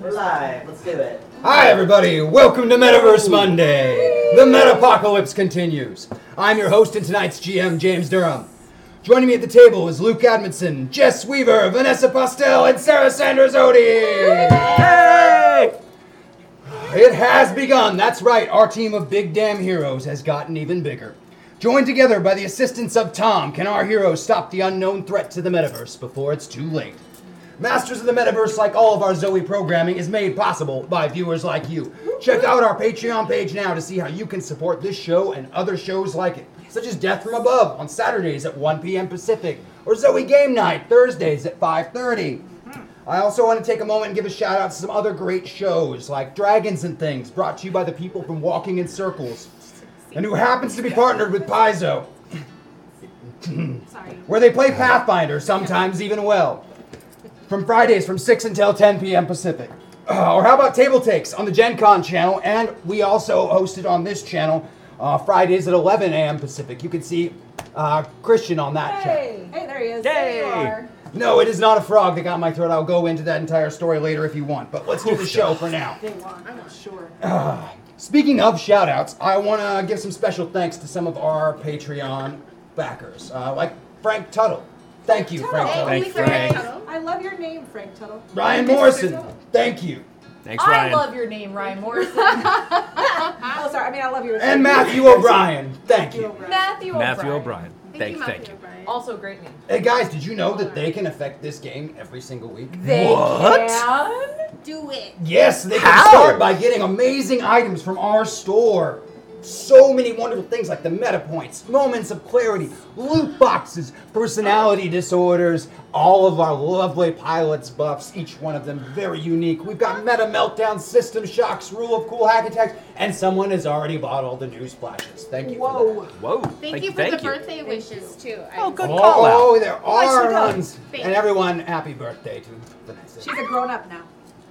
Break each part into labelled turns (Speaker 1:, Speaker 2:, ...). Speaker 1: We're live. Let's do it.
Speaker 2: Hi, everybody. Welcome to Metaverse Monday. The Metapocalypse continues. I'm your host and tonight's GM, James Durham. Joining me at the table is Luke Admonson, Jess Weaver, Vanessa Postel, and Sarah Sanders Odie. It has begun. That's right. Our team of big damn heroes has gotten even bigger. Joined together by the assistance of Tom, can our heroes stop the unknown threat to the metaverse before it's too late? Masters of the Metaverse, like all of our Zoe programming, is made possible by viewers like you. Check out our Patreon page now to see how you can support this show and other shows like it, such as Death from Above on Saturdays at 1 p.m. Pacific or Zoe Game Night Thursdays at 5:30. I also want to take a moment and give a shout out to some other great shows like Dragons and Things, brought to you by the people from Walking in Circles, and who happens to be partnered with Paizo,
Speaker 3: Sorry.
Speaker 2: where they play Pathfinder, sometimes even well. From Fridays from 6 until 10 p.m. Pacific. Uh, or how about Table Takes on the Gen Con channel? And we also hosted on this channel uh, Fridays at 11 a.m. Pacific. You can see uh, Christian on that channel.
Speaker 3: Hey, there he is. There you are.
Speaker 2: No, it is not a frog that got my throat. I'll go into that entire story later if you want, but let's do the show for now.
Speaker 3: They won. I'm not sure.
Speaker 2: Speaking of shout outs, I want to give some special thanks to some of our Patreon backers, uh, like Frank Tuttle. Thank you, Frank Tuttle.
Speaker 4: Thank you, Frank.
Speaker 3: I love your name, Frank Tuttle.
Speaker 2: Ryan Morrison, thank you.
Speaker 4: Thanks,
Speaker 5: I
Speaker 4: Ryan.
Speaker 5: love your name, Ryan Morrison.
Speaker 3: Oh, sorry. I mean, I love your
Speaker 2: And Matthew O'Brien, thank you.
Speaker 5: Matthew,
Speaker 4: Matthew
Speaker 5: O'Brien.
Speaker 4: O'Brien. Thank, you, thank you.
Speaker 5: Also, great name.
Speaker 2: Hey guys, did you know that they can affect this game every single week?
Speaker 5: They
Speaker 4: What?
Speaker 5: can.
Speaker 3: Do it.
Speaker 2: Yes, they can
Speaker 4: How?
Speaker 2: start by getting amazing items from our store. So many wonderful things like the meta points, moments of clarity, loot boxes, personality disorders, all of our lovely pilots buffs, each one of them very unique. We've got meta meltdown, system shocks, rule of cool hack attacks, and someone has already bought all the new splashes. Thank you. For
Speaker 3: Whoa.
Speaker 2: that.
Speaker 4: Whoa.
Speaker 6: Thank, you for
Speaker 4: thank
Speaker 6: the
Speaker 4: you.
Speaker 6: birthday wishes too. I
Speaker 4: Oh,
Speaker 6: was-
Speaker 4: good
Speaker 2: oh,
Speaker 4: call out.
Speaker 2: oh, there are
Speaker 3: done.
Speaker 2: ones.
Speaker 6: Thank
Speaker 2: And
Speaker 6: you.
Speaker 2: everyone, happy birthday to Vanessa.
Speaker 3: She's a grown up now.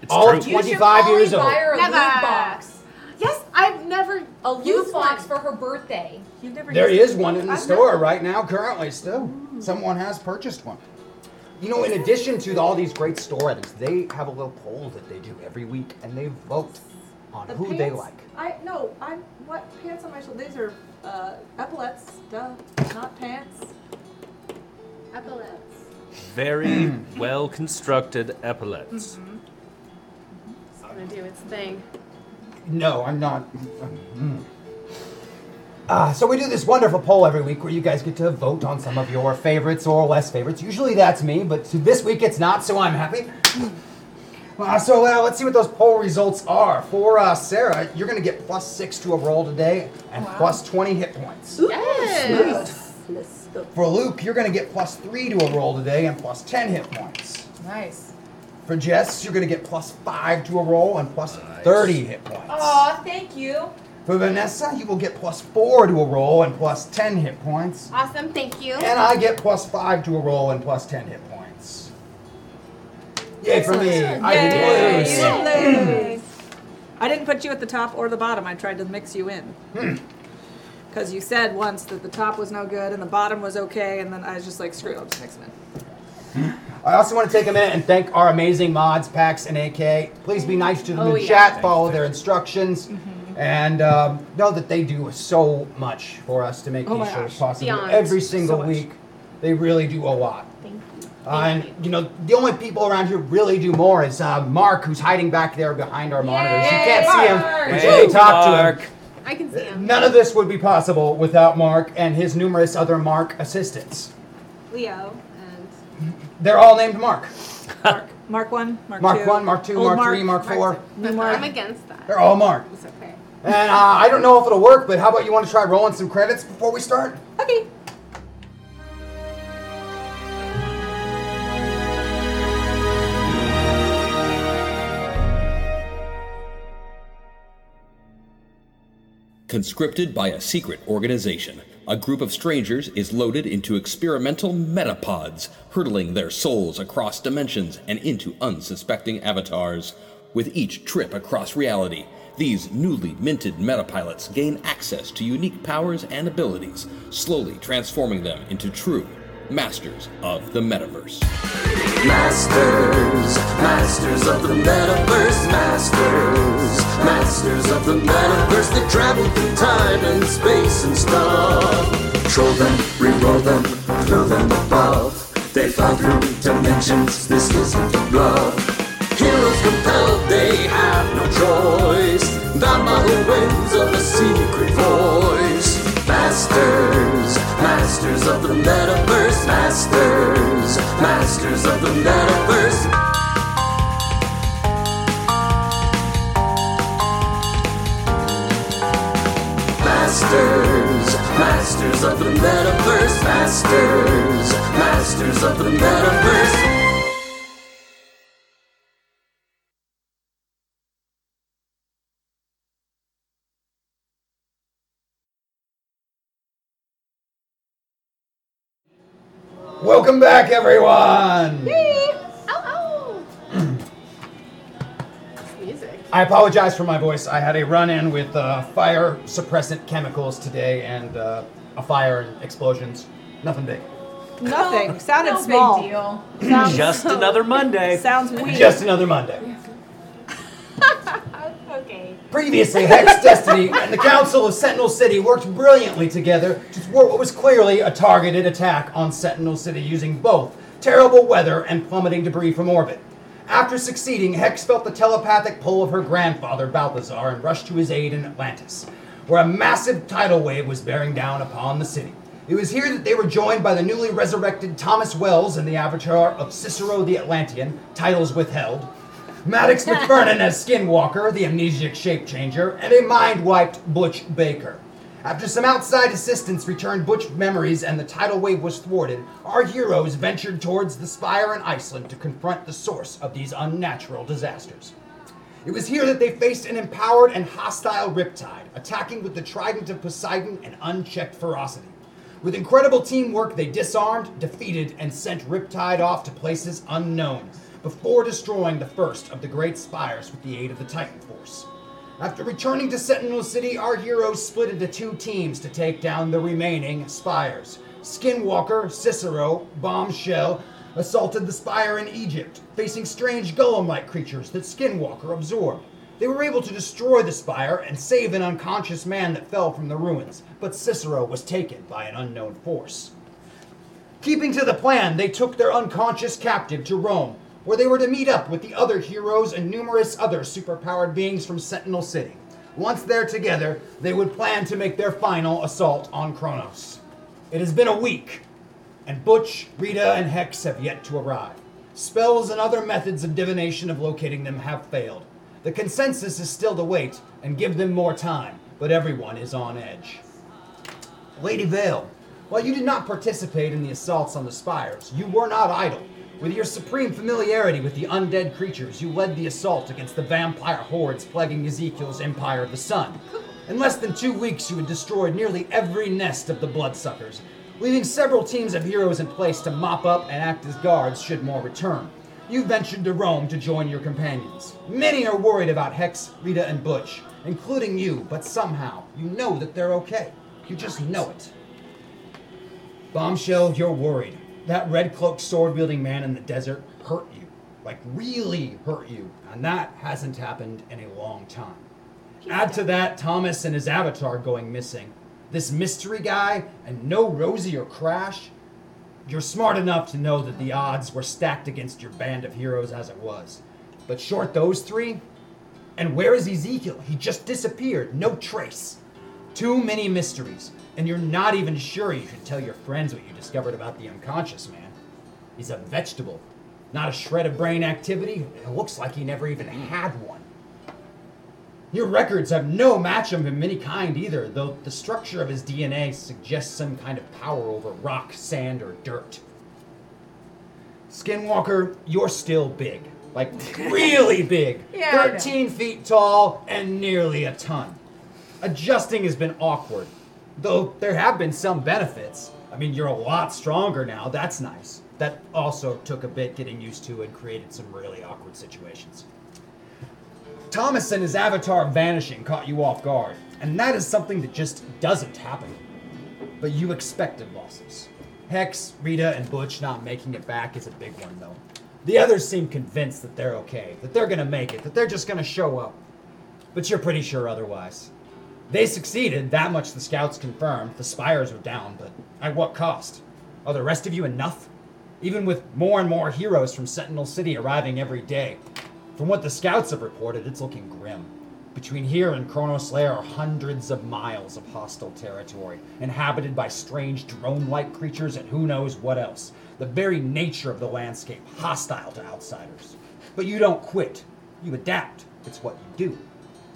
Speaker 4: It's
Speaker 2: all
Speaker 4: true.
Speaker 2: 25
Speaker 5: you should
Speaker 2: years
Speaker 5: only
Speaker 2: old.
Speaker 5: buy her a
Speaker 6: Never.
Speaker 5: loot box.
Speaker 6: Yes, I've never.
Speaker 5: A loot
Speaker 6: Use one.
Speaker 5: box for her birthday.
Speaker 3: You've never.
Speaker 2: There
Speaker 3: used
Speaker 2: is one in the
Speaker 3: I've
Speaker 2: store
Speaker 3: never-
Speaker 2: right now, currently, still. Someone has purchased one. You know, in addition to all these great store items, they have a little poll that they do every week, and they vote on
Speaker 3: The
Speaker 2: who
Speaker 3: pants,
Speaker 2: they like.
Speaker 3: I no. I'm what pants on my shoulder? These are uh, epaulets. Duh. Not pants.
Speaker 6: Epaulets.
Speaker 4: Very well constructed epaulets.
Speaker 6: It's gonna do its thing.
Speaker 2: No, I'm not. Mm. Ah, so we do this wonderful poll every week where you guys get to vote on some of your favorites or less favorites. Usually that's me, but to- this week it's not, so I'm happy. Uh, so uh, let's see what those poll results are. For uh, Sarah, you're going to get plus six to a roll today and plus 20 hit points.
Speaker 6: Yes.
Speaker 3: Let's go.
Speaker 2: For Luke, you're going to get plus three to a roll today and plus 10 hit points.
Speaker 5: Nice.
Speaker 2: For Jess, you're going to get plus five to a roll and plus 30 hit points.
Speaker 5: Aw, thank you.
Speaker 2: For Vanessa, you will get plus four to a roll and plus 10 hit points.
Speaker 6: Awesome. Thank you.
Speaker 2: And I get plus five to a roll and plus 10 hit points. Yay for me! I
Speaker 5: Yay.
Speaker 2: didn't lose.
Speaker 3: I didn't put you at the top or the bottom. I tried to mix you in.
Speaker 2: Hmm.
Speaker 3: Because you said once that the top was no good and the bottom was okay, and then I was just like, screw it, I'll just mix them in.
Speaker 2: I also want to take a minute and thank our amazing mods, Pax and AK. Please be nice to them
Speaker 5: Oh,
Speaker 2: in
Speaker 5: yeah.
Speaker 2: chat, follow their instructions, and um, know that they do so much for us to make
Speaker 3: Oh my
Speaker 2: these shows
Speaker 3: gosh.
Speaker 2: possible.
Speaker 6: Beyond.
Speaker 2: Every single
Speaker 3: much.
Speaker 2: week, they really do a lot.
Speaker 6: Thank you.
Speaker 2: Uh, and you know, the only people around here really do more is uh, Mark, who's hiding back there behind our monitors. You
Speaker 5: Yay,
Speaker 2: can't see him.
Speaker 5: Mark!
Speaker 2: but
Speaker 4: Hey,
Speaker 2: you can talk
Speaker 4: Mark.
Speaker 2: to him.
Speaker 6: I can see him.
Speaker 2: None of this would be possible without Mark and his numerous other Mark assistants.
Speaker 3: Leo.
Speaker 6: And
Speaker 2: They're all named Mark.
Speaker 3: Mark, Mark 1, Mark,
Speaker 2: Mark
Speaker 3: 2.
Speaker 2: one, Mark two,
Speaker 3: old
Speaker 2: Mark three, Mark four.
Speaker 3: two, New
Speaker 6: I'm
Speaker 3: Mark.
Speaker 6: against that.
Speaker 2: They're all Mark.
Speaker 6: It's okay.
Speaker 2: And uh, I don't know if it'll work, but how about you want to try rolling some credits before we start?
Speaker 3: Okay.
Speaker 7: Conscripted by a secret organization, a group of strangers is loaded into experimental metapods, hurtling their souls across dimensions and into unsuspecting avatars. With each trip across reality, these newly minted metapilots gain access to unique powers and abilities, slowly transforming them into true masters of the metaverse.
Speaker 1: Masters, masters of the metaverse, masters, masters of the metaverse. They travel through time and space and stuff. Troll them, reroll them, throw them above. They fly through dimensions. This isn't the bluff. Heroes compelled, they have no choice. Dhamma who wins of a secret voice. Masters, masters of the metaverse, masters, masters of the metaverse. Masters, masters of the metaverse, masters, masters of the metaverse.
Speaker 2: Welcome back, everyone.
Speaker 6: Ow, ow. This music.
Speaker 2: I apologize for my voice. I had a run-in with uh, fire suppressant chemicals today, and uh, a fire and explosions. Nothing big.
Speaker 3: Nothing. Sounded
Speaker 5: No
Speaker 3: small.
Speaker 5: big deal.
Speaker 6: Sounds
Speaker 4: Just another Monday.
Speaker 3: Sounds weird.
Speaker 2: Just another Monday.
Speaker 5: Okay.
Speaker 2: Previously, Hex Destiny and the Council of Sentinel City worked brilliantly together to thwart what was clearly a targeted attack on Sentinel City using both terrible weather and plummeting debris from orbit. After succeeding, Hex felt the telepathic pull of her grandfather, Balthazar, and rushed to his aid in Atlantis, where a massive tidal wave was bearing down upon the city. It was here that they were joined by the newly resurrected Thomas Wells and the avatar of Cicero the Atlantean, titles withheld, Maddox McFernan as Skinwalker, the amnesiac shape changer, and a mind wiped Butch Baker. After some outside assistance returned Butch memories and the tidal wave was thwarted, our heroes ventured towards the Spire in Iceland to confront the source of these unnatural disasters. It was here that they faced an empowered and hostile Riptide, attacking with the Trident of Poseidon and unchecked ferocity. With incredible teamwork, they disarmed, defeated, and sent Riptide off to places unknown, before destroying the first of the Great Spires with the aid of the Titan Force. After returning to Sentinel City, our heroes split into two teams to take down the remaining spires. Skinwalker, Cicero, Bombshell assaulted the spire in Egypt, facing strange golem like creatures that Skinwalker absorbed. They were able to destroy the spire and save an unconscious man that fell from the ruins, but Cicero was taken by an unknown force. Keeping to the plan, they took their unconscious captive to Rome, where they were to meet up with the other heroes and numerous other superpowered beings from Sentinel City. Once there together, they would plan to make their final assault on Kronos. It has been a week, and Butch, Rita, and Hex have yet to arrive. Spells and other methods of divination of locating them have failed. The consensus is still to wait and give them more time, but everyone is on edge. Lady Vale, while you did not participate in the assaults on the spires, you were not idle. With your supreme familiarity with the undead creatures, you led the assault against the vampire hordes plaguing Ezekiel's Empire of the Sun. In less than two weeks, you had destroyed nearly every nest of the bloodsuckers, leaving several teams of heroes in place to mop up and act as guards should more return. You ventured to Rome to join your companions. Many are worried about Hex, Rita, and Butch, including you, but somehow you know that they're okay. You just know it. Bombshell, you're worried. That red cloaked sword wielding man in the desert hurt you. Like, really hurt you. And that hasn't happened in a long time. Add to that Thomas and his avatar going missing. This mystery guy, and no Rosie or Crash. You're smart enough to know that the odds were stacked against your band of heroes as it was. But short those three, and where is Ezekiel? He just disappeared, no trace. Too many mysteries, and you're not even sure you should tell your friends what you discovered about the unconscious man. He's a vegetable, not a shred of brain activity. and It looks like he never even had one. Your records have no match of him any kind either, though the structure of his DNA suggests some kind of power over rock, sand, or dirt. Skinwalker, you're still big. Like, really big.
Speaker 5: Yeah, I know.
Speaker 2: 13 feet tall and nearly a ton. Adjusting has been awkward, though there have been some benefits. I mean, you're a lot stronger now. That's nice. That also took a bit getting used to and created some really awkward situations. Thomas and his avatar vanishing caught you off guard, and that is something that just doesn't happen. But you expected losses. Hex, Rita, and Butch not making it back is a big one, though. The others seem convinced that they're okay, that they're gonna make it, that they're just gonna show up. But you're pretty sure otherwise. They succeeded, that much the scouts confirmed. The spires were down, but at what cost? Are the rest of you enough? Even with more and more heroes from Sentinel City arriving every day. From what the scouts have reported, it's looking grim. Between here and Kronos Lair are hundreds of miles of hostile territory, inhabited by strange drone like creatures and who knows what else. The very nature of the landscape, hostile to outsiders. But you don't quit, you adapt. It's what you do.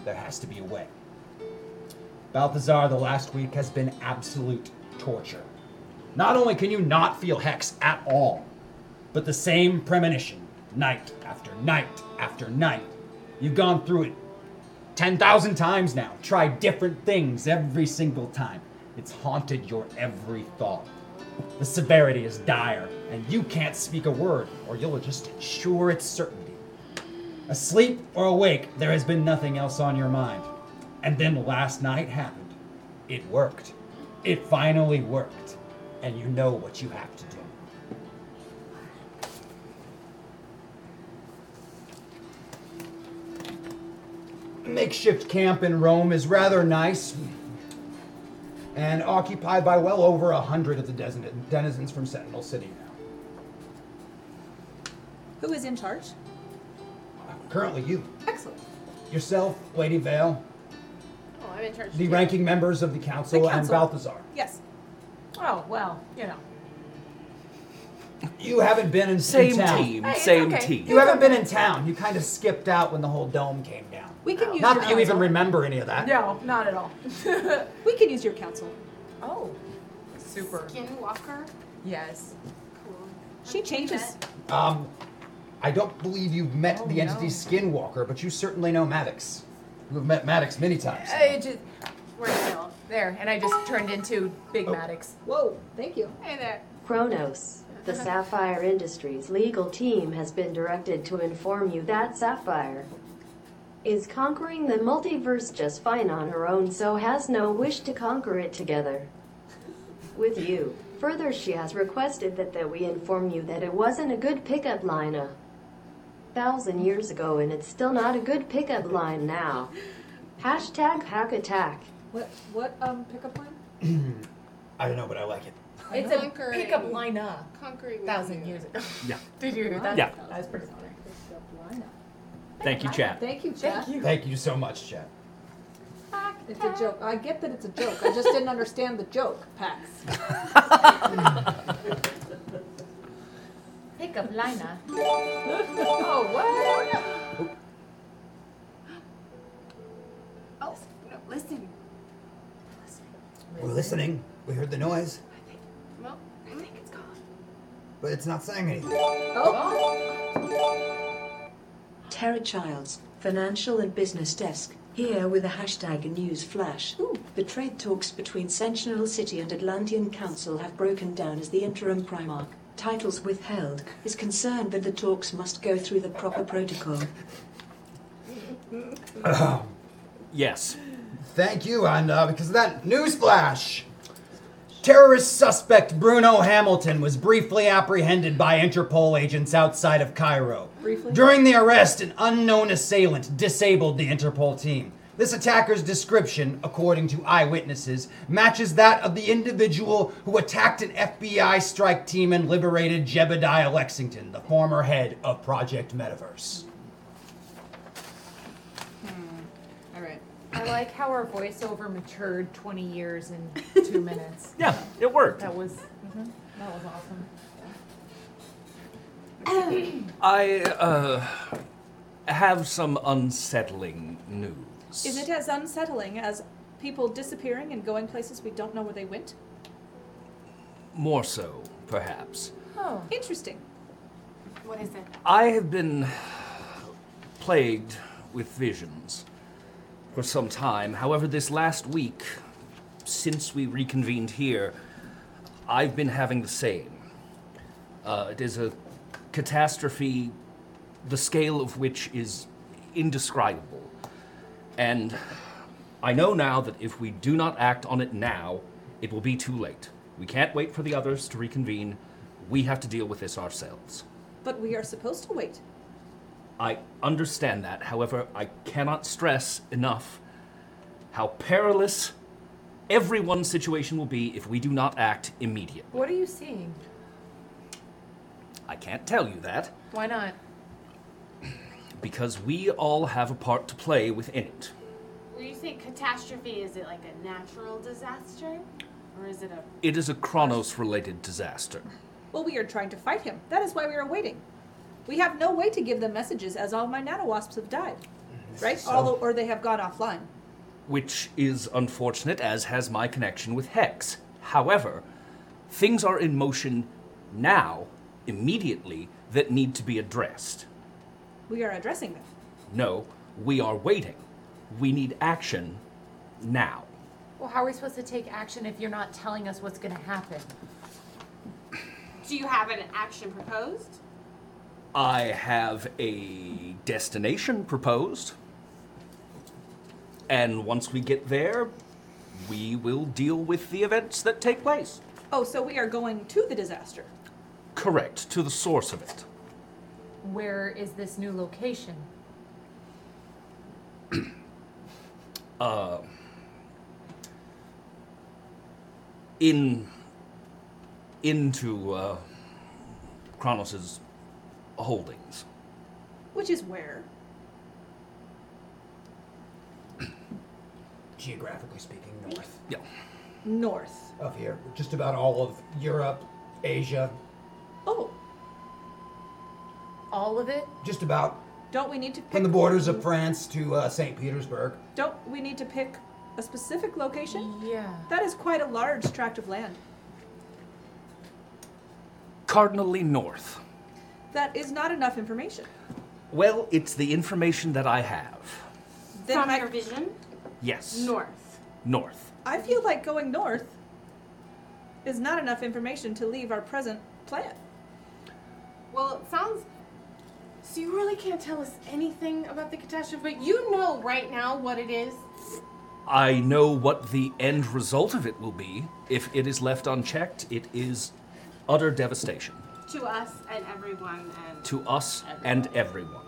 Speaker 2: There has to be a way. Balthazar, the last week has been absolute torture. Not only can you not feel Hex at all, but the same premonition, night after night after night. You've gone through it 10,000 times now, tried different things every single time. It's haunted your every thought. The severity is dire, and you can't speak a word, or you'll just ensure its certainty. Asleep or awake, there has been nothing else on your mind. And then last night happened. It worked. It finally worked. And you know what you have to do. Makeshift camp in Rome is rather nice and occupied by well over a hundred of the desen- denizens from Sentinel City now.
Speaker 3: Who is in charge?
Speaker 2: Currently, you,
Speaker 3: Excellent.
Speaker 2: yourself, Lady Vale,
Speaker 6: Oh, I'm in charge.
Speaker 2: the
Speaker 6: too.
Speaker 2: ranking members of the council,
Speaker 3: The
Speaker 2: and
Speaker 3: council.
Speaker 2: Balthazar.
Speaker 3: Yes.
Speaker 5: Oh, well, you know.
Speaker 2: You haven't been in in
Speaker 4: Same
Speaker 2: town.
Speaker 4: team,
Speaker 5: Hey, it's
Speaker 4: same
Speaker 5: okay.
Speaker 4: team.
Speaker 2: You haven't been in town. You kind of skipped out when the whole dome came down.
Speaker 3: We can use
Speaker 2: Not
Speaker 3: your
Speaker 2: that you even
Speaker 3: counsel.
Speaker 2: remember any of that.
Speaker 5: No, not at all.
Speaker 3: We can use your counsel.
Speaker 5: Oh. Super.
Speaker 6: Skinwalker.
Speaker 5: Yes.
Speaker 6: Cool.
Speaker 3: She changes.
Speaker 2: Um, I don't believe you've met
Speaker 5: Oh,
Speaker 2: the entity
Speaker 5: no.
Speaker 2: Skinwalker, but you certainly know Maddox. You have met Maddox many times.
Speaker 6: I just,
Speaker 5: We're still there, and I just turned into Big Maddox.
Speaker 3: Whoa, thank you.
Speaker 6: hey there.
Speaker 8: Kronos, the Sapphire Industries legal team has been directed to inform you that Sapphire is conquering the multiverse just fine on her own, so has no wish to conquer it together with you. Further, she has requested that, that we inform you that it wasn't a good pickup line a thousand years ago, and it's still not a good pickup line now. Hashtag hack attack.
Speaker 3: What what um pickup line?
Speaker 2: I don't know, but I like it.
Speaker 5: It's a
Speaker 6: Conquering.
Speaker 5: pickup line up.
Speaker 6: Conquering. with
Speaker 5: Thousand
Speaker 6: you.
Speaker 5: years ago.
Speaker 4: Yeah.
Speaker 5: Did you hear that?
Speaker 4: Yeah.
Speaker 5: That was pretty funny.
Speaker 4: Thank you, chat.
Speaker 3: Thank you, Jeff.
Speaker 5: Thank you.
Speaker 2: Thank you so much, Chad.
Speaker 3: It's a joke. I get that it's a joke. I just didn't understand the joke, Pax.
Speaker 5: Pickup line up. oh, what?
Speaker 6: Oh, no, listen.
Speaker 2: We're listening. We heard the noise,
Speaker 6: I think. Well, I think it's gone.
Speaker 2: but it's not saying anything.
Speaker 3: Oh,
Speaker 9: Tara Childs, Financial and Business Desk, here with a hashtag news flash. The trade talks between Sentinel City and Atlantean Council have broken down as the interim Primarch, titles withheld, is concerned that the talks must go through the proper protocol.
Speaker 4: Yes.
Speaker 2: Thank you, and uh, because of that newsflash, terrorist suspect Bruno Hamilton was briefly apprehended by Interpol agents outside of Cairo.
Speaker 3: Briefly?
Speaker 2: During the arrest, an unknown assailant disabled the Interpol team. This attacker's description, according to eyewitnesses, matches that of the individual who attacked an FBI strike team and liberated Jebediah Lexington, the former head of Project Metaverse.
Speaker 3: all right.
Speaker 5: I like how our voiceover matured 20 years in two minutes.
Speaker 4: Yeah, it worked.
Speaker 5: That was Mm-hmm. that was awesome.
Speaker 4: I uh, have some unsettling news.
Speaker 3: Is it as unsettling as people disappearing and going places we don't know where they went?
Speaker 4: More so, perhaps.
Speaker 5: Oh,
Speaker 3: Interesting.
Speaker 6: What is it?
Speaker 4: I have been plagued with visions for some time. However, this last week, since we reconvened here, I've been having the same. Uh, it is a catastrophe, the scale of which is indescribable. And I know now that if we do not act on it now, it will be too late. We can't wait for the others to reconvene. We have to deal with this ourselves.
Speaker 3: But we are supposed to wait.
Speaker 4: I understand that. However, I cannot stress enough how perilous everyone's situation will be if we do not act immediately.
Speaker 5: What are you seeing?
Speaker 4: I can't tell you that
Speaker 5: Why not?
Speaker 4: because we all have a part to play within it.
Speaker 6: When you say catastrophe, is it like a natural disaster? Or is it a.
Speaker 4: It is a Kronos related disaster.
Speaker 3: Well, we are trying to fight him. That is why we are waiting. We have no way to give them messages, as all my nanowasps have died,
Speaker 2: Mm-hmm.
Speaker 3: right? Although, or they have gone offline.
Speaker 4: which is unfortunate, as has my connection with Hex. However, things are in motion now, immediately, that need to be addressed.
Speaker 3: We are addressing them.
Speaker 4: No, we are waiting. We need action now.
Speaker 5: Well, how are we supposed to take action if you're not telling us what's going to happen?
Speaker 6: Do you have an action proposed?
Speaker 4: I have a destination proposed. And once we get there, we will deal with the events that take place.
Speaker 3: Oh, so we are going to the disaster.
Speaker 4: Correct, to the source of it.
Speaker 5: Where is this new location?
Speaker 4: uh, in into uh, Kronos's holdings.
Speaker 3: Which is where?
Speaker 2: Geographically speaking, north
Speaker 4: Yeah,
Speaker 3: North.
Speaker 2: of here. Just about all of Europe, Asia,
Speaker 3: Oh,
Speaker 5: All of it?
Speaker 2: just about
Speaker 3: don't we need to pick
Speaker 2: from the borders of France to uh, St. Petersburg.
Speaker 3: Don't we need to pick a specific location?
Speaker 5: Yeah.
Speaker 3: That is quite a large tract of land.
Speaker 4: cardinally north.
Speaker 3: That is not enough information.
Speaker 4: Well, it's the information that I have.
Speaker 3: Then
Speaker 6: From
Speaker 3: I,
Speaker 6: your vision?
Speaker 4: Yes,
Speaker 6: North.
Speaker 4: north.
Speaker 3: I feel like going north is not enough information to leave our present plan.
Speaker 6: Well, it sounds. So you really can't tell us anything about the catastrophe, but you know right now what it is.
Speaker 4: I know what the end result of it will be. If it is left unchecked, it is utter devastation
Speaker 6: To us and everyone and.
Speaker 4: to us and everyone.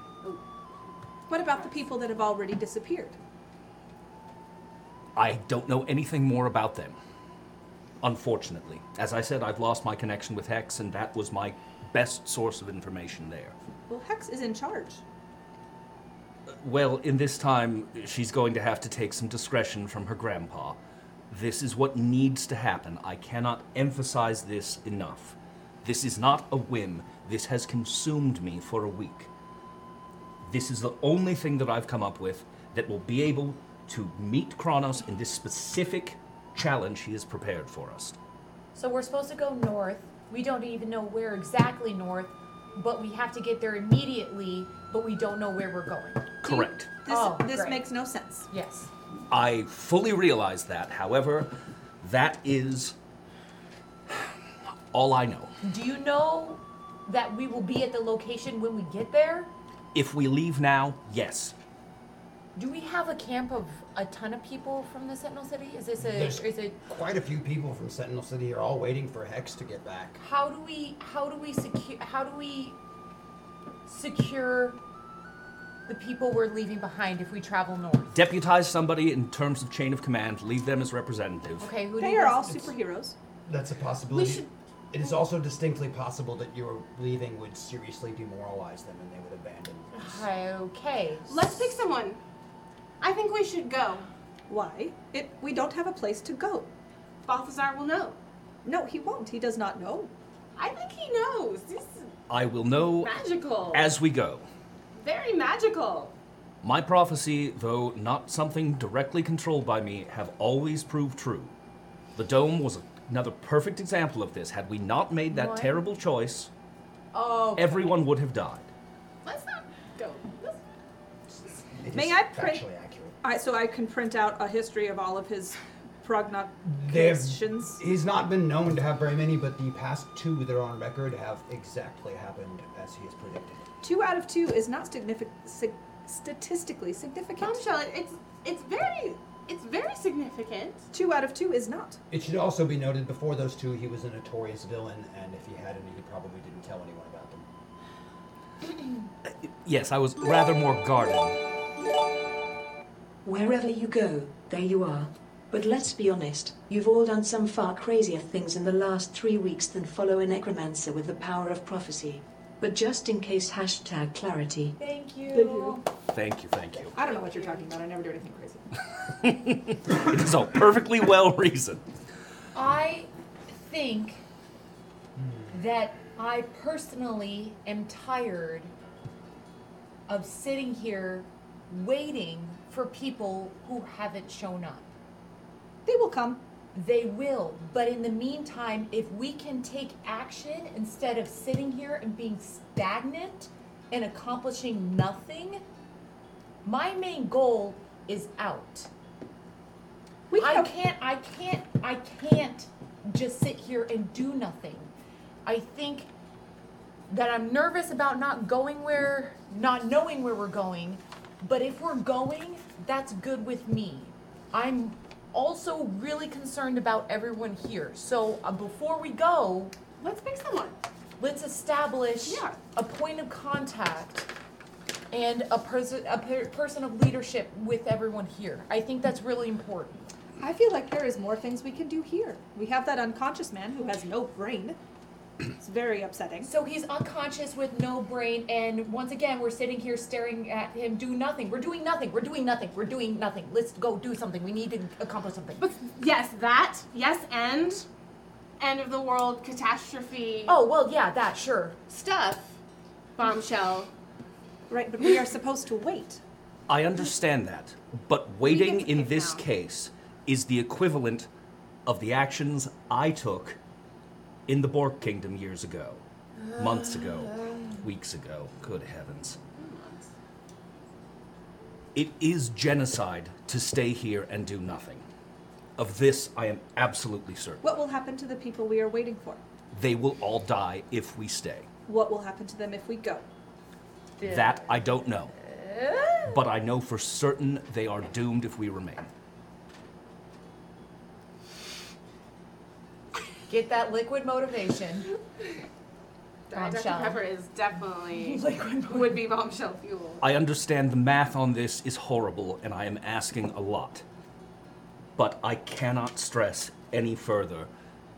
Speaker 3: What about the people that have already disappeared?
Speaker 4: I don't know anything more about them. Unfortunately. As I said, I've lost my connection with Hex, and that was my best source of information there.
Speaker 3: Well, Hex is in charge.
Speaker 4: Well, in this time, she's going to have to take some discretion from her grandpa. This is what needs to happen. I cannot emphasize this enough. This is not a whim. This has consumed me for a week. This is the only thing that I've come up with that will be able to meet Kronos in this specific challenge he has prepared for us.
Speaker 5: So we're supposed to go north. We don't even know where exactly north, but we have to get there immediately, but we don't know where we're going.
Speaker 4: Correct.
Speaker 3: This,
Speaker 5: Oh,
Speaker 3: this
Speaker 5: great.
Speaker 3: makes no sense.
Speaker 5: Yes.
Speaker 4: I fully realize that. However, that is all I know.
Speaker 5: Do you know that we will be at the location when we get there?
Speaker 4: If we leave now, yes.
Speaker 5: Do we have a camp of a ton of people from the Sentinel City? Is this a
Speaker 2: There's-
Speaker 5: is it
Speaker 2: Quite a few people from Sentinel City are all waiting for Hex to get back.
Speaker 5: how do we how do we secure how do we secure the people we're leaving behind if we travel north?
Speaker 4: Deputize somebody in terms of chain of command, leave them as representative.
Speaker 5: Okay, who do
Speaker 3: They
Speaker 5: you
Speaker 3: are
Speaker 5: guys-
Speaker 3: all superheroes.
Speaker 2: That's a possibility.
Speaker 5: should-
Speaker 2: It is also distinctly possible that your leaving would seriously demoralize them and they would abandon us.
Speaker 5: Okay.
Speaker 6: Let's pick someone. I think we should go.
Speaker 3: Why? It, we don't have a place to go.
Speaker 6: Balthazar will know.
Speaker 3: No, he won't. He does not know.
Speaker 6: I think he knows. This is
Speaker 4: I will know
Speaker 6: magical.
Speaker 4: as we go.
Speaker 6: Very magical.
Speaker 4: My prophecy, though not something directly controlled by me, have always proved true. The dome was another perfect example of this. Had we not made that
Speaker 5: What?
Speaker 4: terrible choice,
Speaker 5: Oh.
Speaker 4: everyone would have died.
Speaker 6: Let's not go. Let's-
Speaker 2: It
Speaker 3: May
Speaker 2: is
Speaker 3: I print-
Speaker 2: factually accurate.
Speaker 3: I, so I can print out a history of all of his
Speaker 2: They've-
Speaker 3: prognostications.
Speaker 2: He's not been known to have very many, but the past two that are on record have exactly happened as he has predicted.
Speaker 3: Two out of two is not signific- sig- statistically significant.
Speaker 6: Bombshell. it- It's it's very it's very significant.
Speaker 3: Two out of two is not.
Speaker 2: It should also be noted before those two, he was a notorious villain, and if he had any, he probably didn't tell anyone about them.
Speaker 4: Yes, I was rather more guarded.
Speaker 9: Wherever you go, there you are. But let's be honest, you've all done some far crazier things in the last three weeks than follow a necromancer with the power of prophecy. But just in case, hashtag clarity.
Speaker 5: Thank you.
Speaker 3: Thank you.
Speaker 4: Thank you, thank you.
Speaker 3: I don't know what you're talking about. I never do anything crazy.
Speaker 4: It is all perfectly well reasoned.
Speaker 5: I think that I personally am tired of sitting here waiting for people who haven't shown up.
Speaker 3: They will come.
Speaker 5: They will, but in the meantime, if we can take action instead of sitting here and being stagnant and accomplishing nothing, my main goal is out.
Speaker 3: We
Speaker 5: I
Speaker 3: can.
Speaker 5: can't, I can't, I can't just sit here and do nothing. I think that I'm nervous about not going where, not knowing where we're going, but if we're going, that's good with me. I'm also really concerned about everyone here. So uh, before we go,
Speaker 6: Let's pick someone.
Speaker 5: let's establish
Speaker 6: Yeah.
Speaker 5: a point of contact and a person a per- person of leadership with everyone here. I think that's really important.
Speaker 3: I feel like there is more things we can do here. We have that unconscious man who has no brain. It's very upsetting.
Speaker 5: So he's unconscious with no brain, and once again, we're sitting here staring at him do nothing. We're doing nothing. We're doing nothing. We're doing nothing. Let's go do something. We need to accomplish something.
Speaker 6: But yes, that. Yes, and end of the world catastrophe
Speaker 5: Oh, well, yeah, that, sure.
Speaker 6: stuff. Bombshell.
Speaker 3: Right, but we are supposed to wait.
Speaker 4: I understand that, but waiting
Speaker 6: to
Speaker 4: in
Speaker 6: pick
Speaker 4: this
Speaker 6: now.
Speaker 4: case is the equivalent of the actions I took in the Bork Kingdom years ago, months ago, weeks ago. Good heavens. It is genocide to stay here and do nothing. Of this, I am absolutely certain.
Speaker 3: What will happen to the people we are waiting for?
Speaker 4: They will all die if we stay.
Speaker 3: What will happen to them if we go?
Speaker 4: That I don't know. But I know for certain they are doomed if we remain.
Speaker 5: Get that liquid motivation. Bombshell.
Speaker 6: Dr. Pepper is definitely would be bombshell fuel.
Speaker 4: I understand the math on this is horrible, and I am asking a lot. But I cannot stress any further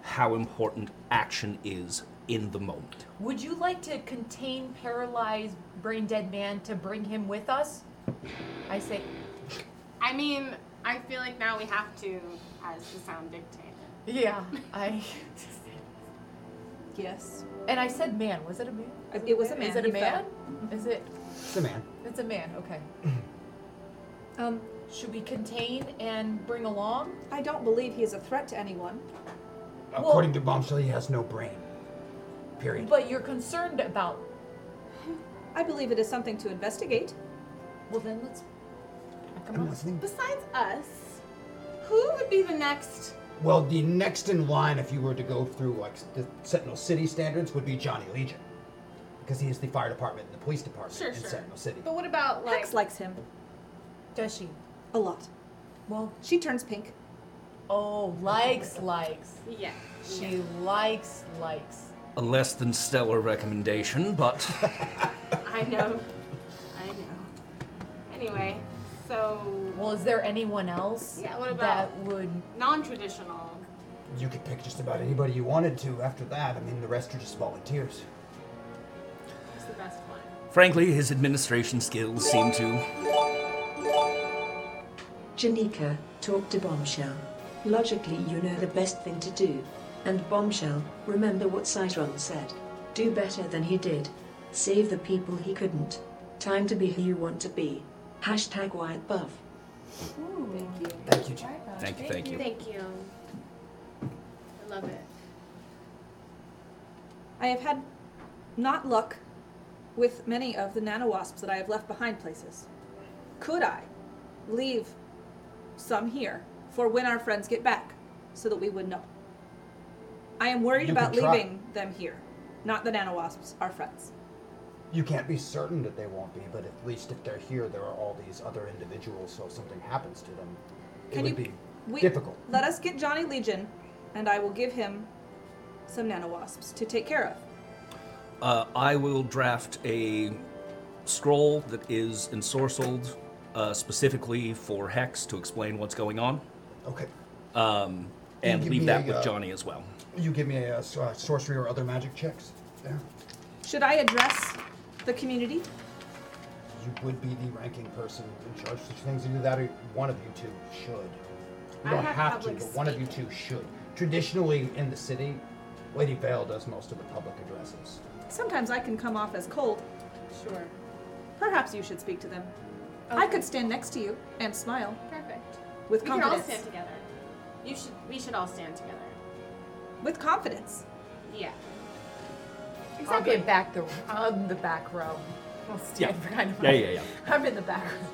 Speaker 4: how important action is in the moment.
Speaker 5: Would you like to contain paralyzed, brain dead man to bring him with us? I say,
Speaker 6: I mean, I feel like now we have to, as the sound dictated.
Speaker 5: yeah, I.
Speaker 3: Yes.
Speaker 5: And I said, man. Was it a man?
Speaker 3: I- It was a man.
Speaker 5: Is it a
Speaker 3: He
Speaker 5: man?
Speaker 3: fell.
Speaker 5: Is it?
Speaker 2: It's a man.
Speaker 5: It's a man. Okay.
Speaker 3: Um,
Speaker 5: Should we contain and bring along?
Speaker 3: I don't believe he is a threat to anyone.
Speaker 2: According to Bombshell, he has no brain. Period.
Speaker 5: But you're concerned about.
Speaker 3: I believe it is something to investigate.
Speaker 5: Well, then let's. Come
Speaker 2: I'm
Speaker 5: on.
Speaker 2: listening.
Speaker 6: Besides us, who would be the next?
Speaker 2: Well, the next in line, if you were to go through like the Sentinel City standards, would be Johnny Legion, because he is the fire department and the police department
Speaker 6: Sure,
Speaker 2: in
Speaker 6: sure.
Speaker 2: Sentinel City.
Speaker 6: But what about like?
Speaker 3: Hex likes him
Speaker 5: Does she?
Speaker 3: a lot.
Speaker 5: Well,
Speaker 3: She turns pink.
Speaker 5: oh, likes, likes.
Speaker 6: yeah.
Speaker 5: She likes, likes.
Speaker 4: A less than stellar recommendation, but
Speaker 6: I know. I know. Anyway, so
Speaker 5: Well, is there anyone else
Speaker 6: Yeah, what
Speaker 5: that
Speaker 6: about-
Speaker 5: would.
Speaker 6: non-traditional.
Speaker 2: you could pick just about anybody you wanted to. After that, I mean, the rest are just volunteers.
Speaker 6: Who's the best one?
Speaker 4: frankly, his administration skills seem to.
Speaker 9: Janika, talk to Bombshell. Logically, you know the best thing to do. And Bombshell, remember what Citron said. Do better than he did. Save the people he couldn't. Time to be who you want to be. Hashtag Wyatt Buff.
Speaker 2: Thank you, Jim.
Speaker 4: Thank you, thank you.
Speaker 6: Thank you. I love it.
Speaker 3: I have had not luck with many of the nanowasps that I have left behind places. Could I leave some here for when our friends get back so that we would know? I am worried
Speaker 2: You
Speaker 3: about
Speaker 2: could try.
Speaker 3: leaving them here, not the nanowasps, our friends.
Speaker 2: You can't be certain that they won't be, but at least if they're here, there are all these other individuals. So if something happens to them,
Speaker 3: Can
Speaker 2: it would
Speaker 3: you-
Speaker 2: be
Speaker 3: We,
Speaker 2: difficult.
Speaker 3: Let us get Johnny Legion, and I will give him some nanowasps to take care of.
Speaker 4: Uh, I will draft a scroll that is ensorcelled uh, specifically for Hex to explain what's going on,
Speaker 2: Okay.
Speaker 4: um, and
Speaker 2: give
Speaker 4: leave
Speaker 2: me
Speaker 4: that
Speaker 2: a,
Speaker 4: with
Speaker 2: uh,
Speaker 4: Johnny as well.
Speaker 2: You give me a, uh, s- uh, sorcery or other magic checks. Yeah.
Speaker 3: Should I address the community?
Speaker 2: You would be the ranking person in charge of such things. Either that or one of you two should. You
Speaker 6: I
Speaker 2: don't
Speaker 6: have
Speaker 2: have to,
Speaker 6: public
Speaker 2: but one of you two should. Traditionally in the city, Lady Vale does most of the public addresses.
Speaker 3: Sometimes I can come off as cold.
Speaker 6: Sure.
Speaker 3: Perhaps you should speak to them. I could stand next to you and smile
Speaker 6: Perfect.
Speaker 3: with
Speaker 6: Oh. we can all
Speaker 3: confidence.
Speaker 6: stand together. You should. We should all stand together.
Speaker 3: with confidence.
Speaker 6: Yeah.
Speaker 5: I'll
Speaker 6: Exactly.
Speaker 5: get back the on the back row. I'll stand
Speaker 4: Yeah.
Speaker 5: behind
Speaker 4: Yeah, yeah, yeah.
Speaker 5: I'm in the back row.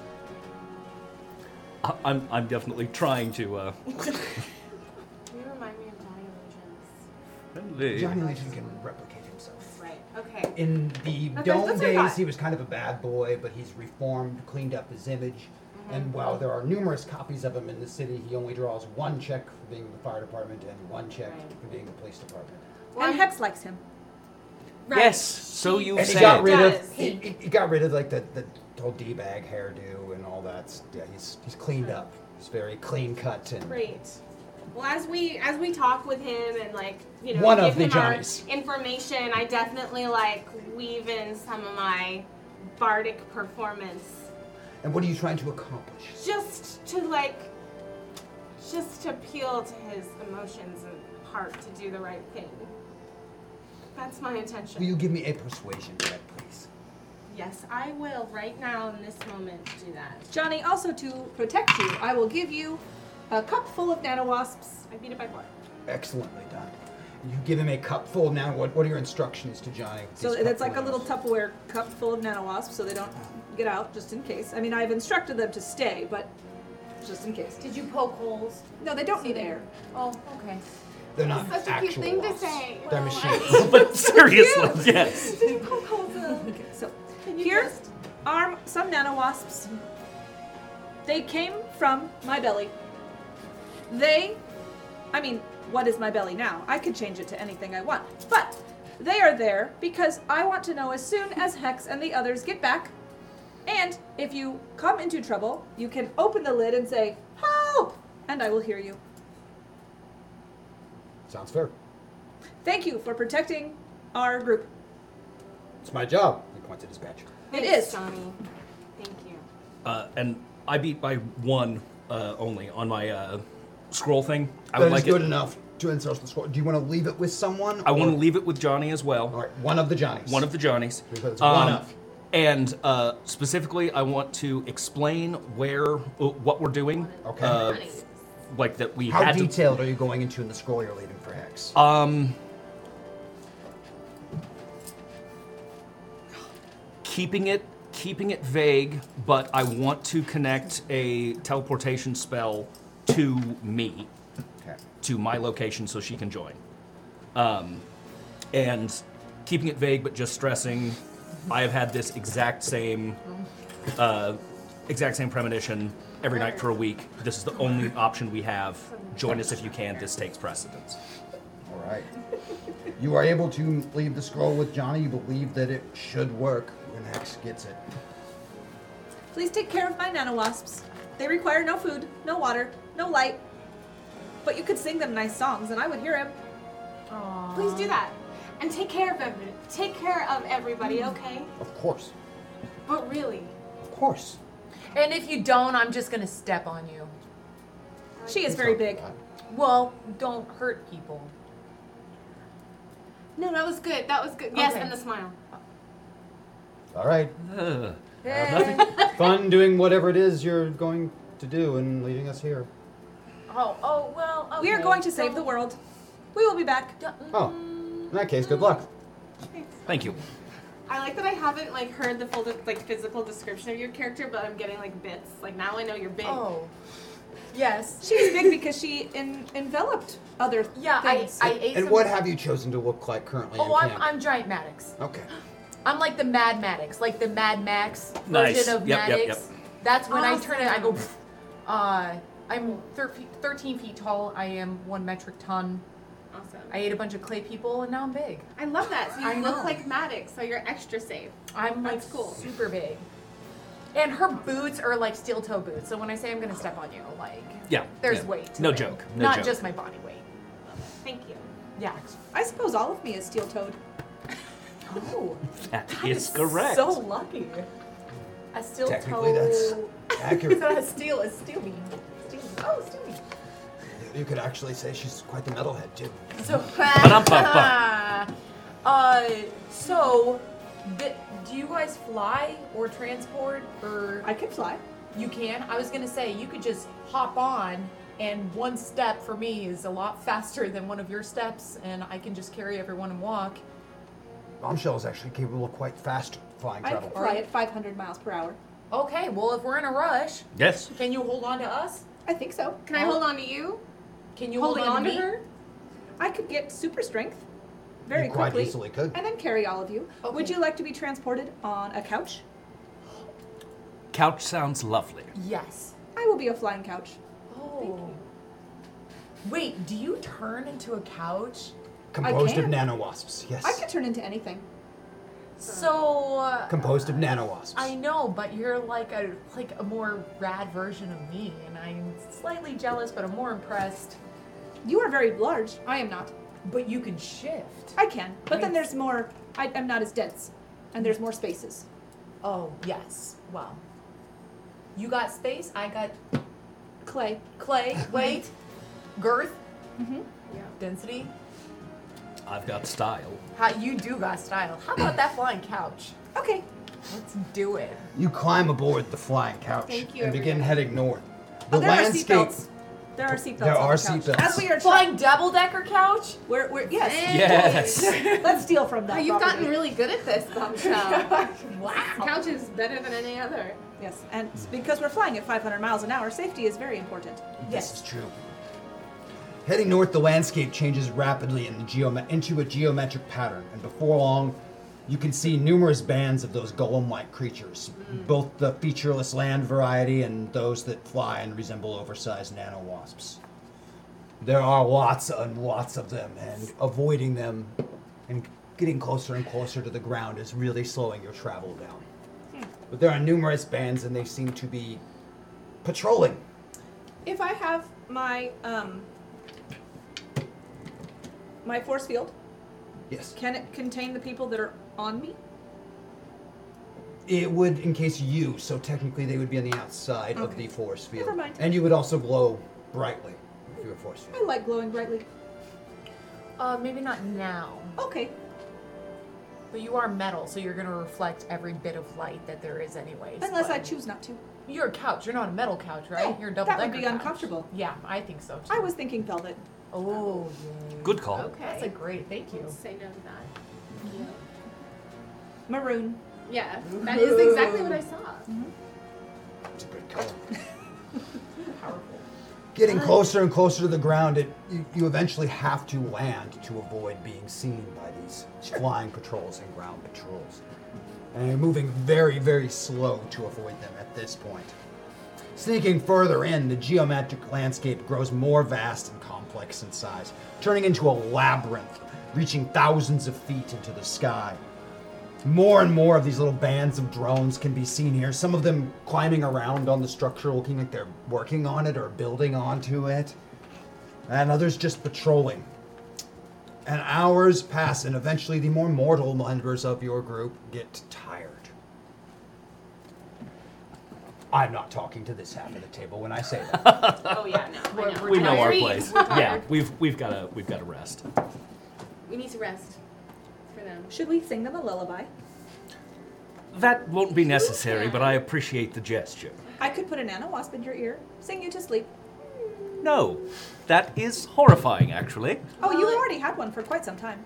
Speaker 4: I- I'm, I'm definitely trying to. Uh,
Speaker 6: You remind me of Johnny Illusions.
Speaker 2: Johnny Legion can replicate himself.
Speaker 6: Right. Okay.
Speaker 2: In the
Speaker 6: That's-
Speaker 2: Dome
Speaker 6: that's what I
Speaker 2: days,
Speaker 6: thought.
Speaker 2: he was kind of a bad boy, but he's reformed, cleaned up his image.
Speaker 6: Mm-hmm.
Speaker 2: And while there are numerous copies of him in the city, he only draws one check for being the fire department and one check
Speaker 6: Right.
Speaker 2: for being the police department.
Speaker 6: Well,
Speaker 3: and Hex likes him.
Speaker 6: Right.
Speaker 4: Yes, so you
Speaker 2: And he
Speaker 4: said.
Speaker 2: got rid
Speaker 6: Does.
Speaker 2: of he, he- he got rid of like the, the whole d bag hairdo and all that. s- Yeah, he's he's cleaned up. He's very clean cut and
Speaker 6: Great. Well, as we as we talk with him and like you know
Speaker 2: One
Speaker 6: give
Speaker 2: of the
Speaker 6: him
Speaker 2: Johnnies.
Speaker 6: our information, I definitely like weave in some of my bardic performance
Speaker 2: And what are you trying to accomplish?
Speaker 6: just to like just to appeal to his emotions and heart to do the right thing. That's my intention.
Speaker 2: Will you give me a persuasion check, please?
Speaker 6: yes, I will right now in this moment do that.
Speaker 3: Johnny, also to protect you, I will give you a cup full of nanowasps.
Speaker 6: I beat it by four.
Speaker 2: Excellently done. You give him a cup full. Now, what, what are your instructions to Johnny? with
Speaker 3: So
Speaker 2: this
Speaker 3: that's
Speaker 2: cup
Speaker 3: like a
Speaker 2: full
Speaker 3: little
Speaker 2: of-
Speaker 3: Tupperware cup full of nanowasps so they don't get out just in case. I mean, I've instructed them to stay, but just in case.
Speaker 5: Did you poke holes?
Speaker 3: No, they don't need air.
Speaker 5: Oh, okay.
Speaker 2: They're not
Speaker 6: Such a cute
Speaker 2: actual
Speaker 6: thing to
Speaker 2: wasps.
Speaker 6: say.
Speaker 2: They're
Speaker 6: Well,
Speaker 2: machines.
Speaker 4: but seriously, yes.
Speaker 3: Okay, so here are some nanowasps. They came from my belly. They, I mean, what is my belly now? I could change it to anything I want. But they are there because I want to know as soon as Hex and the others get back. And if you come into trouble, you can open the lid and say, Help! And I will hear you.
Speaker 2: Sounds fair.
Speaker 3: Thank you for protecting our group.
Speaker 2: It's my job. He points at his badge.
Speaker 3: It
Speaker 6: Thanks,
Speaker 3: is.
Speaker 6: Johnny. Thank you.
Speaker 4: Uh, and I beat by one uh, only on my uh, scroll thing. I
Speaker 2: That
Speaker 4: would
Speaker 2: is
Speaker 4: like
Speaker 2: good
Speaker 4: it.
Speaker 2: enough to insert the score. Do you want to leave it with someone?
Speaker 4: I want
Speaker 2: or-
Speaker 4: to leave it with Johnny as well.
Speaker 2: All right, one of the Johnnies.
Speaker 4: One of the Johnnies. Um,
Speaker 2: Because it's one of.
Speaker 4: And uh, specifically, I want to explain where uh, what we're doing.
Speaker 2: Okay.
Speaker 4: Uh, like that we
Speaker 2: How
Speaker 4: had
Speaker 2: detailed are you going into in the scroll you're leaving for Hex?
Speaker 4: to. Um, keeping it keeping it vague, but I want to connect a teleportation spell to me.
Speaker 2: okay.
Speaker 4: to my location so she can join. Um, and keeping it vague, but just stressing, I have had this exact same, uh, exact same premonition every night for a week. This is the only option we have. Join us if you can. This takes precedence.
Speaker 2: All right. You are able to leave the scroll with Johnny. You believe that it should work when Hex gets it.
Speaker 3: Please take care of my nanowasps. They require no food, no water, no light. But you could sing them nice songs and I would hear him.
Speaker 6: Please do that. And take care of every, take care of everybody, okay?
Speaker 2: Of course.
Speaker 6: But really,
Speaker 2: Of course.
Speaker 5: And if you don't, I'm just gonna step on you.
Speaker 3: She is very big.
Speaker 2: uh,
Speaker 5: Well, don't hurt people.
Speaker 6: no, that was good. That was good. Yes,
Speaker 5: Okay.
Speaker 6: and the smile.
Speaker 2: All right.
Speaker 4: Uh,
Speaker 2: Fun doing whatever it is you're going to do and leaving us here.
Speaker 5: Oh, oh well.
Speaker 3: We are
Speaker 5: okay,
Speaker 3: going to save the
Speaker 5: don't-
Speaker 3: world. We will be back.
Speaker 5: don't-
Speaker 2: Oh, in that case, good luck.
Speaker 4: thank you.
Speaker 6: I like that I haven't like heard the full de- like physical description of your character, but I'm getting like bits. Like now I know you're big.
Speaker 5: Oh, yes.
Speaker 3: She is big because she en- enveloped other
Speaker 5: Yeah, I,
Speaker 3: things.
Speaker 5: I ate.
Speaker 2: And
Speaker 5: some-
Speaker 2: what have you chosen to look like currently?
Speaker 5: Oh,
Speaker 2: in
Speaker 5: I'm,
Speaker 2: camp?
Speaker 5: I'm Giant Maddox.
Speaker 2: Okay.
Speaker 5: I'm like the Mad Maddox, like the Mad Max version
Speaker 4: Nice.
Speaker 5: of
Speaker 4: Yep, yep,
Speaker 5: Maddox. That's when I turn it. I go.
Speaker 6: Awesome.
Speaker 5: Uh, I'm thir- 13 feet tall. I am one metric ton.
Speaker 6: Awesome.
Speaker 5: I ate a bunch of clay people and now I'm big.
Speaker 6: I love that. So you
Speaker 5: I
Speaker 6: look
Speaker 5: know.
Speaker 6: like Maddox, so you're extra safe.
Speaker 5: I'm like
Speaker 6: That's cool.
Speaker 5: super big. And her boots are like steel toe boots, so when I say I'm gonna step on you, like
Speaker 4: Yeah.
Speaker 5: there's
Speaker 4: yeah.
Speaker 5: weight. to
Speaker 4: No
Speaker 5: it.
Speaker 4: joke. No
Speaker 5: Not
Speaker 4: joke.
Speaker 5: just my body weight.
Speaker 6: Thank you.
Speaker 5: Yeah.
Speaker 3: I suppose all of me is steel toed.
Speaker 5: Oh,
Speaker 4: That is
Speaker 5: that is
Speaker 4: correct.
Speaker 5: So lucky. A steel
Speaker 2: Technically,
Speaker 5: toe.
Speaker 2: that's
Speaker 5: It's
Speaker 2: accurate.
Speaker 5: not a steel. It's steel beam. Steel. Oh, steel beam.
Speaker 2: you could actually say she's quite the metalhead too.
Speaker 5: So,
Speaker 4: Ba-dum-ba-ba.
Speaker 5: uh, so, th- do you guys fly or transport or
Speaker 3: I can fly.
Speaker 5: you can? I was gonna say you could just hop on, and one step for me is a lot faster than one of your steps, and I can just carry everyone and walk.
Speaker 2: Bombshell is actually capable of quite fast flying
Speaker 3: I can
Speaker 2: travel.
Speaker 3: fly at 500 miles per hour.
Speaker 5: Okay, well if we're in a rush,
Speaker 4: Yes.
Speaker 5: can you hold on to us?
Speaker 3: I think so.
Speaker 6: Can I hold on to you?
Speaker 5: Can you
Speaker 6: Holding
Speaker 5: hold
Speaker 6: on to
Speaker 5: me?
Speaker 6: her?
Speaker 3: I could get super strength very
Speaker 2: You quite
Speaker 3: quickly.
Speaker 2: easily could.
Speaker 3: And then carry all of you. Would
Speaker 5: Okay.
Speaker 3: you like to be transported on a couch?
Speaker 4: Couch sounds lovely.
Speaker 5: Yes.
Speaker 3: I will be a flying couch.
Speaker 5: Oh. Wait, do you turn into a couch?
Speaker 2: Composed of
Speaker 3: can.
Speaker 2: nanowasps, yes.
Speaker 3: I can turn into anything.
Speaker 5: So. uh,
Speaker 2: Composed of nanowasps.
Speaker 5: I know, but you're like a like a more rad version of me, and I'm slightly jealous, but I'm more impressed.
Speaker 3: You are very large. I am not.
Speaker 5: But you can shift.
Speaker 3: I can. But then
Speaker 5: Nice.
Speaker 3: there's more. I, I'm not as dense. And there's more spaces.
Speaker 5: Oh yes. Well, you got space. I got
Speaker 3: Clay.
Speaker 5: clay, weight, girth,
Speaker 6: Mm-hmm. Yeah.
Speaker 5: density.
Speaker 4: I've got style.
Speaker 5: How you do got style. How about that flying couch?
Speaker 3: Okay.
Speaker 5: Let's do it.
Speaker 2: You climb aboard the flying couch
Speaker 6: Thank you,
Speaker 2: and begin
Speaker 6: everybody.
Speaker 2: heading north. The
Speaker 3: oh, there
Speaker 2: landscape.
Speaker 3: are seatbelts. There are seatbelts.
Speaker 2: There
Speaker 3: on
Speaker 2: are
Speaker 3: the couch.
Speaker 2: seatbelts.
Speaker 3: As we are trying,
Speaker 5: Flying double decker couch.
Speaker 3: we're, we're yes.
Speaker 4: Yes.
Speaker 3: Let's steal from
Speaker 6: Oh,
Speaker 3: that.
Speaker 6: you've
Speaker 3: property.
Speaker 6: gotten really good at this,
Speaker 5: Oh
Speaker 6: Bombshell.
Speaker 5: Wow.
Speaker 6: Couch is better than any other.
Speaker 3: Yes, and because we're flying at 500 miles an hour, safety is very important.
Speaker 2: This is true. Heading north, the landscape changes rapidly in the geome- into a geometric pattern, and before long, you can see numerous bands of those golem like creatures, both the featureless land variety and those that fly and resemble oversized nano wasps. There are lots and lots of them, and avoiding them and getting closer and closer to the ground is really slowing your travel down. But there are numerous bands, and they seem to be patrolling
Speaker 3: If I have my um, my force field,
Speaker 2: Yes.
Speaker 3: can it contain the people that are on me?
Speaker 2: It would encase you, so technically they would be on the outside of the force field.
Speaker 3: Never mind.
Speaker 2: And you would also glow brightly if you were force
Speaker 3: I
Speaker 2: field.
Speaker 3: like glowing brightly.
Speaker 5: Uh, maybe not now.
Speaker 3: Okay,
Speaker 5: But you are metal, so you're gonna reflect every bit of light that there is, anyways.
Speaker 3: unless I
Speaker 5: but-
Speaker 3: choose not to.
Speaker 5: You're a couch. You're not a metal couch, right?
Speaker 3: No,
Speaker 5: you're a double
Speaker 3: that would be
Speaker 5: decker couch.
Speaker 3: uncomfortable.
Speaker 5: Yeah, I think so. Too.
Speaker 3: I was thinking velvet.
Speaker 5: Oh, yeah.
Speaker 4: Good call.
Speaker 6: Okay.
Speaker 5: That's a great. Thank you.
Speaker 6: Say no to that.
Speaker 3: Maroon.
Speaker 6: Yeah, that is exactly what I saw.
Speaker 2: It's a good color.
Speaker 5: Powerful.
Speaker 2: Getting closer and closer to the ground, it, you, you eventually have to land to avoid being seen by these flying patrols and ground patrols. And you're moving very, very slow to avoid them at this point. Sneaking further in, the geometric landscape grows more vast and complex in size, turning into a labyrinth, reaching thousands of feet into the sky. More and more of these little bands of drones can be seen here, some of them climbing around on the structure, looking like they're working on it or building onto it, and others just patrolling. And hours pass, and eventually the more mortal members of your group get tired. I'm not talking to this half of the table when I say that.
Speaker 6: Oh yeah, no. I know.
Speaker 4: We know our
Speaker 6: Tired.
Speaker 4: place.
Speaker 6: We're tired.
Speaker 4: Yeah, we've we've got to we've got to rest.
Speaker 6: We need to rest for them.
Speaker 3: Should we sing them a lullaby?
Speaker 4: That won't be necessary, but I appreciate the gesture.
Speaker 3: I could put a nano wasp in your ear, sing you to sleep.
Speaker 4: No, that is horrifying, actually.
Speaker 3: Oh, you
Speaker 5: Well, I-
Speaker 3: already had one for quite some time.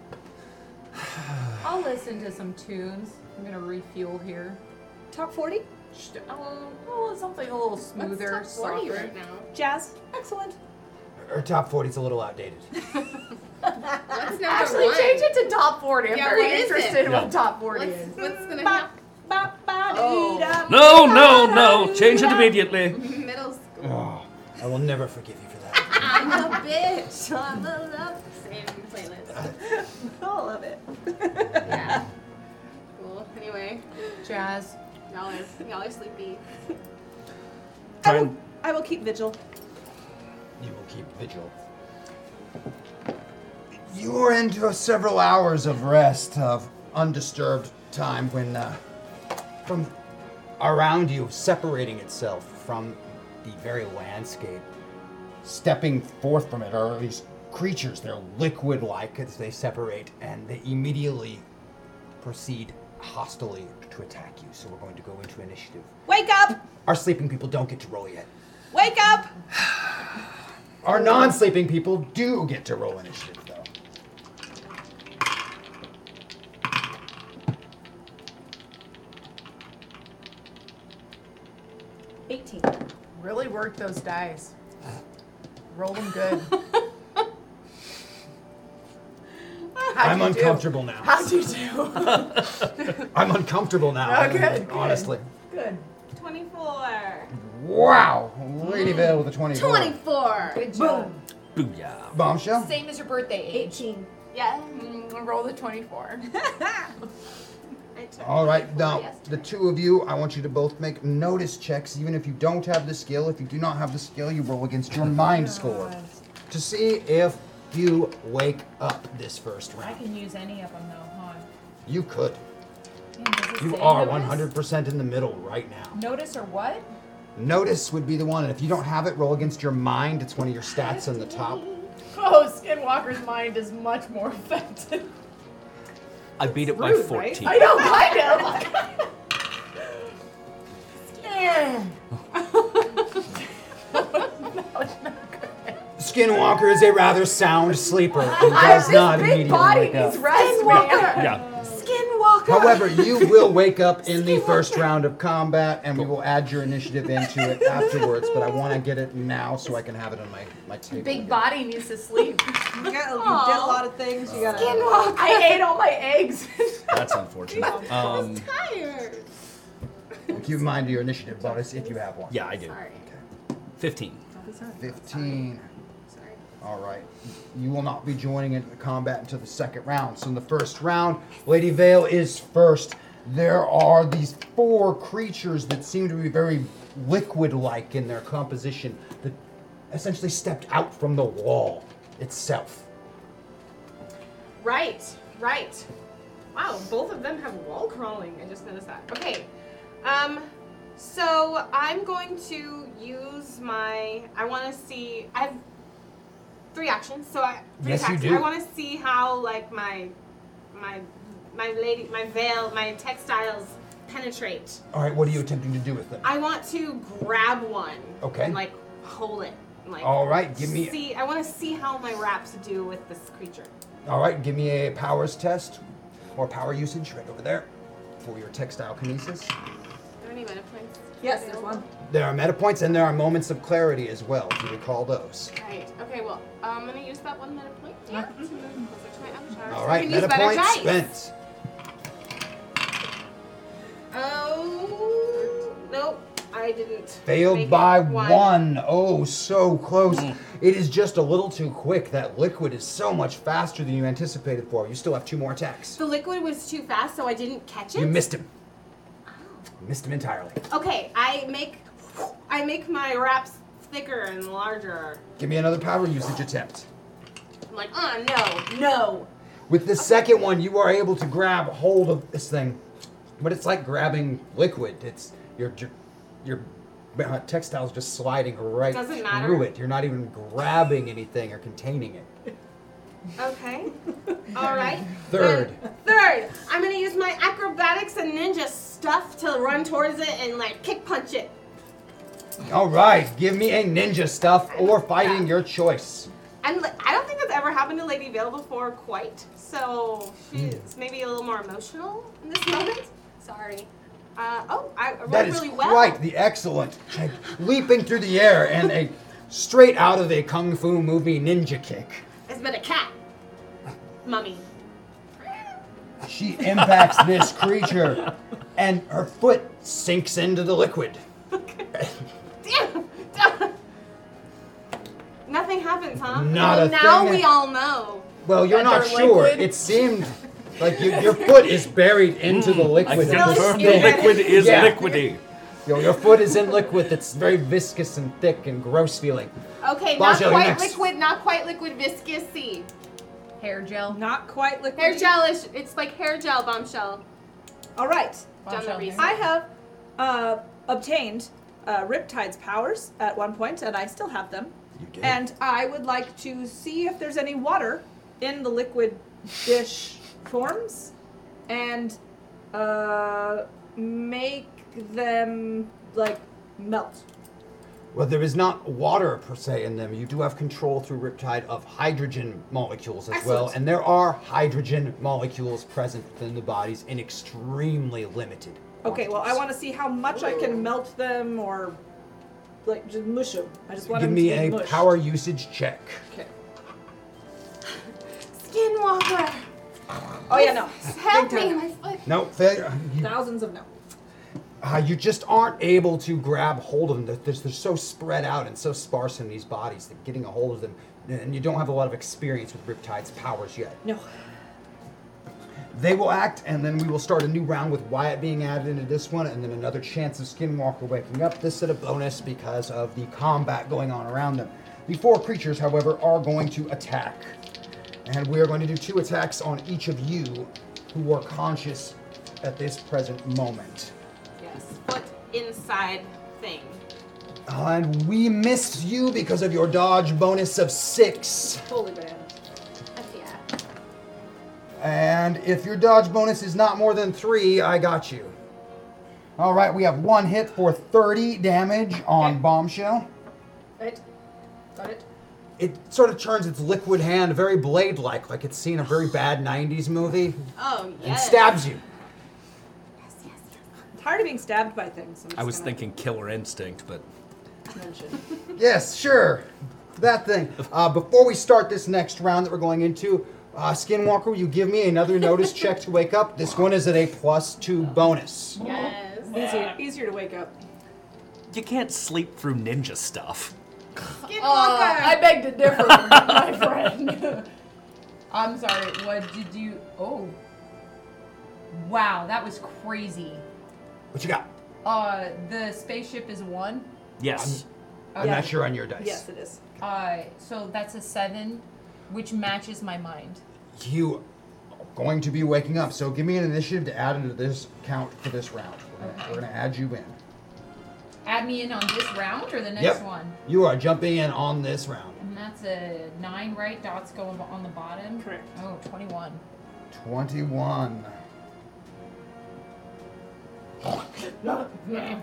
Speaker 5: I'll listen to some tunes. I'm gonna refuel here.
Speaker 3: Top 40,
Speaker 5: Sh- Um, oh, something a little smoother,
Speaker 6: Let's talk 40
Speaker 5: softer.
Speaker 6: right now.
Speaker 3: jazz, excellent.
Speaker 2: Her top 40 is a little outdated.
Speaker 6: What's number
Speaker 5: Actually,
Speaker 6: one?
Speaker 5: change it to top forty. I'm
Speaker 6: Yeah, what
Speaker 5: very
Speaker 6: is it?
Speaker 5: interested in
Speaker 4: Yeah.
Speaker 5: what top forty is.
Speaker 6: What's, what's gonna
Speaker 3: Ba,
Speaker 6: happen?
Speaker 3: ba, ba, dee, da.
Speaker 4: No, no, no! Change it immediately.
Speaker 6: Middle school.
Speaker 2: Oh, I will never forgive you for that.
Speaker 6: I'm a bitch. I'm a love. Same. All of it.
Speaker 5: Yeah.
Speaker 6: Cool. Anyway,
Speaker 5: Oh. Jazz.
Speaker 6: y'all are y'all are sleepy.
Speaker 4: Try and
Speaker 3: I will keep vigil.
Speaker 2: You will keep vigil. You were into several hours of rest, of undisturbed time, when uh, from around you, separating itself from the very landscape, stepping forth from it are these creatures. They're liquid like as they separate, and they immediately proceed hostily to attack you. So we're going to go into initiative.
Speaker 3: Wake up!
Speaker 2: Our sleeping people don't get to roll yet.
Speaker 3: Wake up!
Speaker 2: Our non-sleeping people do get to roll initiative, though.
Speaker 3: Eighteen.
Speaker 5: Really work those dice. Roll them good. How'd
Speaker 2: I'm
Speaker 5: you do?
Speaker 2: uncomfortable now.
Speaker 5: How'd you do?
Speaker 2: I'm uncomfortable now.
Speaker 5: Oh,
Speaker 2: I mean,
Speaker 5: good, good.
Speaker 2: Honestly.
Speaker 5: good.
Speaker 6: Twenty-four.
Speaker 2: Wow. Lady Vale with a 24.
Speaker 10: 24.
Speaker 5: Good job.
Speaker 4: booyah.
Speaker 2: Bombshell.
Speaker 5: Same as your birthday age.
Speaker 10: 18.
Speaker 6: Yeah.
Speaker 5: Mm, roll the 24.
Speaker 6: I took.
Speaker 2: All right,
Speaker 5: Oh,
Speaker 2: now,
Speaker 10: Yes.
Speaker 2: the two of you, I want you to both make notice checks, even if you don't have the skill. If you do not have the skill, you roll against your mind score to see if you wake up this first
Speaker 5: I
Speaker 2: round.
Speaker 5: can use any of them though, huh?
Speaker 2: You could.
Speaker 5: Man, does it
Speaker 2: You
Speaker 5: say
Speaker 2: are
Speaker 5: notice?
Speaker 2: 100% in the middle right now.
Speaker 5: Notice or what?
Speaker 2: Notice would be the one, and if you don't have it, roll against your mind. It's one of your stats on the top.
Speaker 5: Oh, Skinwalker's mind is much more effective.
Speaker 4: I beat it by
Speaker 5: Rude,
Speaker 4: 14.
Speaker 5: Right? I know, kind of. Eh.
Speaker 2: Skinwalker is a rather sound sleeper and
Speaker 5: I-
Speaker 2: does
Speaker 5: this
Speaker 2: not
Speaker 5: big
Speaker 2: immediately
Speaker 5: body
Speaker 2: wake up.
Speaker 5: needs rest, man.
Speaker 4: Yeah.
Speaker 6: Skinwalker.
Speaker 2: However, you will wake up in the first round of combat, and we will add your initiative into it afterwards. But I want to get it now so I can have it on my my table.
Speaker 5: Big
Speaker 2: box.
Speaker 5: body needs to sleep.
Speaker 3: You, got, you did a lot of things. You got to
Speaker 5: I ate all my eggs.
Speaker 4: That's unfortunate. Um,
Speaker 6: Tired.
Speaker 2: Keep in mind your initiative bonus if you have one.
Speaker 4: yeah, I do.
Speaker 6: Sorry.
Speaker 4: 15.
Speaker 2: Fifteen.
Speaker 6: Sorry.
Speaker 2: All right. You will not be joining in the combat until the second round. So in the first round, Lady Vale is first. There are these four creatures that seem to be very liquid-like in their composition that essentially stepped out from the wall itself.
Speaker 6: Right, right. Wow, both of them have wall crawling. I just noticed that. Okay. Um, so I'm going to use my. I want to see. I have three actions. So I. Three
Speaker 2: Yes, you
Speaker 6: attacks.
Speaker 2: do.
Speaker 6: I want to see how like my, my, my lady, my veil, my textiles penetrate.
Speaker 2: All right, what are you attempting to do with them?
Speaker 6: I want to grab one.
Speaker 2: Okay.
Speaker 6: And like hold it. and, Like.
Speaker 2: All right, give me
Speaker 6: See, I want to see how my wraps do with this creature.
Speaker 2: All right, give me a powers test or power usage right over there for your textile kinesis.
Speaker 6: Are there any meta points?
Speaker 3: Yes, there's one.
Speaker 2: There are meta points and there are moments of clarity as well, if you recall those.
Speaker 6: Right. Okay. Well, I'm gonna use that one minute point. Yeah. To move closer to my avatar.
Speaker 2: All
Speaker 6: so I
Speaker 2: right,
Speaker 6: can
Speaker 2: meta
Speaker 6: use better
Speaker 2: points
Speaker 6: dice.
Speaker 2: spent.
Speaker 6: Oh. Nope. I didn't. make
Speaker 2: Failed
Speaker 6: it.
Speaker 2: by one. Oh, so close. It is just a little too quick. That liquid is so much faster than you anticipated for. You still have two more attacks.
Speaker 6: The liquid was too fast, so I didn't catch it.
Speaker 2: You missed him. Missed him entirely.
Speaker 6: Okay. I make. I make my wraps thicker and larger.
Speaker 2: Give me another power usage attempt.
Speaker 6: I'm like, oh no, no.
Speaker 2: With the second one, you are able to grab hold of this thing, but it's like grabbing liquid. It's your your, your uh, textiles just sliding right
Speaker 6: Doesn't matter.
Speaker 2: through it. You're not even grabbing anything or containing it.
Speaker 6: Okay. All right.
Speaker 2: Third.
Speaker 6: Then- Third, I'm gonna use my acrobatics and ninja stuff to run towards it and like kick punch it.
Speaker 2: All right, give me a ninja stuff or fighting your choice.
Speaker 6: And like, I don't think that's ever happened to Lady Vale before quite. So
Speaker 2: Hmm.
Speaker 6: she's maybe a little more emotional in this moment. Sorry. Uh, oh, I rolled
Speaker 2: That is
Speaker 6: really well.
Speaker 2: quite the excellent kick, leaping through the air and a straight out of a kung fu movie ninja kick.
Speaker 6: It's been a cat. Mummy.
Speaker 2: She impacts this creature, and her foot sinks into the liquid.
Speaker 6: Damn! Damn. Nothing happens, huh?
Speaker 2: Not a
Speaker 6: now
Speaker 2: thing.
Speaker 6: we all know.
Speaker 2: Well, you're
Speaker 5: That
Speaker 2: not
Speaker 5: they're
Speaker 2: sure.
Speaker 5: liquid?
Speaker 2: It seemed like you, your foot is buried into the
Speaker 4: I
Speaker 2: liquid. of this
Speaker 4: confirm the
Speaker 2: thing.
Speaker 4: liquid is
Speaker 2: Yeah.
Speaker 4: liquidy.
Speaker 2: Your, your foot is in liquid that's very viscous and thick and gross feeling.
Speaker 6: Okay,
Speaker 2: Boss,
Speaker 6: not
Speaker 2: you're
Speaker 6: quite
Speaker 2: next.
Speaker 6: liquid, not quite liquid, viscousy.
Speaker 5: Hair gel.
Speaker 3: Not quite liquid.
Speaker 6: Hair gel is, it's like hair gel bombshell.
Speaker 3: All right.
Speaker 6: Done the
Speaker 5: Bombshell
Speaker 6: research.
Speaker 3: I have uh, obtained uh, Riptide's powers at one point, and I still have them.
Speaker 2: You did.
Speaker 3: And I would like to see if there's any water in the liquid dish forms and uh, make them like melt.
Speaker 2: Well, there is not water per se in them. You do have control through Riptide of hydrogen molecules as well,
Speaker 3: Excellent.
Speaker 2: and there are hydrogen molecules present within the bodies in extremely limited.
Speaker 3: Okay, well, I
Speaker 2: quantities.
Speaker 3: want to see how much I can melt them or like just mush them. I just want
Speaker 2: Give
Speaker 3: them
Speaker 2: me
Speaker 3: to be
Speaker 2: a
Speaker 3: mushed.
Speaker 2: power usage check.
Speaker 3: Okay.
Speaker 6: Skinwalker.
Speaker 3: Oh yeah, no.
Speaker 6: Help
Speaker 3: Big
Speaker 6: me,
Speaker 3: time.
Speaker 6: my foot.
Speaker 2: No, failure. You,
Speaker 3: Thousands of no.
Speaker 2: uh, you just aren't able to grab hold of them. They're, they're, they're so spread out and so sparse in these bodies that getting a hold of them, and you don't have a lot of experience with Riptide's powers yet.
Speaker 3: No.
Speaker 2: They will act, and then we will start a new round with Wyatt being added into this one, and then another chance of Skinwalker waking up. This at a bonus because of the combat going on around them. The four creatures, however, are going to attack. And we are going to do two attacks on each of you who are conscious at this present moment.
Speaker 6: Yes, foot inside thing.
Speaker 2: And we missed you because of your dodge bonus of six.
Speaker 3: Holy man.
Speaker 6: That's yeah.
Speaker 2: And if your dodge bonus is not more than three, I got you. All right, we have one hit for 30 damage on Bombshell.
Speaker 3: Right? Got it?
Speaker 2: It sort of turns its liquid hand very blade like, like it's seen a very bad 90s movie,
Speaker 6: Oh,
Speaker 2: and
Speaker 6: yes.
Speaker 2: stabs you.
Speaker 3: I'm tired of being stabbed by things. I'm just
Speaker 4: I was
Speaker 3: gonna
Speaker 4: thinking killer instinct, but
Speaker 3: Mention.
Speaker 2: Yes, sure. That thing. Uh, before we start this next round that we're going into, uh, Skinwalker, will you give me another notice check to wake up? This one is at a plus two bonus.
Speaker 6: Yes.
Speaker 3: Easier, Uh, easier to wake up.
Speaker 4: you can't sleep through ninja stuff.
Speaker 6: Skinwalker.
Speaker 2: Oh,
Speaker 5: Uh, I beg to differ, my friend. I'm sorry. What did you? Oh, wow, that was crazy.
Speaker 2: What you got?
Speaker 5: Uh, the spaceship is a one.
Speaker 4: Yes.
Speaker 2: I'm
Speaker 3: Yeah.
Speaker 2: not sure on your dice.
Speaker 3: Yes, it is.
Speaker 5: Uh, so that's a seven, which matches my mind.
Speaker 2: You are going to be waking up, so give me an initiative to add into this count for this round. We're gonna, we're gonna add you in.
Speaker 5: Add me in on this round or the next
Speaker 2: Yep.
Speaker 5: one.
Speaker 2: You are jumping in on this round.
Speaker 5: And that's a nine, right? Dots go on the bottom.
Speaker 3: Correct.
Speaker 5: Oh, 21.
Speaker 2: 21.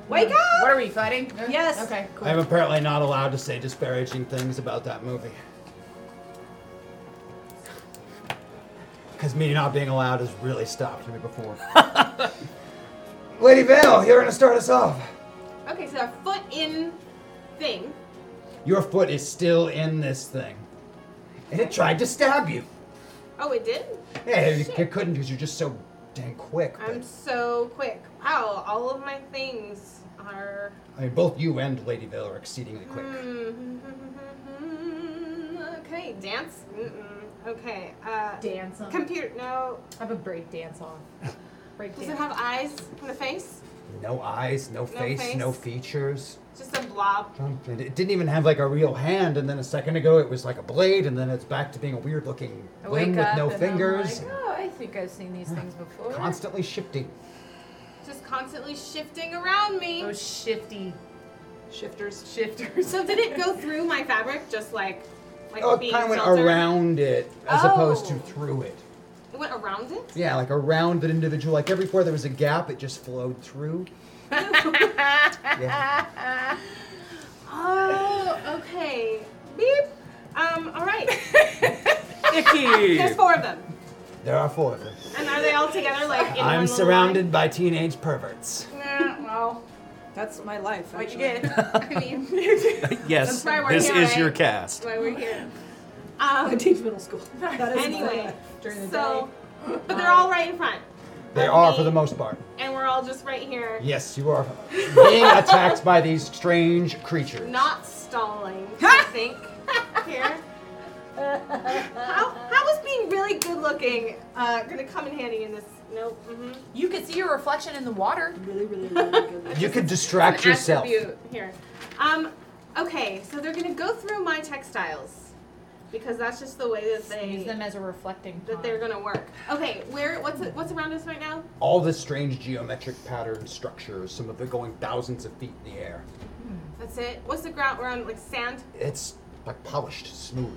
Speaker 3: Wake up!
Speaker 5: What are we fighting?
Speaker 3: Yes.
Speaker 5: Okay. Cool.
Speaker 2: I'm apparently not allowed to say disparaging things about that movie. Because me not being allowed has really stopped me before. Lady Vale, you're gonna start us off.
Speaker 6: Okay, so a foot in thing.
Speaker 2: Your foot is still in this thing. And it tried to stab you.
Speaker 6: Oh, it did?
Speaker 2: Yeah, you, you couldn't because you're just so dang quick. but-
Speaker 6: I'm so quick. Wow, all of my things are.
Speaker 2: I mean, both you and Lady Vale are exceedingly quick.
Speaker 6: Mm. hmm. Okay, dance? Mm-mm. Okay, uh.
Speaker 5: Dance on.
Speaker 6: Computer, no.
Speaker 5: have a break dance on. Break
Speaker 6: Does it
Speaker 5: dance.
Speaker 6: have eyes in the face?
Speaker 2: No eyes, no, face,
Speaker 6: face.
Speaker 2: no features.
Speaker 6: Just a blob.
Speaker 2: And it didn't even have like a real hand, and then a second ago it was like a blade, and then it's back to being a weird looking
Speaker 5: I wake
Speaker 2: limb with
Speaker 5: up
Speaker 2: no
Speaker 5: and I'm
Speaker 2: fingers.
Speaker 5: like, oh, I think I've seen these things before.
Speaker 2: Constantly shifting.
Speaker 6: Just constantly shifting around me.
Speaker 5: Those shifty
Speaker 3: Shifters.
Speaker 5: shifters.
Speaker 6: So did it go through my fabric just like like
Speaker 2: Oh, it
Speaker 6: being
Speaker 2: kind of went
Speaker 6: filtered?
Speaker 2: around it as opposed to
Speaker 6: Oh.
Speaker 2: through it.
Speaker 6: It went around it?
Speaker 2: Yeah, like around that individual. Like every where there was a gap, it just flowed through. yeah.
Speaker 6: Oh, okay. Beep. Um, all right.
Speaker 4: Icky.
Speaker 6: There's four of them.
Speaker 2: There are four of them.
Speaker 6: And are they all together like in one
Speaker 2: I'm
Speaker 6: little
Speaker 2: surrounded by teenage perverts.
Speaker 6: Line? Nah, well,
Speaker 3: That's my life.
Speaker 6: what you
Speaker 3: actually.
Speaker 6: get. I mean, that's
Speaker 4: yes.
Speaker 6: why we're
Speaker 4: This
Speaker 6: here, eh?
Speaker 4: is
Speaker 6: right?
Speaker 4: your cast.
Speaker 6: why we're here.
Speaker 3: I
Speaker 6: Um,
Speaker 3: teach middle school. That is
Speaker 6: anyway,
Speaker 5: during the
Speaker 6: so, but they're all right in front,
Speaker 2: They are for the most part.
Speaker 6: and we're all just right here,
Speaker 2: Yes, you are being attacked by these strange creatures.
Speaker 6: not stalling. I think here. How how is being really good looking uh, gonna come in handy in this? Nope. Mm-hmm.
Speaker 5: You could see your reflection in the water.
Speaker 9: Really, really, really good.
Speaker 2: You could distract
Speaker 6: an
Speaker 2: yourself.
Speaker 6: attribute here. Um, okay, so they're gonna go through my textiles because that's just the way that
Speaker 5: Use them
Speaker 6: they
Speaker 5: as a reflecting.
Speaker 6: that they're gonna work. Okay, where what's what's around us right now?
Speaker 2: All the strange geometric pattern structures, some of it going thousands of feet in the air.
Speaker 6: That's it. What's the ground? We're on like sand.
Speaker 2: It's like polished, smooth,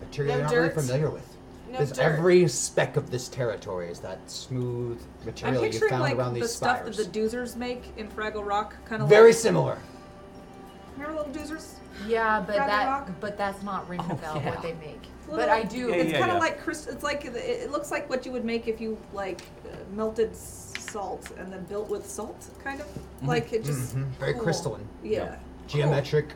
Speaker 2: material
Speaker 6: No
Speaker 2: you're not really
Speaker 6: dirt?
Speaker 2: familiar with.
Speaker 6: No
Speaker 2: There's
Speaker 6: dirt.
Speaker 2: every speck of this territory is that smooth
Speaker 3: I'm
Speaker 2: material you
Speaker 3: picturing
Speaker 2: found
Speaker 3: like
Speaker 2: around
Speaker 3: the
Speaker 2: these
Speaker 3: stuff that
Speaker 2: spires.
Speaker 3: the doozers make in Fraggle Rock, kind of
Speaker 2: Very
Speaker 3: like,
Speaker 2: similar.
Speaker 6: Oh. Remember little doozers?
Speaker 5: Yeah, but
Speaker 6: Fraggle
Speaker 5: that
Speaker 6: Rock?
Speaker 5: but that's not
Speaker 2: Oh,
Speaker 5: ringing a bell
Speaker 4: yeah.
Speaker 5: what they make.
Speaker 6: Little-
Speaker 5: But I do.
Speaker 4: Yeah,
Speaker 3: It's
Speaker 4: yeah.
Speaker 3: kind of like crystal. It's like it, it looks like what you would make if you like uh, melted s- salt and then built with salt, kind of like it just
Speaker 2: Mhm, Very
Speaker 3: cool.
Speaker 2: crystalline,
Speaker 3: Yeah.
Speaker 2: geometric.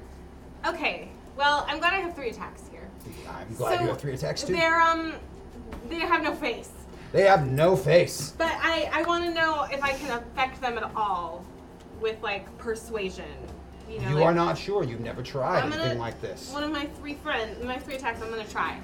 Speaker 6: Okay. Well, I'm glad I have three attacks here.
Speaker 2: I'm glad
Speaker 6: So,
Speaker 2: you have three attacks too.
Speaker 6: They're um, they have no face,
Speaker 2: They have no face.
Speaker 6: but I I want to know if I can affect them at all with like persuasion. You know,
Speaker 2: You
Speaker 6: like,
Speaker 2: are not sure. You've never tried
Speaker 6: I'm gonna-
Speaker 2: anything like this.
Speaker 6: One of my three friends, my three attacks. I'm gonna try.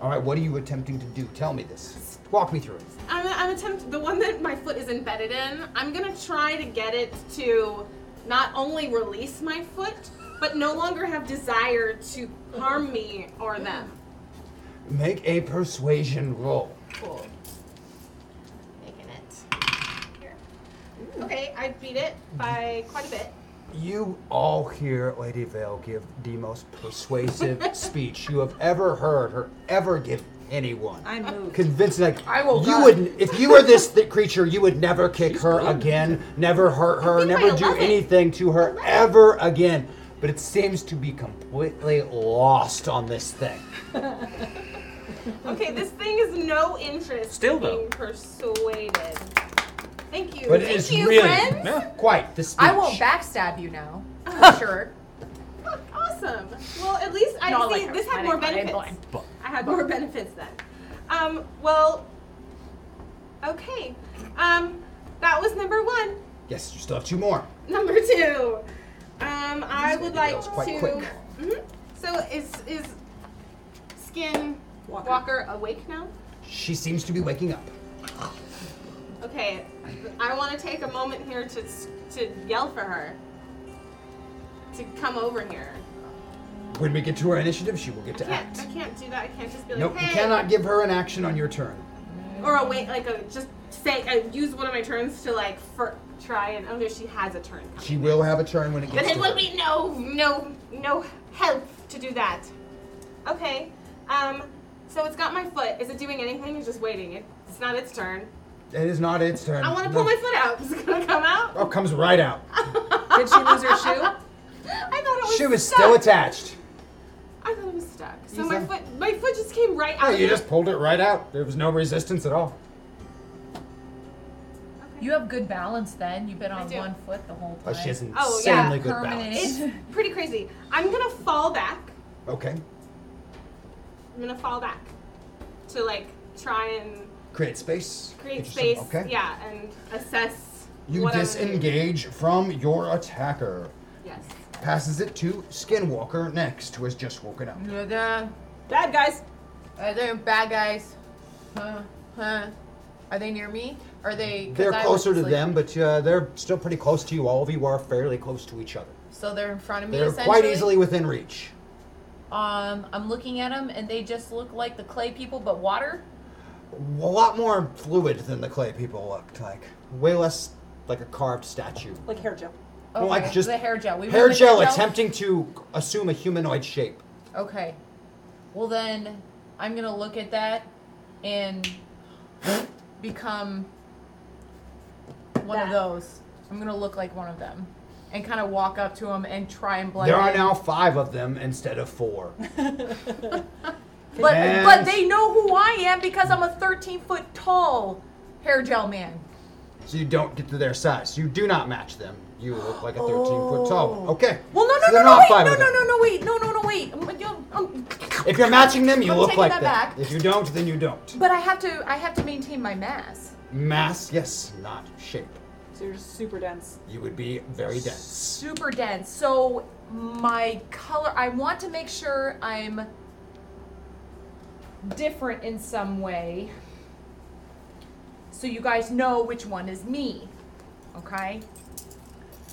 Speaker 2: All right, what are you attempting to do? Tell me this. Walk me through it.
Speaker 6: I'm, I'm attempt the one that my foot is embedded in. I'm gonna try to get it to not only release my foot, but no longer have desire to harm me or them.
Speaker 2: Make a persuasion roll.
Speaker 6: Cool. Making it. Here. Okay, I beat it by quite a bit.
Speaker 2: You all hear Lady Vale give the most persuasive speech you have ever heard her ever give anyone.
Speaker 3: I moved.
Speaker 2: convinced like
Speaker 5: I will
Speaker 2: you
Speaker 5: not.
Speaker 2: would if you were this th- creature you would never kick her again never hurt her
Speaker 6: think I
Speaker 2: never do
Speaker 6: love it.
Speaker 2: anything to her ever again but it seems to be completely lost on this thing
Speaker 6: Okay, this thing is no interest
Speaker 4: Still,
Speaker 6: in being
Speaker 4: though.
Speaker 6: persuaded. Thank you.
Speaker 2: but it
Speaker 6: Thank
Speaker 2: is
Speaker 6: you,
Speaker 2: really
Speaker 6: friends.
Speaker 2: not quite the speech
Speaker 5: I won't backstab you now. For sure.
Speaker 6: Awesome. Well, at least I
Speaker 5: No,
Speaker 6: see
Speaker 5: like,
Speaker 6: this had
Speaker 5: I didn't
Speaker 6: more
Speaker 5: go, I didn't
Speaker 6: benefits.
Speaker 5: go
Speaker 6: I had more benefits then. Um, well, okay. Um, that was number one.
Speaker 2: yes you still have two more
Speaker 6: Number two. Um, I would like
Speaker 2: goes quite
Speaker 6: to.
Speaker 2: quick.
Speaker 6: Mhm. So is is Skin Walker. awake now?
Speaker 2: she seems to be waking up
Speaker 6: Okay. I want to take a moment here to s- to yell for her to come over here.
Speaker 2: when we get to her initiative she will get to
Speaker 6: I can't.
Speaker 2: act
Speaker 6: I can't do that. I can't just be like,
Speaker 2: nope
Speaker 6: hey.
Speaker 2: you cannot give her an action on your turn
Speaker 6: Or a wait, like a just say, uh, use one of my turns to like for, try and oh no, she has a turn.
Speaker 2: she will have a turn when it
Speaker 6: But
Speaker 2: gets
Speaker 6: it
Speaker 2: to
Speaker 6: will
Speaker 2: her.
Speaker 6: be no, no, no help to do that. Okay, um, so it's got my foot. Is it doing anything? It's just waiting. It, it's not its turn.
Speaker 2: it is not its turn
Speaker 6: I want to pull
Speaker 2: No.
Speaker 6: my foot out. Is it gonna come out?
Speaker 2: oh comes right out
Speaker 3: Did she lose her shoe?
Speaker 6: I thought it was.
Speaker 2: she was
Speaker 6: stuck.
Speaker 2: still attached
Speaker 6: I thought it was stuck. So
Speaker 2: You
Speaker 6: my
Speaker 2: said-
Speaker 6: foot, my foot just came right
Speaker 2: Oh,
Speaker 6: out.
Speaker 2: you just pulled it right out there was no resistance at all
Speaker 5: You have good balance then. You've been on
Speaker 6: do.
Speaker 5: one foot the whole time.
Speaker 2: Oh, she has insanely
Speaker 6: Oh, yeah,
Speaker 2: good
Speaker 5: Permanent.
Speaker 2: balance.
Speaker 6: Pretty crazy. I'm gonna fall back.
Speaker 2: Okay.
Speaker 6: I'm gonna fall back to like try and
Speaker 2: Create space.
Speaker 6: create
Speaker 2: Get yourself-
Speaker 6: space.
Speaker 2: Okay.
Speaker 6: Yeah, and assess.
Speaker 2: You
Speaker 6: what I'm-
Speaker 2: disengage from your attacker.
Speaker 6: Yes.
Speaker 2: Passes it to Skinwalker next, who has just woken up.
Speaker 5: You're the-
Speaker 3: Bad guys.
Speaker 5: Are there bad guys? Huh? Huh? Are they near me? Are they? 'cause
Speaker 2: They're
Speaker 5: I was
Speaker 2: closer to
Speaker 5: asleep.
Speaker 2: them, but uh, they're still pretty close to you. All of you are fairly close to each other.
Speaker 5: So they're in front of me.
Speaker 2: They're
Speaker 5: essentially.
Speaker 2: quite easily within reach.
Speaker 5: Um, I'm looking at them, and they just look like the clay people, but water.
Speaker 2: A lot more fluid than the clay people looked like. Way less like a carved statue.
Speaker 3: Like hair gel.
Speaker 2: More like just
Speaker 5: the hair gel. We
Speaker 2: hair
Speaker 5: went with
Speaker 2: gel attempting to assume a humanoid shape.
Speaker 5: Okay. Well then, I'm gonna look at that and become one of
Speaker 3: That.
Speaker 5: those. I'm gonna look like one of them and kind of walk up to them and try and blend.
Speaker 2: There are
Speaker 5: in.
Speaker 2: now five of them instead of four.
Speaker 5: But
Speaker 2: And-
Speaker 5: but they know who I am because I'm a 13 foot tall hair gel man.
Speaker 2: So you don't get to their size. You do not match them. You look like a 13 foot tall. Okay.
Speaker 5: Oh. Well, no,
Speaker 2: So
Speaker 5: no,
Speaker 2: they're
Speaker 5: no, no,
Speaker 2: not
Speaker 5: wait,
Speaker 2: five
Speaker 5: no,
Speaker 2: of
Speaker 5: no,
Speaker 2: them.
Speaker 5: no, no, wait, no, no, no, wait. Um, um, um,
Speaker 2: If you're matching them, you
Speaker 5: I'm
Speaker 2: look
Speaker 5: taking
Speaker 2: like
Speaker 5: that
Speaker 2: them.
Speaker 5: back.
Speaker 2: If you don't, then you don't.
Speaker 5: But I have to, I have to maintain my mass.
Speaker 2: Mass, yes, not shape.
Speaker 3: So you're super dense.
Speaker 2: You would be very dense.
Speaker 5: Super dense. So my color, I want to make sure I'm
Speaker 11: different in some way so you guys know which one is me. Okay?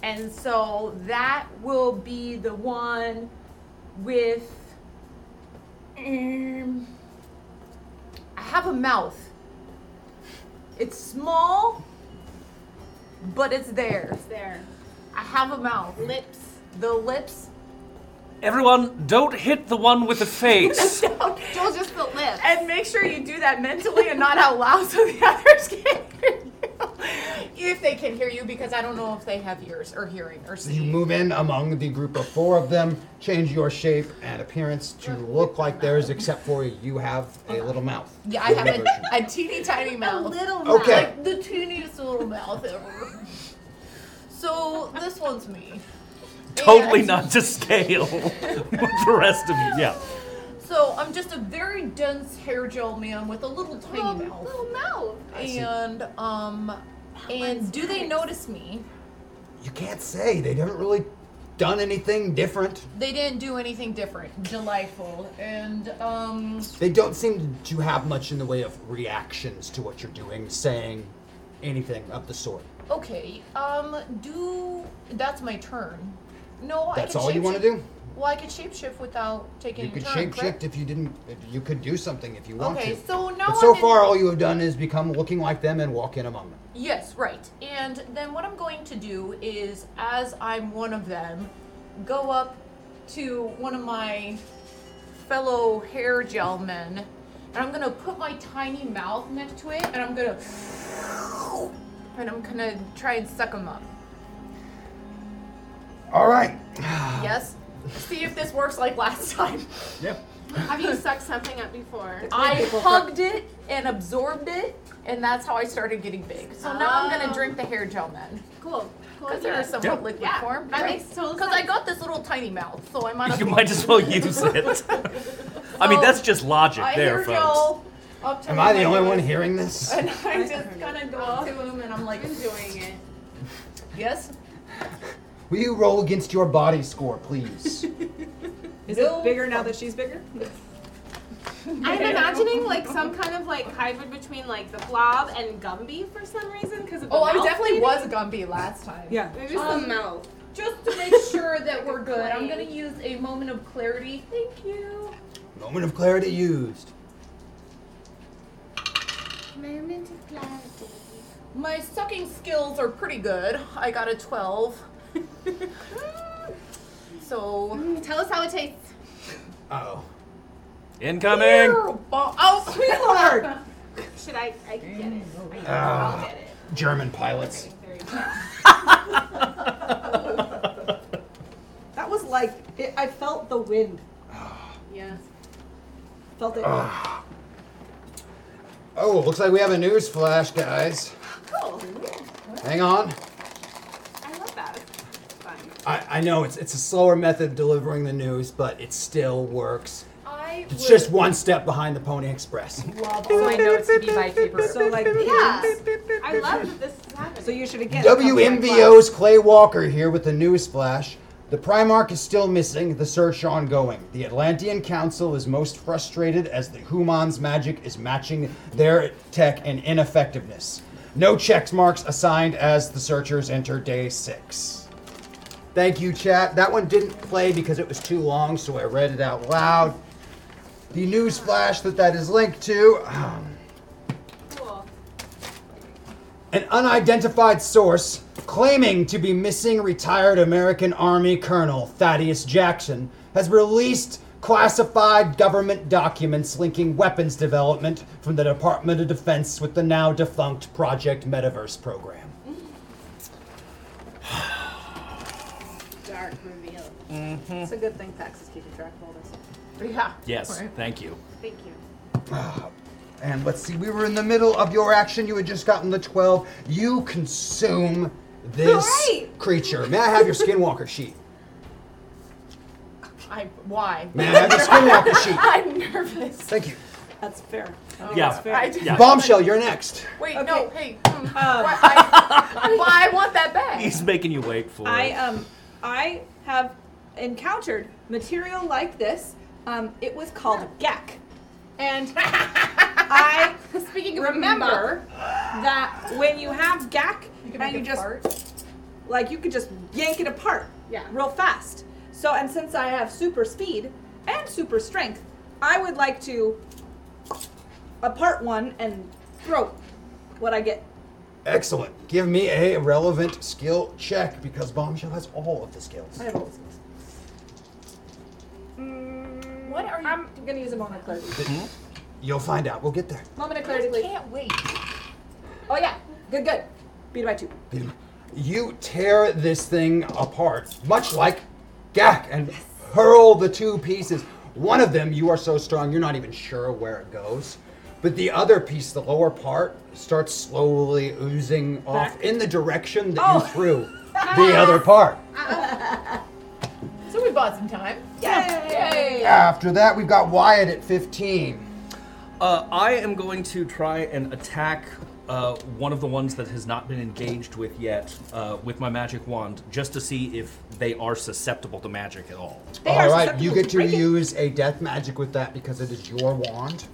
Speaker 11: And so that will be the one with. Um, I have a mouth. It's small, but it's there.
Speaker 6: There.
Speaker 11: I have a mouth.
Speaker 6: Lips.
Speaker 11: The lips.
Speaker 4: Everyone, don't hit the one with the face.
Speaker 6: Joel, just the lips.
Speaker 11: And make sure you do that mentally and not out loud so the others can hear you. If they can hear you, because I don't know if they have ears or hearing or
Speaker 2: You
Speaker 11: see.
Speaker 2: move in among the group of four of them, change your shape and appearance to look like theirs, except for you have a little mouth.
Speaker 11: Yeah, I have
Speaker 2: Your version.
Speaker 11: a, a teeny tiny
Speaker 5: A
Speaker 11: mouth.
Speaker 5: little mouth.
Speaker 2: Okay.
Speaker 5: Like the teeniest little mouth ever. So this one's me.
Speaker 4: totally
Speaker 5: And-
Speaker 4: not to scale with the rest of you. Yeah.
Speaker 5: So I'm just a very dense hair gel man with a little tiny
Speaker 11: Um,
Speaker 6: Little,
Speaker 5: mouth.
Speaker 6: little mouth.
Speaker 5: and um and do they notice me?
Speaker 2: You can't say they haven't really done anything different.
Speaker 5: They didn't do anything different. Delightful. And um
Speaker 2: They don't seem to have much in the way of reactions to what you're doing, saying anything of the sort.
Speaker 5: okay. Um do that's my turn. No,
Speaker 2: That's
Speaker 5: I can
Speaker 2: all you wanna
Speaker 5: shapeshift-
Speaker 2: do?
Speaker 5: Well, I could shapeshift without taking
Speaker 2: You
Speaker 5: a
Speaker 2: could
Speaker 5: turn,
Speaker 2: shape
Speaker 5: correct?
Speaker 2: shift if you didn't. If you could do something if you want
Speaker 5: Okay,
Speaker 2: to.
Speaker 5: so now
Speaker 2: but so
Speaker 5: I'm in-
Speaker 2: far, all you have done is become looking like them and walk in among them.
Speaker 5: Yes, right. And then what I'm going to do is, as I'm one of them, go up to one of my fellow hair gel men, and I'm gonna put my tiny mouth next to it, and I'm gonna, and I'm gonna try and suck them up.
Speaker 2: All right.
Speaker 5: Yes. See if this works like last time.
Speaker 2: Yeah.
Speaker 6: Have you sucked something up before?
Speaker 5: I hugged it and absorbed it, and that's how I started getting big. So now I'm gonna drink the hair gel men.
Speaker 6: Cool. Cool.
Speaker 5: Because they're
Speaker 6: idea.
Speaker 5: somewhat
Speaker 4: Yeah.
Speaker 5: liquid
Speaker 6: Yeah,
Speaker 5: form.
Speaker 6: that makes total
Speaker 5: Because I
Speaker 6: sense.
Speaker 5: got this little tiny mouth, so I might as
Speaker 4: You
Speaker 5: well.
Speaker 4: might as well use it. I mean, that's just logic
Speaker 5: I
Speaker 4: there,
Speaker 5: hear
Speaker 4: folks.
Speaker 5: y'all up to
Speaker 2: Am
Speaker 5: my
Speaker 2: I the only
Speaker 5: nose,
Speaker 2: one hearing this?
Speaker 5: And I just kind of go up to him and I'm like,
Speaker 6: enjoying it.
Speaker 5: yes?
Speaker 2: Will you roll against your body score, please?
Speaker 3: Is
Speaker 5: No.
Speaker 3: it bigger now that she's bigger?
Speaker 6: I'm imagining like some kind of like hybrid between like the blob and Gumby for some reason because of the
Speaker 11: Oh, I
Speaker 6: mouth
Speaker 11: definitely
Speaker 6: maybe?
Speaker 11: was Gumby last time.
Speaker 3: Yeah.
Speaker 6: Maybe it's the
Speaker 5: Um,
Speaker 6: mouth.
Speaker 5: Just to make sure that we're good, I'm going to use a moment of clarity. Thank you.
Speaker 2: Moment of clarity used.
Speaker 5: Moment of clarity. My sucking skills are pretty good. I got a 12. so.
Speaker 6: Tell us how it tastes.
Speaker 2: Oh.
Speaker 4: Incoming.
Speaker 5: Oh, sweet lord!
Speaker 6: Should I? I can get it. I can, I'll get it.
Speaker 2: German pilots.
Speaker 6: There you go.
Speaker 3: That was like it, I felt the wind.
Speaker 6: Yeah.
Speaker 3: Felt it.
Speaker 2: Oh, looks like we have a news flash, guys.
Speaker 6: Cool.
Speaker 2: Hang on.
Speaker 6: I love that. It's fun.
Speaker 2: I, I know it's it's a slower method of delivering the news, but it still works.
Speaker 5: I
Speaker 2: It's
Speaker 5: would
Speaker 2: just one step behind the Pony Express.
Speaker 11: Love all my notes to be by paper.
Speaker 3: So like
Speaker 6: Yeah. I love that this is happening.
Speaker 3: So you should again.
Speaker 2: WMVO's Clay Walker here with the news flash. The Primarch is still missing, the search ongoing. The Atlantean Council is most frustrated as the Human's magic is matching their tech and ineffectiveness. No checks marks assigned as the searchers enter day six. Thank you, chat. That one didn't play because it was too long, so I read it out loud. The news flash that that is linked to. um,
Speaker 6: cool.
Speaker 2: an unidentified source claiming to be missing retired American Army Colonel Thaddeus Jackson has released classified government documents linking weapons development from the Department of Defense with the now defunct Project Metaverse program.
Speaker 6: Dark reveal.
Speaker 11: Mm-hmm.
Speaker 3: It's a good thing Pax is keeping track of all this.
Speaker 11: Yeah.
Speaker 4: Yes, thank you.
Speaker 6: Thank you.
Speaker 2: And let's see, we were in the middle of your action. You had just gotten the 12. You consume this
Speaker 6: Alright.
Speaker 2: creature. May I have your skinwalker sheet?
Speaker 11: I, why?
Speaker 2: May I have your skinwalker sheet?
Speaker 11: I'm nervous.
Speaker 2: Thank you.
Speaker 3: That's fair.
Speaker 4: yeah.
Speaker 3: That's fair.
Speaker 11: I just,
Speaker 4: Yeah.
Speaker 2: Bombshell, you're next.
Speaker 11: Wait, no,
Speaker 3: Okay.
Speaker 11: hey.
Speaker 6: Um,
Speaker 11: hmm, why- I, why I want that back.
Speaker 4: He's making you wait for
Speaker 3: I
Speaker 4: it.
Speaker 2: uh,
Speaker 3: um I have encountered material like this. Um, it was called GAC. And I, speaking of remember, that when you have gack
Speaker 5: You can
Speaker 3: and
Speaker 5: make
Speaker 3: you
Speaker 5: it
Speaker 3: just
Speaker 5: fart.
Speaker 3: like you could just yank it apart
Speaker 6: Yeah.
Speaker 3: real fast so and since i have super speed and super strength i would like to apart one and throw what i get
Speaker 2: Excellent. Give me a relevant skill check because Bombshell has all of the skills.
Speaker 3: i have all the skills Mm,
Speaker 5: What are you-
Speaker 3: i'm gonna use a moment of clarity
Speaker 2: You'll find out. We'll get there.
Speaker 3: moment of clarity please.
Speaker 5: Can't wait.
Speaker 3: oh yeah good good beat it by two
Speaker 2: You tear this thing apart, much like Gak, and hurl the two pieces. One of them, you are so strong, you're not even sure where it goes. But the other piece, the lower part, starts slowly oozing off in the direction
Speaker 3: Oh.
Speaker 2: that you threw the other part.
Speaker 5: So we bought some time.
Speaker 3: yay
Speaker 2: After that, we've got Wyatt at 15.
Speaker 4: Uh, I am going to try and attack uh, one of the ones that has not been engaged with yet uh, with my magic wand, just to see if they are susceptible to magic at all.
Speaker 3: They are
Speaker 2: All right, you
Speaker 3: susceptible
Speaker 2: get to
Speaker 3: breaking.
Speaker 2: use a death magic with that because it is your wand.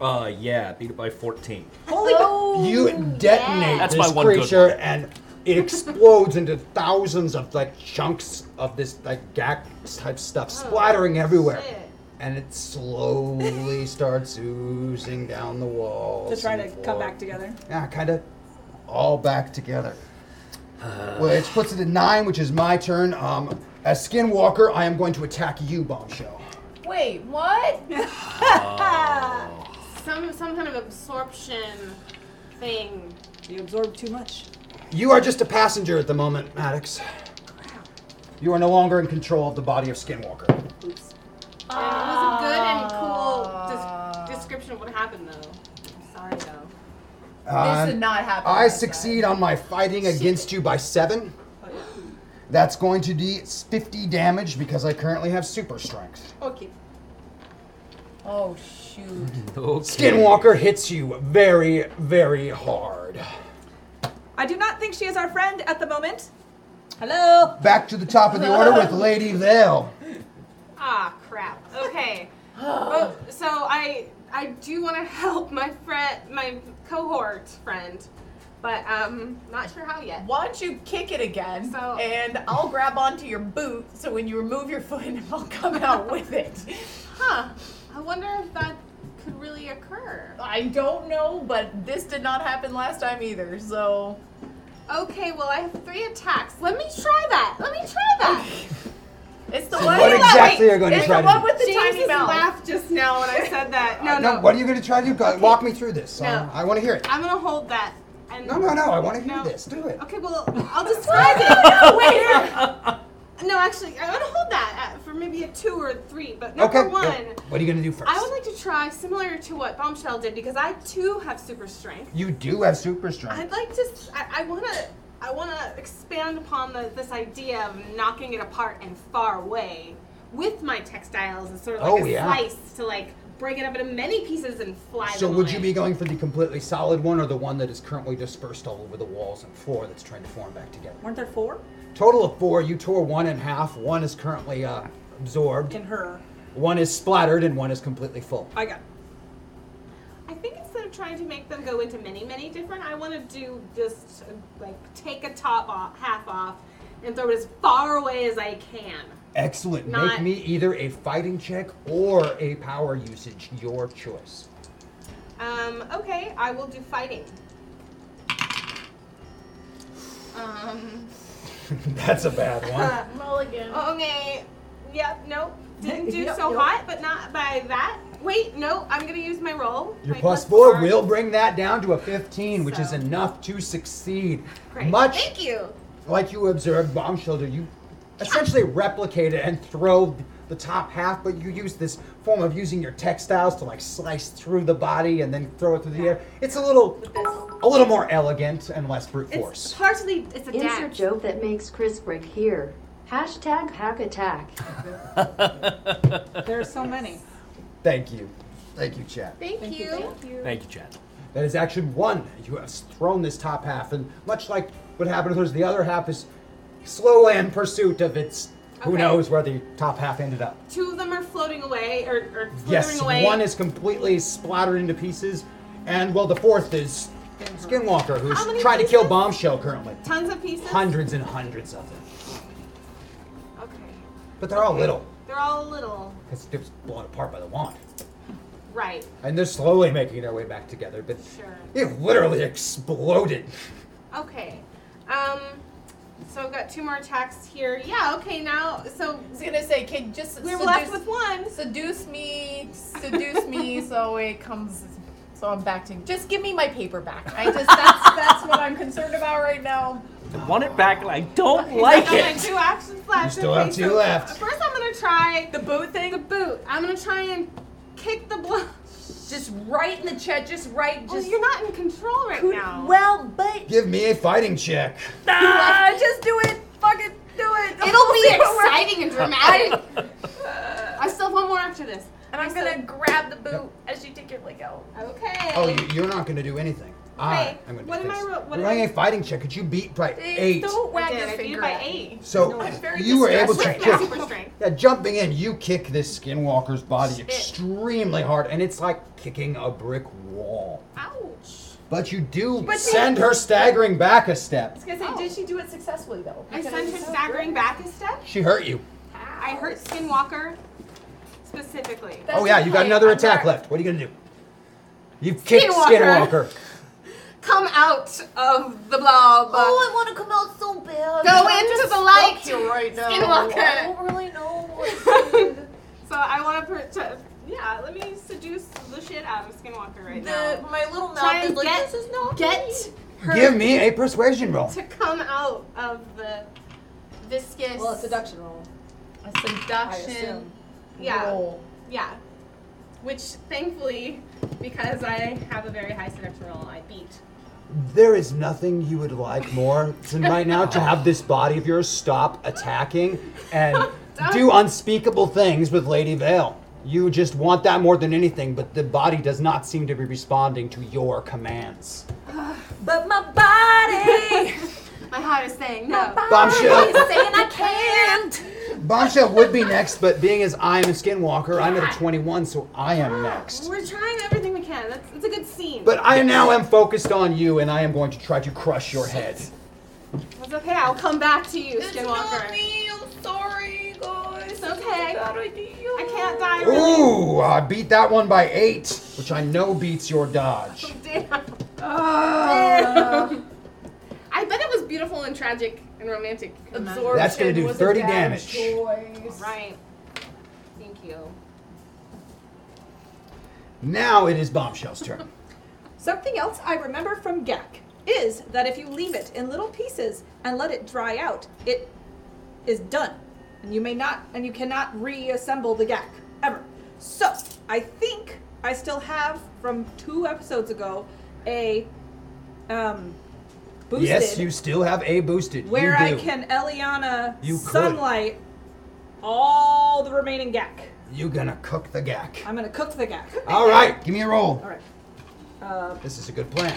Speaker 4: Uh, yeah, beat it by 14.
Speaker 3: holy oh.
Speaker 2: You detonate
Speaker 4: That's
Speaker 2: this
Speaker 4: my one good
Speaker 2: creature,
Speaker 4: one.
Speaker 2: and it explodes into thousands of like chunks of this like gag type stuff, splattering everywhere.
Speaker 3: Oh, shit.
Speaker 2: And it slowly starts oozing down the walls.
Speaker 3: to try to
Speaker 2: and
Speaker 3: come
Speaker 2: floor.
Speaker 3: back together
Speaker 2: Yeah, kind of all back together. Which puts it at nine, which is my turn. Um, as Skinwalker, I am going to attack you, Bombshell.
Speaker 5: Wait, what?
Speaker 6: Some some kind of absorption thing.
Speaker 3: you absorb too much
Speaker 2: You are just a passenger at the moment, Maddox. You are no longer in control of the body of Skinwalker.
Speaker 3: Oops.
Speaker 6: it was a good and
Speaker 3: Ah.
Speaker 6: cool des- description of what happened though.
Speaker 3: sorry though
Speaker 2: Um,
Speaker 5: this did not happen.
Speaker 2: I
Speaker 5: like that.
Speaker 2: succeed on my fighting against you by seven. That's going to be 50 damage because I currently have super strength.
Speaker 3: okay
Speaker 5: Oh shoot.
Speaker 2: Skinwalker hits you very, very hard.
Speaker 3: i do not think she is our friend at the moment hello
Speaker 2: Back to the top of the order with Lady Vale.
Speaker 6: Ah crap. Okay. Oh, so I I do want to help my friend my cohort friend, but um not sure how yet.
Speaker 5: Why don't you kick it again?
Speaker 6: So-
Speaker 5: and I'll grab onto your boot so when you remove your foot, I'll come out with it.
Speaker 6: Huh. I wonder if that could really occur.
Speaker 5: I don't know, but this did not happen last time either, so.
Speaker 6: Okay, well I have three attacks. Let me try that. Let me try that.
Speaker 5: It's the
Speaker 2: What
Speaker 5: one.
Speaker 2: exactly are you going to
Speaker 5: It's the
Speaker 2: try
Speaker 5: one
Speaker 2: to
Speaker 5: with the tiny
Speaker 6: James
Speaker 5: mouth.
Speaker 6: laughed just now when I said that. No,
Speaker 2: do? No,
Speaker 6: no.
Speaker 2: what are you going to try to do? Go- Walk me through this.
Speaker 6: No.
Speaker 2: I want to hear it.
Speaker 6: I'm gonna hold that. And
Speaker 2: No, no, no. I want to hear this. Do it.
Speaker 6: Okay, well I'll describe it.
Speaker 5: Oh, wait.
Speaker 6: No, actually, I'm gonna hold that at, for maybe a two or a three. But number
Speaker 2: Okay,
Speaker 6: one,
Speaker 2: yeah. What are you going to do first?
Speaker 6: I would like to try similar to what Bombshell did because I too have super strength.
Speaker 2: you do have super strength.
Speaker 6: I'd like to. I, I wanna. I wanna expand upon the, this idea of knocking it apart and far away with my textiles and sort of like
Speaker 2: Oh,
Speaker 6: a
Speaker 2: yeah.
Speaker 6: slice to like break it up into many pieces and fly.
Speaker 2: So
Speaker 6: them
Speaker 2: would
Speaker 6: away.
Speaker 2: you be going for the completely solid one or the one that is currently dispersed all over the walls and floor that's trying to form back together?
Speaker 3: weren't there four
Speaker 2: Total of four. You tore one in half. One is currently uh, absorbed.
Speaker 3: in her
Speaker 2: One is splattered, and one is completely full.
Speaker 3: i got it.
Speaker 6: I think instead of trying to make them go into many, many different, I want to do just uh, like take a top off, half off, and throw it as far away as I can.
Speaker 2: Excellent. Make
Speaker 6: Not-
Speaker 2: me either a fighting check or a power usage, your choice.
Speaker 6: Um, okay, I will do fighting. Um,
Speaker 2: That's a bad one.
Speaker 5: Mulligan.
Speaker 6: okay, yep, nope, didn't do
Speaker 5: Yep,
Speaker 6: so
Speaker 5: nope.
Speaker 6: hot, but not by that. Wait, no, I'm gonna use my roll.
Speaker 2: Your
Speaker 6: my
Speaker 2: plus four
Speaker 6: four.
Speaker 2: will bring that down to a 15, which is
Speaker 6: So-
Speaker 2: enough to succeed.
Speaker 6: Great.
Speaker 2: Much
Speaker 6: Thank you.
Speaker 2: like you observed bomb shelter, you essentially replicate it and throw the top half, but you use this form of using your textiles to like slice through the body and then throw it through the air. It's a little, a little more elegant and less brute
Speaker 6: It's
Speaker 2: force.
Speaker 6: partially it's a
Speaker 12: Insert
Speaker 6: dad.
Speaker 12: joke that makes Chris break here. Hashtag hack attack.
Speaker 3: there are so many
Speaker 2: Thank you, thank you, Chad.
Speaker 6: Thank you.
Speaker 4: Thank you, Chad.
Speaker 2: That is action one. You have thrown this top half, and much like what happened to hers, the other half is slow and pursuit of its Who
Speaker 6: Okay.
Speaker 2: knows where the top half ended up?
Speaker 6: Two of them are floating away, or, or slithering
Speaker 2: Yes,
Speaker 6: away.
Speaker 2: one is completely splattered into pieces, and well, the fourth is Skinwalker,
Speaker 6: How many
Speaker 2: who's trying to kill Bombshell currently.
Speaker 6: Tons of pieces.
Speaker 2: Hundreds and hundreds of them,
Speaker 6: Okay.
Speaker 2: but they're all little
Speaker 6: They're all little.
Speaker 2: because it was blown apart by the wand,
Speaker 6: Right.
Speaker 2: and they're slowly making their way back together. But
Speaker 6: Sure.
Speaker 2: it literally exploded.
Speaker 6: Okay. Um. So I've got two more attacks here. Yeah. Okay. Now, so
Speaker 5: I was gonna say, kid, just
Speaker 6: we're
Speaker 5: seduce,
Speaker 6: left with one.
Speaker 5: seduce me, seduce me, so it comes. So I'm back to just give me my paper back. I just that's that's what I'm concerned about right now.
Speaker 4: I want it back, and I don't like
Speaker 6: I got my
Speaker 4: it.
Speaker 6: two actions left.
Speaker 2: still
Speaker 6: Okay,
Speaker 2: have two
Speaker 6: so
Speaker 2: left.
Speaker 6: First, I'm gonna try
Speaker 5: The boot thing,
Speaker 6: the boot. I'm gonna try and kick the blow.
Speaker 5: just right in the chest, just right,
Speaker 6: Well,
Speaker 5: just.
Speaker 6: you're not in control right now.
Speaker 5: well, but
Speaker 2: Give me a fighting check.
Speaker 5: ah, just do it, fucking do it.
Speaker 6: It'll be exciting and dramatic. I still have one more after this.
Speaker 5: And I'm gonna grab the boot as you take your leg out.
Speaker 6: Okay.
Speaker 2: Oh, you, you're not going to do anything. I
Speaker 6: Okay,
Speaker 2: am going to
Speaker 6: what
Speaker 2: do
Speaker 6: am I
Speaker 2: this.
Speaker 6: ro-
Speaker 2: You're
Speaker 6: what am I-
Speaker 2: running a fighting check. Could you beat by eight?
Speaker 5: Don't
Speaker 6: I
Speaker 5: wag
Speaker 6: did.
Speaker 5: your
Speaker 6: I beat it
Speaker 5: finger.
Speaker 6: by
Speaker 5: at me.
Speaker 6: eight.
Speaker 2: So
Speaker 5: very
Speaker 2: you were able to
Speaker 5: distressed.
Speaker 6: Yeah,
Speaker 2: kick.
Speaker 6: super strength.
Speaker 2: Yeah, jumping in, you kick this skinwalker's body extremely hard, and it's like kicking a brick wall.
Speaker 6: Ouch.
Speaker 2: But you do
Speaker 6: But she-
Speaker 2: send her staggering back a step.
Speaker 5: I was gonna say, did she do it successfully though?
Speaker 6: I sent her staggering back a step.
Speaker 2: She hurt you.
Speaker 6: I hurt Skinwalker specifically.
Speaker 2: oh yeah, you got
Speaker 5: okay.
Speaker 2: another
Speaker 5: I'm
Speaker 2: attack
Speaker 5: not-
Speaker 2: left. What are you gonna do? You kicked
Speaker 6: Skinwalker.
Speaker 2: Skinwalker.
Speaker 6: Come out of the blob.
Speaker 10: Oh, I want to come out so bad.
Speaker 6: Go
Speaker 10: I'm
Speaker 6: into
Speaker 10: just
Speaker 6: the light,
Speaker 10: stuck here right now.
Speaker 6: Skinwalker.
Speaker 10: I don't really know. What to do.
Speaker 6: so I want to. Per- to- yeah, let me seduce the shit out of Skinwalker right
Speaker 10: the,
Speaker 6: now.
Speaker 10: my little
Speaker 6: Try
Speaker 10: mouth
Speaker 6: and
Speaker 10: is like
Speaker 6: get-
Speaker 10: this is not
Speaker 6: Get her
Speaker 2: Give me a persuasion roll.
Speaker 6: to come out of the viscous.
Speaker 3: Well, it's seduction roll.
Speaker 5: A seduction
Speaker 6: Yeah.
Speaker 5: roll.
Speaker 6: Yeah. Which thankfully, because I have a very high seduction roll, I beat.
Speaker 2: There is nothing you would like more than right now to have this body of yours stop attacking and do unspeakable things with Lady Vale. You just want that more than anything, but the body does not seem to be responding to your commands.
Speaker 5: But my body,
Speaker 6: My heart is saying no.
Speaker 2: Bombshell.
Speaker 5: saying I can't.
Speaker 2: Bombshell would be next, but being as I am a skinwalker, I'm at a 21, so I am next.
Speaker 6: We're trying everything we can. That's it's a good scene.
Speaker 2: But I now am focused on you, and I am going to try to crush your head.
Speaker 6: That's okay. I'll come back to you,
Speaker 10: It's not
Speaker 6: Skinwalker.
Speaker 10: me. I'm sorry, guys. It's
Speaker 6: okay.
Speaker 10: A bad idea.
Speaker 6: I can't die. Really.
Speaker 2: Ooh, I beat that one by eight, which I know beats your dodge.
Speaker 6: Damn. Damn. I bet it was beautiful and tragic and romantic.
Speaker 5: Absorption
Speaker 2: That's gonna do
Speaker 5: was a
Speaker 2: 30
Speaker 5: bad
Speaker 2: damage.
Speaker 5: choice.
Speaker 6: Right. Thank you.
Speaker 2: Now it is Bombshell's turn.
Speaker 3: Something else I remember from Gek is that if you leave it in little pieces and let it dry out, it is done. And you may not and you cannot reassemble the Gek ever. So I think I still have from two episodes ago a um boosted
Speaker 2: Yes, you still have a boosted.
Speaker 3: where
Speaker 2: you
Speaker 3: I
Speaker 2: do.
Speaker 3: can Eliana
Speaker 2: You could.
Speaker 3: sunlight all the remaining Gek.
Speaker 2: You gonna cook the gack.
Speaker 3: I'm gonna cook the Gek.
Speaker 2: All right, give me a roll.
Speaker 3: All right. Uh,
Speaker 2: This is a good plan.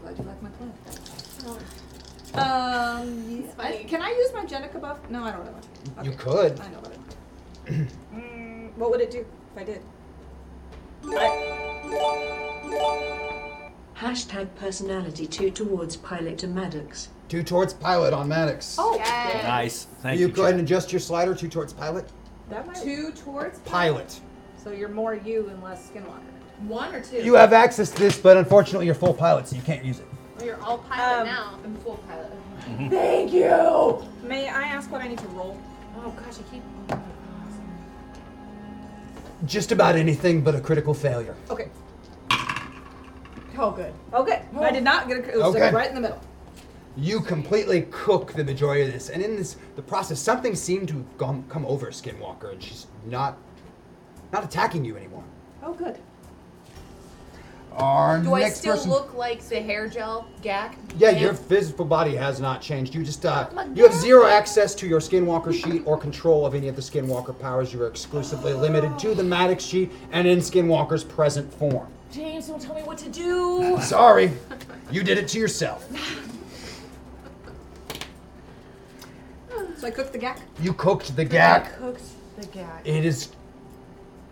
Speaker 3: Glad you like my plan. Um, I- can I use my Jenica buff? No, I don't really want to.
Speaker 2: You could.
Speaker 3: I know, but I don't. Mm, what would it do if I did?
Speaker 9: Hashtag personality 2 towards pilot to Maddox.
Speaker 2: Two towards pilot on Maddox.
Speaker 3: Oh,
Speaker 6: Yes.
Speaker 4: Nice. Thank
Speaker 2: you
Speaker 4: you.
Speaker 2: go ahead and
Speaker 4: Chad.
Speaker 2: adjust your slider. Two towards pilot.
Speaker 3: that might two towards.
Speaker 2: Pilot.
Speaker 3: So you're more you and less Skinwalker.
Speaker 10: One or two.
Speaker 2: You have access to this, but unfortunately, you're full pilot, so you can't use it.
Speaker 10: Oh, You're all pilot
Speaker 3: Um,
Speaker 10: now. I'm full pilot.
Speaker 5: Thank you.
Speaker 3: May I ask what I need to roll?
Speaker 10: Oh gosh, I keep.
Speaker 2: Just about anything but a critical failure.
Speaker 3: Okay.
Speaker 5: Oh, good.
Speaker 3: Okay. I did not get a. It was like
Speaker 2: Okay.
Speaker 3: right in the middle.
Speaker 2: You completely cook the majority of this, and in this the process, something seemed to have gone, come over Skinwalker, and she's not not attacking you anymore.
Speaker 3: Oh, good.
Speaker 2: Our
Speaker 10: Do I
Speaker 2: next
Speaker 10: still
Speaker 2: person-
Speaker 10: look like the hair gel gack?
Speaker 2: Yeah,
Speaker 10: man?
Speaker 2: your physical body has not changed. You just uh, you have zero access to your Skinwalker sheet or control of any of the Skinwalker powers. You are exclusively limited to the Maddox sheet and in Skinwalker's present form.
Speaker 10: James, don't tell me what to do.
Speaker 2: Sorry, you did it to yourself.
Speaker 3: So I cooked the gack.
Speaker 2: You cooked the gack.
Speaker 5: Cooked the gag.
Speaker 2: It is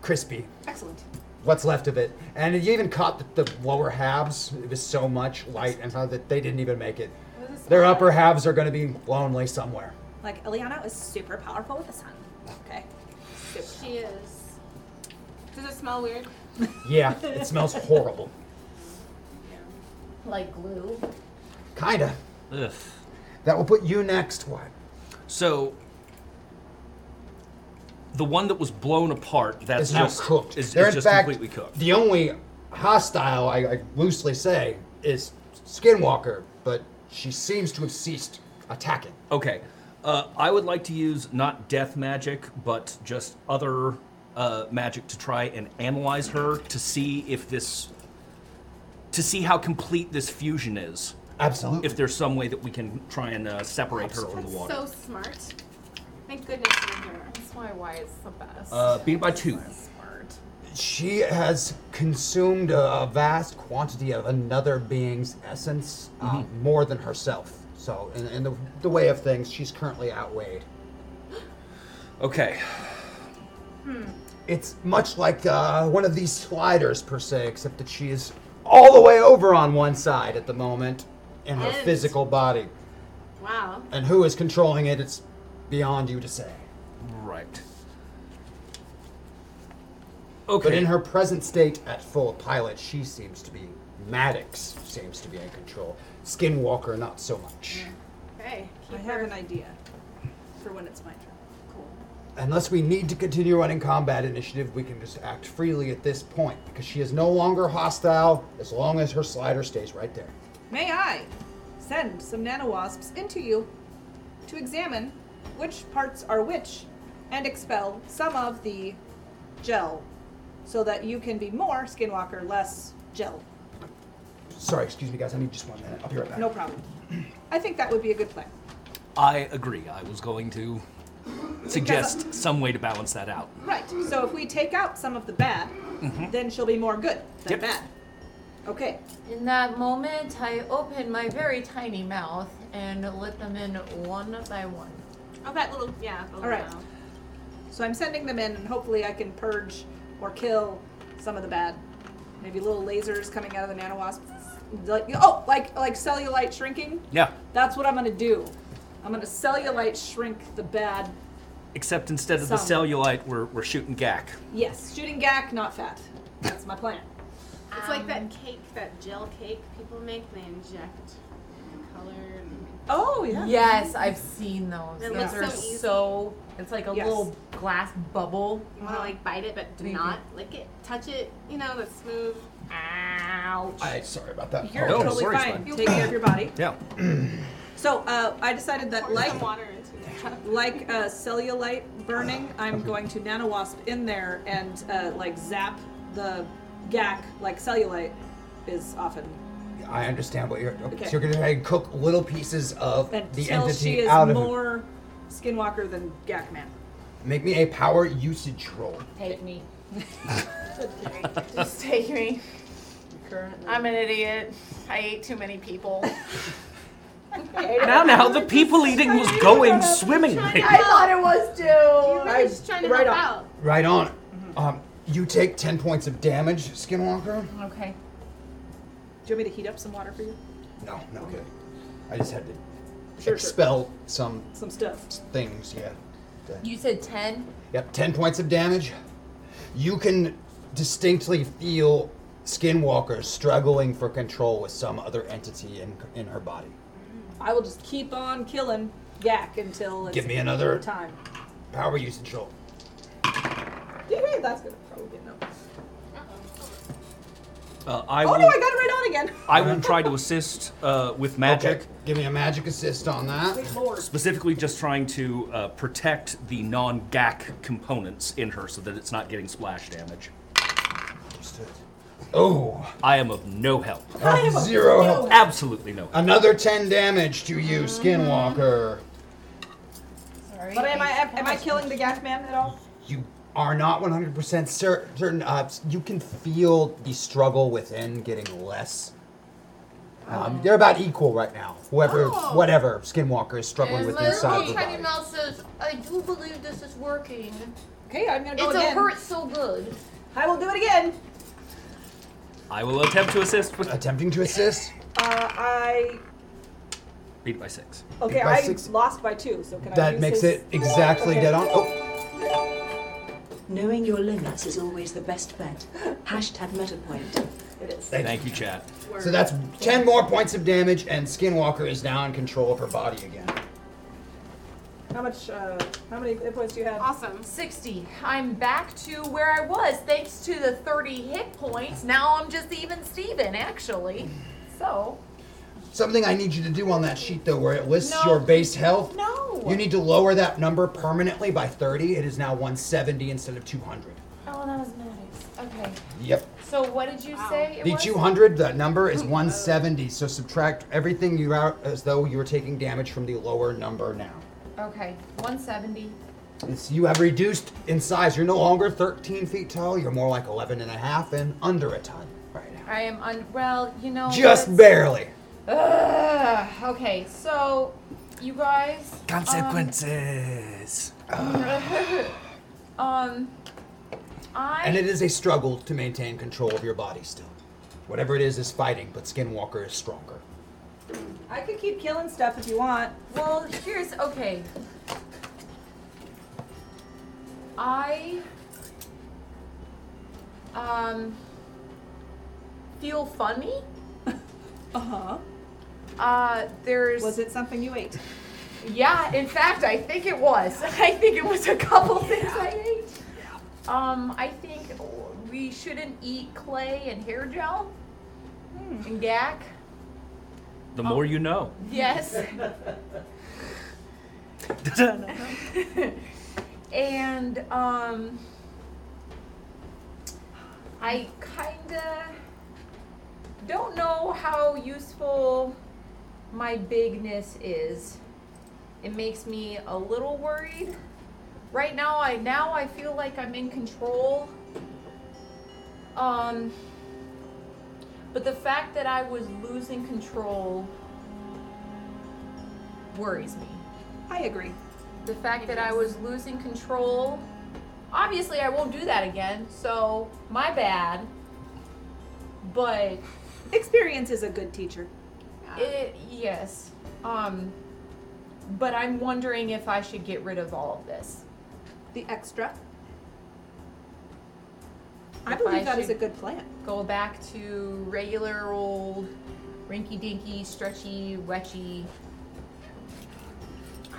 Speaker 2: crispy.
Speaker 3: Excellent.
Speaker 2: What's left of it, and it even caught the, the lower halves. It was so much light and hard that they didn't even make it. Their upper halves are going to be lonely somewhere.
Speaker 3: Like Eliana is super powerful with the sun. Okay. Super.
Speaker 6: She is. Does it smell weird?
Speaker 2: Yeah, it smells horrible.
Speaker 10: Like glue.
Speaker 2: Kinda.
Speaker 4: Ugh.
Speaker 2: That will put you next. What?
Speaker 4: So the one that was blown apart that's
Speaker 2: It's now
Speaker 4: just
Speaker 2: cooked.
Speaker 4: Is,
Speaker 2: They're
Speaker 4: is
Speaker 2: in
Speaker 4: just
Speaker 2: fact
Speaker 4: completely cooked.
Speaker 2: the only hostile I, I loosely say is Skinwalker, but she seems to have ceased attacking.
Speaker 4: Okay. Uh, I would like to use not death magic, but just other uh, magic to try and analyze her to see if this. to see how complete this fusion is.
Speaker 2: Absolutely.
Speaker 4: If there's some way that we can try and uh, separate her from the water.
Speaker 6: So smart. Thank goodness you're here.
Speaker 10: That's why why it's the best.
Speaker 4: uh, beat by two.
Speaker 2: She has consumed a, a vast quantity of another being's essence, um,
Speaker 4: Mm-hmm.
Speaker 2: more than herself. So, in, in the, the way of things, she's currently outweighed.
Speaker 4: Okay.
Speaker 2: It's much like uh, one of these sliders, per se, except that she is all the way over on one side at the moment in her
Speaker 6: And-
Speaker 2: physical body.
Speaker 6: Wow.
Speaker 2: And who is controlling it, it's beyond you to say.
Speaker 4: Right.
Speaker 2: But
Speaker 4: Okay.
Speaker 2: in her present state at full pilot, she seems to be. Maddox seems to be in control. Skinwalker, not so much.
Speaker 6: Okay.
Speaker 3: I
Speaker 6: Keep
Speaker 3: have
Speaker 6: her.
Speaker 3: an idea for when it's my turn. Cool.
Speaker 2: Unless we need to continue running combat initiative, we can just act freely at this point because she is no longer hostile as long as her slider stays right there.
Speaker 3: May I send some nanowasps into you to examine which parts are which and expel some of the gel so that you can be more skinwalker, less gel?
Speaker 2: Sorry, excuse me, guys. I need just one minute. I'll be right back.
Speaker 3: No problem. I think that would be a good plan.
Speaker 4: I agree. I was going to suggest some way to balance that out.
Speaker 3: Right. So if we take out some of the bad, then she'll be more good than
Speaker 4: Yep.
Speaker 3: bad. Okay.
Speaker 10: In that moment, I open my very tiny mouth and let them in one by one.
Speaker 6: Oh, that little. Yeah. the little
Speaker 3: All right.
Speaker 6: mouth.
Speaker 3: So I'm sending them in, and hopefully I can purge or kill some of the bad. Maybe little lasers coming out of the nanowasp. Like, oh, like like cellulite shrinking.
Speaker 4: Yeah.
Speaker 3: That's what I'm gonna do. I'm gonna cellulite shrink the bad.
Speaker 4: Except instead of the
Speaker 3: Some.
Speaker 4: cellulite, we're, we're shooting gack.
Speaker 3: Yes, shooting gack, not fat. That's my plan.
Speaker 6: It's like that cake, that gel cake people make. They inject color. And
Speaker 3: Oh yeah.
Speaker 10: Yes, I've seen those.
Speaker 6: They
Speaker 10: those
Speaker 6: look
Speaker 10: are
Speaker 6: so easy.
Speaker 10: so. It's like a
Speaker 3: Yes.
Speaker 10: little glass bubble.
Speaker 6: you want to like bite it, but do
Speaker 10: Maybe.
Speaker 6: not lick it, touch it. You know, that's smooth. Ouch.
Speaker 2: I sorry about that.
Speaker 3: You're
Speaker 4: Oh, No, don't
Speaker 3: totally
Speaker 4: worry, it's
Speaker 3: fine.
Speaker 4: fine.
Speaker 3: Take care of your body.
Speaker 4: Yeah.
Speaker 3: So uh, I decided that
Speaker 6: Pour
Speaker 3: like
Speaker 6: some water into it.
Speaker 3: like uh, cellulite burning, I'm going to nanowasp in there and uh, like zap the gack like cellulite is often
Speaker 2: I understand what you're. Okay.
Speaker 3: Okay.
Speaker 2: So you're gonna try and cook little pieces of the
Speaker 3: until she
Speaker 2: entity
Speaker 3: is
Speaker 2: out of it.
Speaker 3: more skinwalker than gack man.
Speaker 2: Make me a power usage roll.
Speaker 10: Take me.
Speaker 5: Just take me. I'm an idiot. I ate too many people.
Speaker 4: Now, now, the people eating was going swimmingly.
Speaker 5: I thought it was too.
Speaker 6: We're just trying to
Speaker 3: right
Speaker 6: help
Speaker 3: on.
Speaker 6: out.
Speaker 2: Right on.
Speaker 3: Mm-hmm.
Speaker 2: Um, you take ten points of damage, Skinwalker.
Speaker 10: Okay.
Speaker 3: Do you want me to heat up some water for you?
Speaker 2: No, no good. I just had to
Speaker 3: sure.
Speaker 2: expel some
Speaker 3: Some stuff.
Speaker 2: things. Yeah. That-
Speaker 10: You said ten.
Speaker 2: Yep, 10 points of damage. You can distinctly feel Skinwalker struggling for control with some other entity in, in her body.
Speaker 3: I will just keep on killing gack until it's
Speaker 2: Give me another-
Speaker 3: time.
Speaker 2: Power usage roll.
Speaker 3: Yeah, that's gonna probably be enough.
Speaker 4: Uh, I
Speaker 3: Oh
Speaker 4: will,
Speaker 3: no, I got it right on again.
Speaker 4: I will try to assist uh, with magic,
Speaker 2: Okay, Give me a magic assist on that.
Speaker 3: Good lord.
Speaker 4: specifically just trying to uh, protect the non GAC components in her so that it's not getting splash damage.
Speaker 2: Understood. Oh,
Speaker 4: I am of no help.
Speaker 2: of zero health.
Speaker 4: Absolutely no help.
Speaker 2: Another 10 damage to you, Skinwalker.
Speaker 10: Sorry.
Speaker 3: But am I am, am I killing the gack man at all?
Speaker 2: You are not 100% cer- certain. Uh, you can feel the struggle within getting less. Um, they're about equal right now. Whoever, whatever Skinwalker is struggling with inside the
Speaker 5: Tiny
Speaker 2: body.
Speaker 5: Mouse says, I do believe this is working.
Speaker 3: Okay, I'm gonna go
Speaker 5: It's a
Speaker 3: again.
Speaker 5: hurt so good.
Speaker 3: I will do it again.
Speaker 4: I will attempt to assist with.
Speaker 2: Attempting to assist.
Speaker 3: Uh, I
Speaker 4: Beat by six.
Speaker 3: okay.
Speaker 2: Eight by
Speaker 3: I
Speaker 2: six.
Speaker 3: lost by two, so can I?
Speaker 2: That
Speaker 3: use
Speaker 2: makes
Speaker 3: his-
Speaker 2: it exactly
Speaker 3: Okay.
Speaker 2: dead on. Oh,
Speaker 13: Knowing your limits is always the best bet. Hashtag meta point.
Speaker 3: It is.
Speaker 2: Thank
Speaker 4: Thank you, chat.
Speaker 2: so that's ten more points of damage, and Skinwalker is now in control of her body again.
Speaker 3: How much? Uh, how many hit points do you have?
Speaker 6: Awesome.
Speaker 5: 60. I'm back to where I was thanks to the 30 hit points. Now I'm just even Steven, actually. So,
Speaker 2: Something I need you to do on that sheet though, where it lists
Speaker 5: No.
Speaker 2: your base health.
Speaker 5: no.
Speaker 2: You need to lower that number permanently by 30. It is now 170 instead of 200.
Speaker 5: oh, that was medics. Okay.
Speaker 2: Yep.
Speaker 5: So, what did you say? It
Speaker 2: The
Speaker 5: was?
Speaker 2: 200, the number is 170. So subtract everything you out as though you were taking damage from the lower number now.
Speaker 5: Okay, 170.
Speaker 2: It's, you have reduced in size. You're no longer 13 feet tall. You're more like 11 and a half and under a ton right now.
Speaker 5: I am un. Well, you know.
Speaker 2: Just
Speaker 5: let's-
Speaker 2: barely.
Speaker 5: Ugh. Okay, so you guys.
Speaker 4: Consequences.
Speaker 5: Um, I.
Speaker 2: And it is a struggle to maintain control of your body still. Whatever it is is fighting, but Skinwalker is stronger.
Speaker 3: I could keep killing stuff if you want.
Speaker 5: Well, here's okay. I um feel funny.
Speaker 3: Uh
Speaker 5: Uh-huh.
Speaker 3: huh.
Speaker 5: Uh there's
Speaker 3: Was it something you ate?
Speaker 5: yeah, in fact, I think it was. I think it was a couple things I ate. Um I think we shouldn't eat clay and hair gel and gack.
Speaker 4: The more you know.
Speaker 5: Yes. and um I kinda don't know how useful my bigness is. It makes me a little worried. Right now I now I feel like I'm in control. Um but the fact that I was losing control worries me
Speaker 3: I agree.
Speaker 5: the fact that I was losing control. Obviously, I won't do that again, so my bad. But
Speaker 3: Experience is a good teacher.
Speaker 5: it, yes. Um, but I'm wondering if I should get rid of all of this.
Speaker 3: The extra. I
Speaker 5: If I
Speaker 3: believe that is
Speaker 5: should-
Speaker 3: a good plan.
Speaker 5: Go back to regular old rinky dinky, stretchy, wetchy.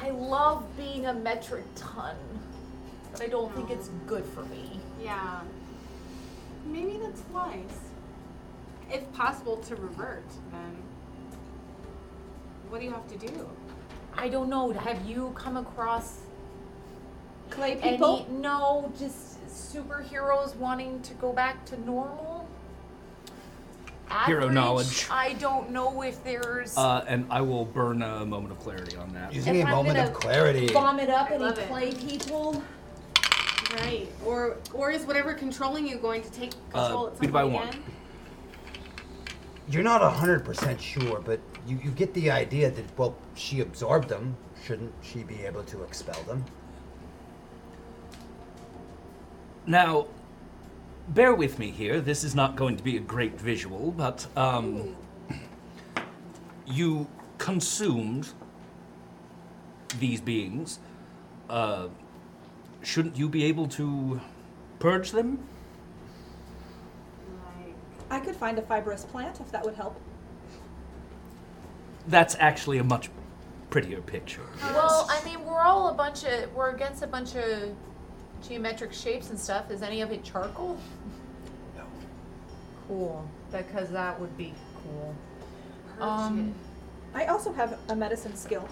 Speaker 5: I love being a metric ton, but I don't think it's good for me.
Speaker 6: Yeah. Maybe that's wise. If possible, to revert, then. What do you have to do?
Speaker 5: I don't know. Have you come across
Speaker 3: Clay
Speaker 5: any?
Speaker 3: people.
Speaker 5: No, just superheroes wanting to go back to normal.
Speaker 4: Hero
Speaker 5: Average,
Speaker 4: knowledge.
Speaker 5: I don't know if there's.
Speaker 4: Uh, and I will burn a moment of clarity on that.
Speaker 2: Using
Speaker 5: If
Speaker 2: a
Speaker 5: I'm
Speaker 2: moment of
Speaker 5: gonna
Speaker 2: clarity.
Speaker 5: vomit up
Speaker 6: I
Speaker 5: any
Speaker 6: love it.
Speaker 5: clay people.
Speaker 6: Right. Or or is whatever controlling you going to take control
Speaker 4: Uh,
Speaker 6: at some
Speaker 4: beat by
Speaker 6: point
Speaker 4: one.
Speaker 6: again?
Speaker 2: You're not 100% sure, but you, you get the idea that, well, she absorbed them. Shouldn't she be able to expel them?
Speaker 4: Now, bear with me here. This is not going to be a great visual, but um, you consumed these beings. Uh, shouldn't you be able to purge them?
Speaker 3: I could find a fibrous plant if that would help.
Speaker 4: That's actually a much prettier picture.
Speaker 5: Well, I mean, we're all a bunch of. We're against a bunch of geometric shapes and stuff. Is any of it charcoal?
Speaker 2: No.
Speaker 5: Cool, because that would be cool.
Speaker 6: Purge
Speaker 5: Um,
Speaker 3: I also have a medicine skill.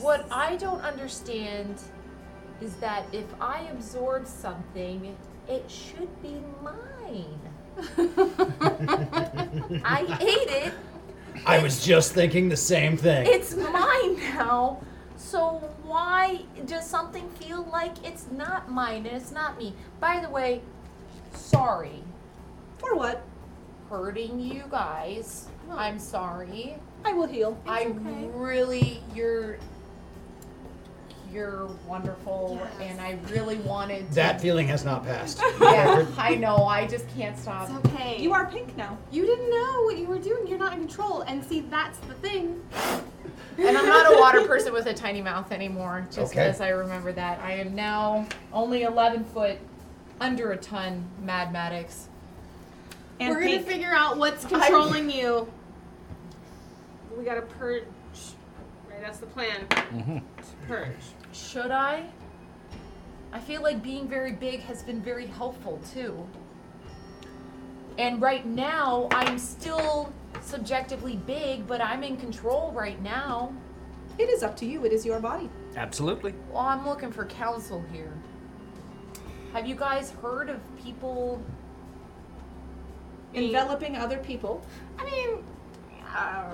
Speaker 5: What I don't understand is that if I absorb something, it should be mine. I ate it.
Speaker 2: I was just thinking the same thing.
Speaker 5: It's mine now. So why does something feel like it's not mine and it's not me? By the way, sorry
Speaker 3: For what?
Speaker 5: for hurting you guys. I'm sorry.
Speaker 3: I will heal.
Speaker 5: I really, you're, you're wonderful, and I really wanted to.
Speaker 2: That feeling has not passed.
Speaker 5: yeah, I know. I just can't stop.
Speaker 6: It's okay.
Speaker 3: You are pink now.
Speaker 6: You didn't know what you were doing. You're not in control. And see, that's the thing.
Speaker 5: And I'm not a water person with a tiny mouth anymore, just
Speaker 2: Okay.
Speaker 5: because I remember that. I am now only 11 foot, under a ton, Mad Maddox.
Speaker 3: And
Speaker 6: We're
Speaker 3: pink.
Speaker 6: gonna figure out what's controlling you. We gotta purge. Right, that's the plan. To purge.
Speaker 5: Should I? I feel like being very big has been very helpful too. And right now, I'm still subjectively big, but I'm in control right now.
Speaker 3: It is up to you. It is your body.
Speaker 4: Absolutely.
Speaker 5: Well, I'm looking for counsel here. Have you guys heard of people? Me.
Speaker 3: Enveloping other people.
Speaker 6: I mean, uh,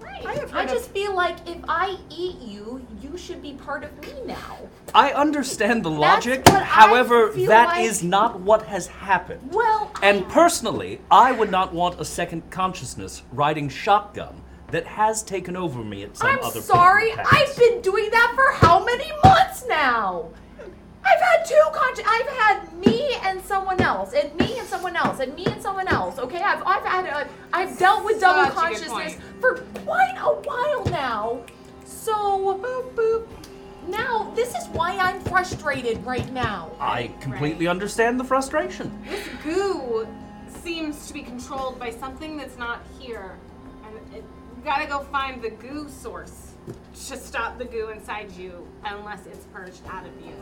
Speaker 6: right.
Speaker 3: I have heard
Speaker 5: I
Speaker 3: of-
Speaker 5: just feel like if I eat you, you should be part of me now.
Speaker 4: I understand the
Speaker 5: That's
Speaker 4: logic.
Speaker 5: what I
Speaker 4: However, that
Speaker 5: feel
Speaker 4: is
Speaker 5: like-
Speaker 4: not what has happened.
Speaker 5: Well, I-
Speaker 4: And personally, I would not want a second consciousness riding shotgun that has taken over me at some
Speaker 5: I'm
Speaker 4: other point in
Speaker 5: sorry.
Speaker 4: the past.
Speaker 5: I've been doing that for how many months now? I've had two conscious. I've had me and someone else, and me and someone else, and me and someone else. Okay, I've I've had a, I've dealt with
Speaker 6: Such
Speaker 5: double
Speaker 6: a good
Speaker 5: consciousness for quite a while now. So boop boop. Now this is why I'm frustrated right now.
Speaker 4: I completely understand the frustration.
Speaker 6: This goo seems to be controlled by something that's not here. And it, we gotta go find the goo source to stop the goo inside you, unless it's purged out of you.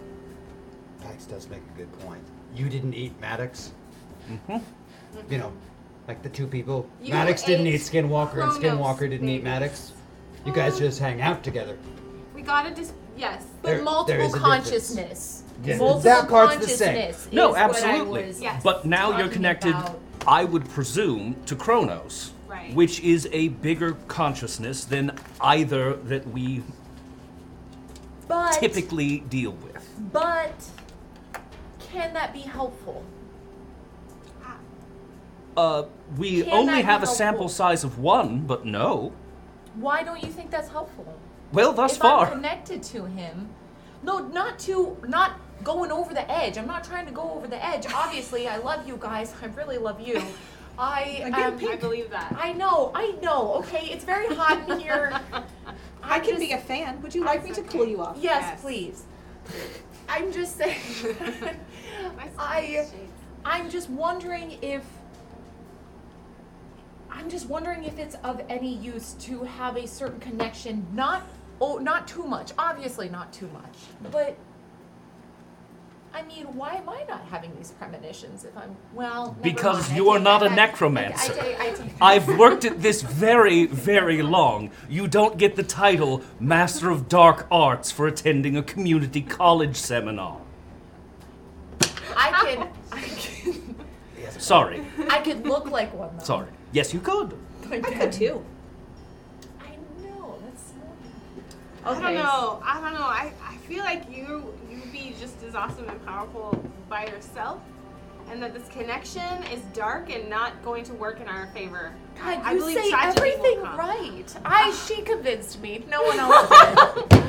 Speaker 2: Max does make a good point. You didn't eat Maddox. Mm-hmm. You know, like the two people.
Speaker 6: You
Speaker 2: Maddox didn't
Speaker 6: ate
Speaker 2: eat Skinwalker, and
Speaker 6: Chronos
Speaker 2: Skinwalker didn't eat
Speaker 6: babies.
Speaker 2: Maddox. You guys just hang out together.
Speaker 6: We gotta just yes.
Speaker 5: But
Speaker 2: There- there
Speaker 5: multiple
Speaker 2: is a difference.
Speaker 5: consciousness.
Speaker 2: Yeah,
Speaker 5: Multiple
Speaker 2: that part's the same.
Speaker 5: consciousness is
Speaker 4: No,
Speaker 5: what I
Speaker 4: absolutely.
Speaker 5: was-
Speaker 6: Yes.
Speaker 4: But now you're
Speaker 5: talking
Speaker 4: connected,
Speaker 5: about-
Speaker 4: I would presume, to Kronos,
Speaker 6: Right.
Speaker 4: which is a bigger consciousness than either that we
Speaker 5: But
Speaker 4: typically deal with.
Speaker 5: But can that be helpful?
Speaker 4: Uh, we
Speaker 5: Can that
Speaker 4: only
Speaker 5: be
Speaker 4: have a
Speaker 5: helpful?
Speaker 4: sample size of one, but no.
Speaker 5: Why don't you think that's helpful?
Speaker 4: Well, thus
Speaker 5: if
Speaker 4: far.
Speaker 5: I'm connected to him, no, not to not going over the edge. I'm not trying to go over the edge. Obviously, I love you guys. I really love you. I am.
Speaker 6: I believe that.
Speaker 5: I know. I know. Okay, it's very hot in here. I'm
Speaker 3: I can be a
Speaker 5: just-
Speaker 3: fan. Would you like me to cool you off?
Speaker 5: Yes,
Speaker 6: Yes.
Speaker 5: please. I'm just saying. I, I'm just wondering if. I'm just wondering if it's of any use to have a certain connection, not oh, not too much. Obviously, not too much, but. I mean, why am I not having these premonitions if I'm well? never
Speaker 4: Because
Speaker 5: mind, I
Speaker 4: you are
Speaker 5: take
Speaker 4: not
Speaker 5: that
Speaker 4: a
Speaker 5: back. I- I
Speaker 4: necromancer.
Speaker 5: take- I take-
Speaker 4: I've worked at this very, very long. You don't get the title Master of Dark Arts for attending a community college seminar.
Speaker 5: I could, I could,
Speaker 4: Sorry,
Speaker 5: I could look like one though.
Speaker 4: sorry. Yes, you could.
Speaker 5: Like
Speaker 3: I could too.
Speaker 5: I know. That's so.
Speaker 6: I don't know. I don't know. I, I feel like you you'd be just as awesome and powerful by yourself, and that this connection is dark and not going to work in our favor.
Speaker 5: God,
Speaker 6: I
Speaker 5: you
Speaker 6: believe
Speaker 5: say
Speaker 6: tragedy will
Speaker 5: everything
Speaker 6: come.
Speaker 5: right. I she convinced me. No one else did.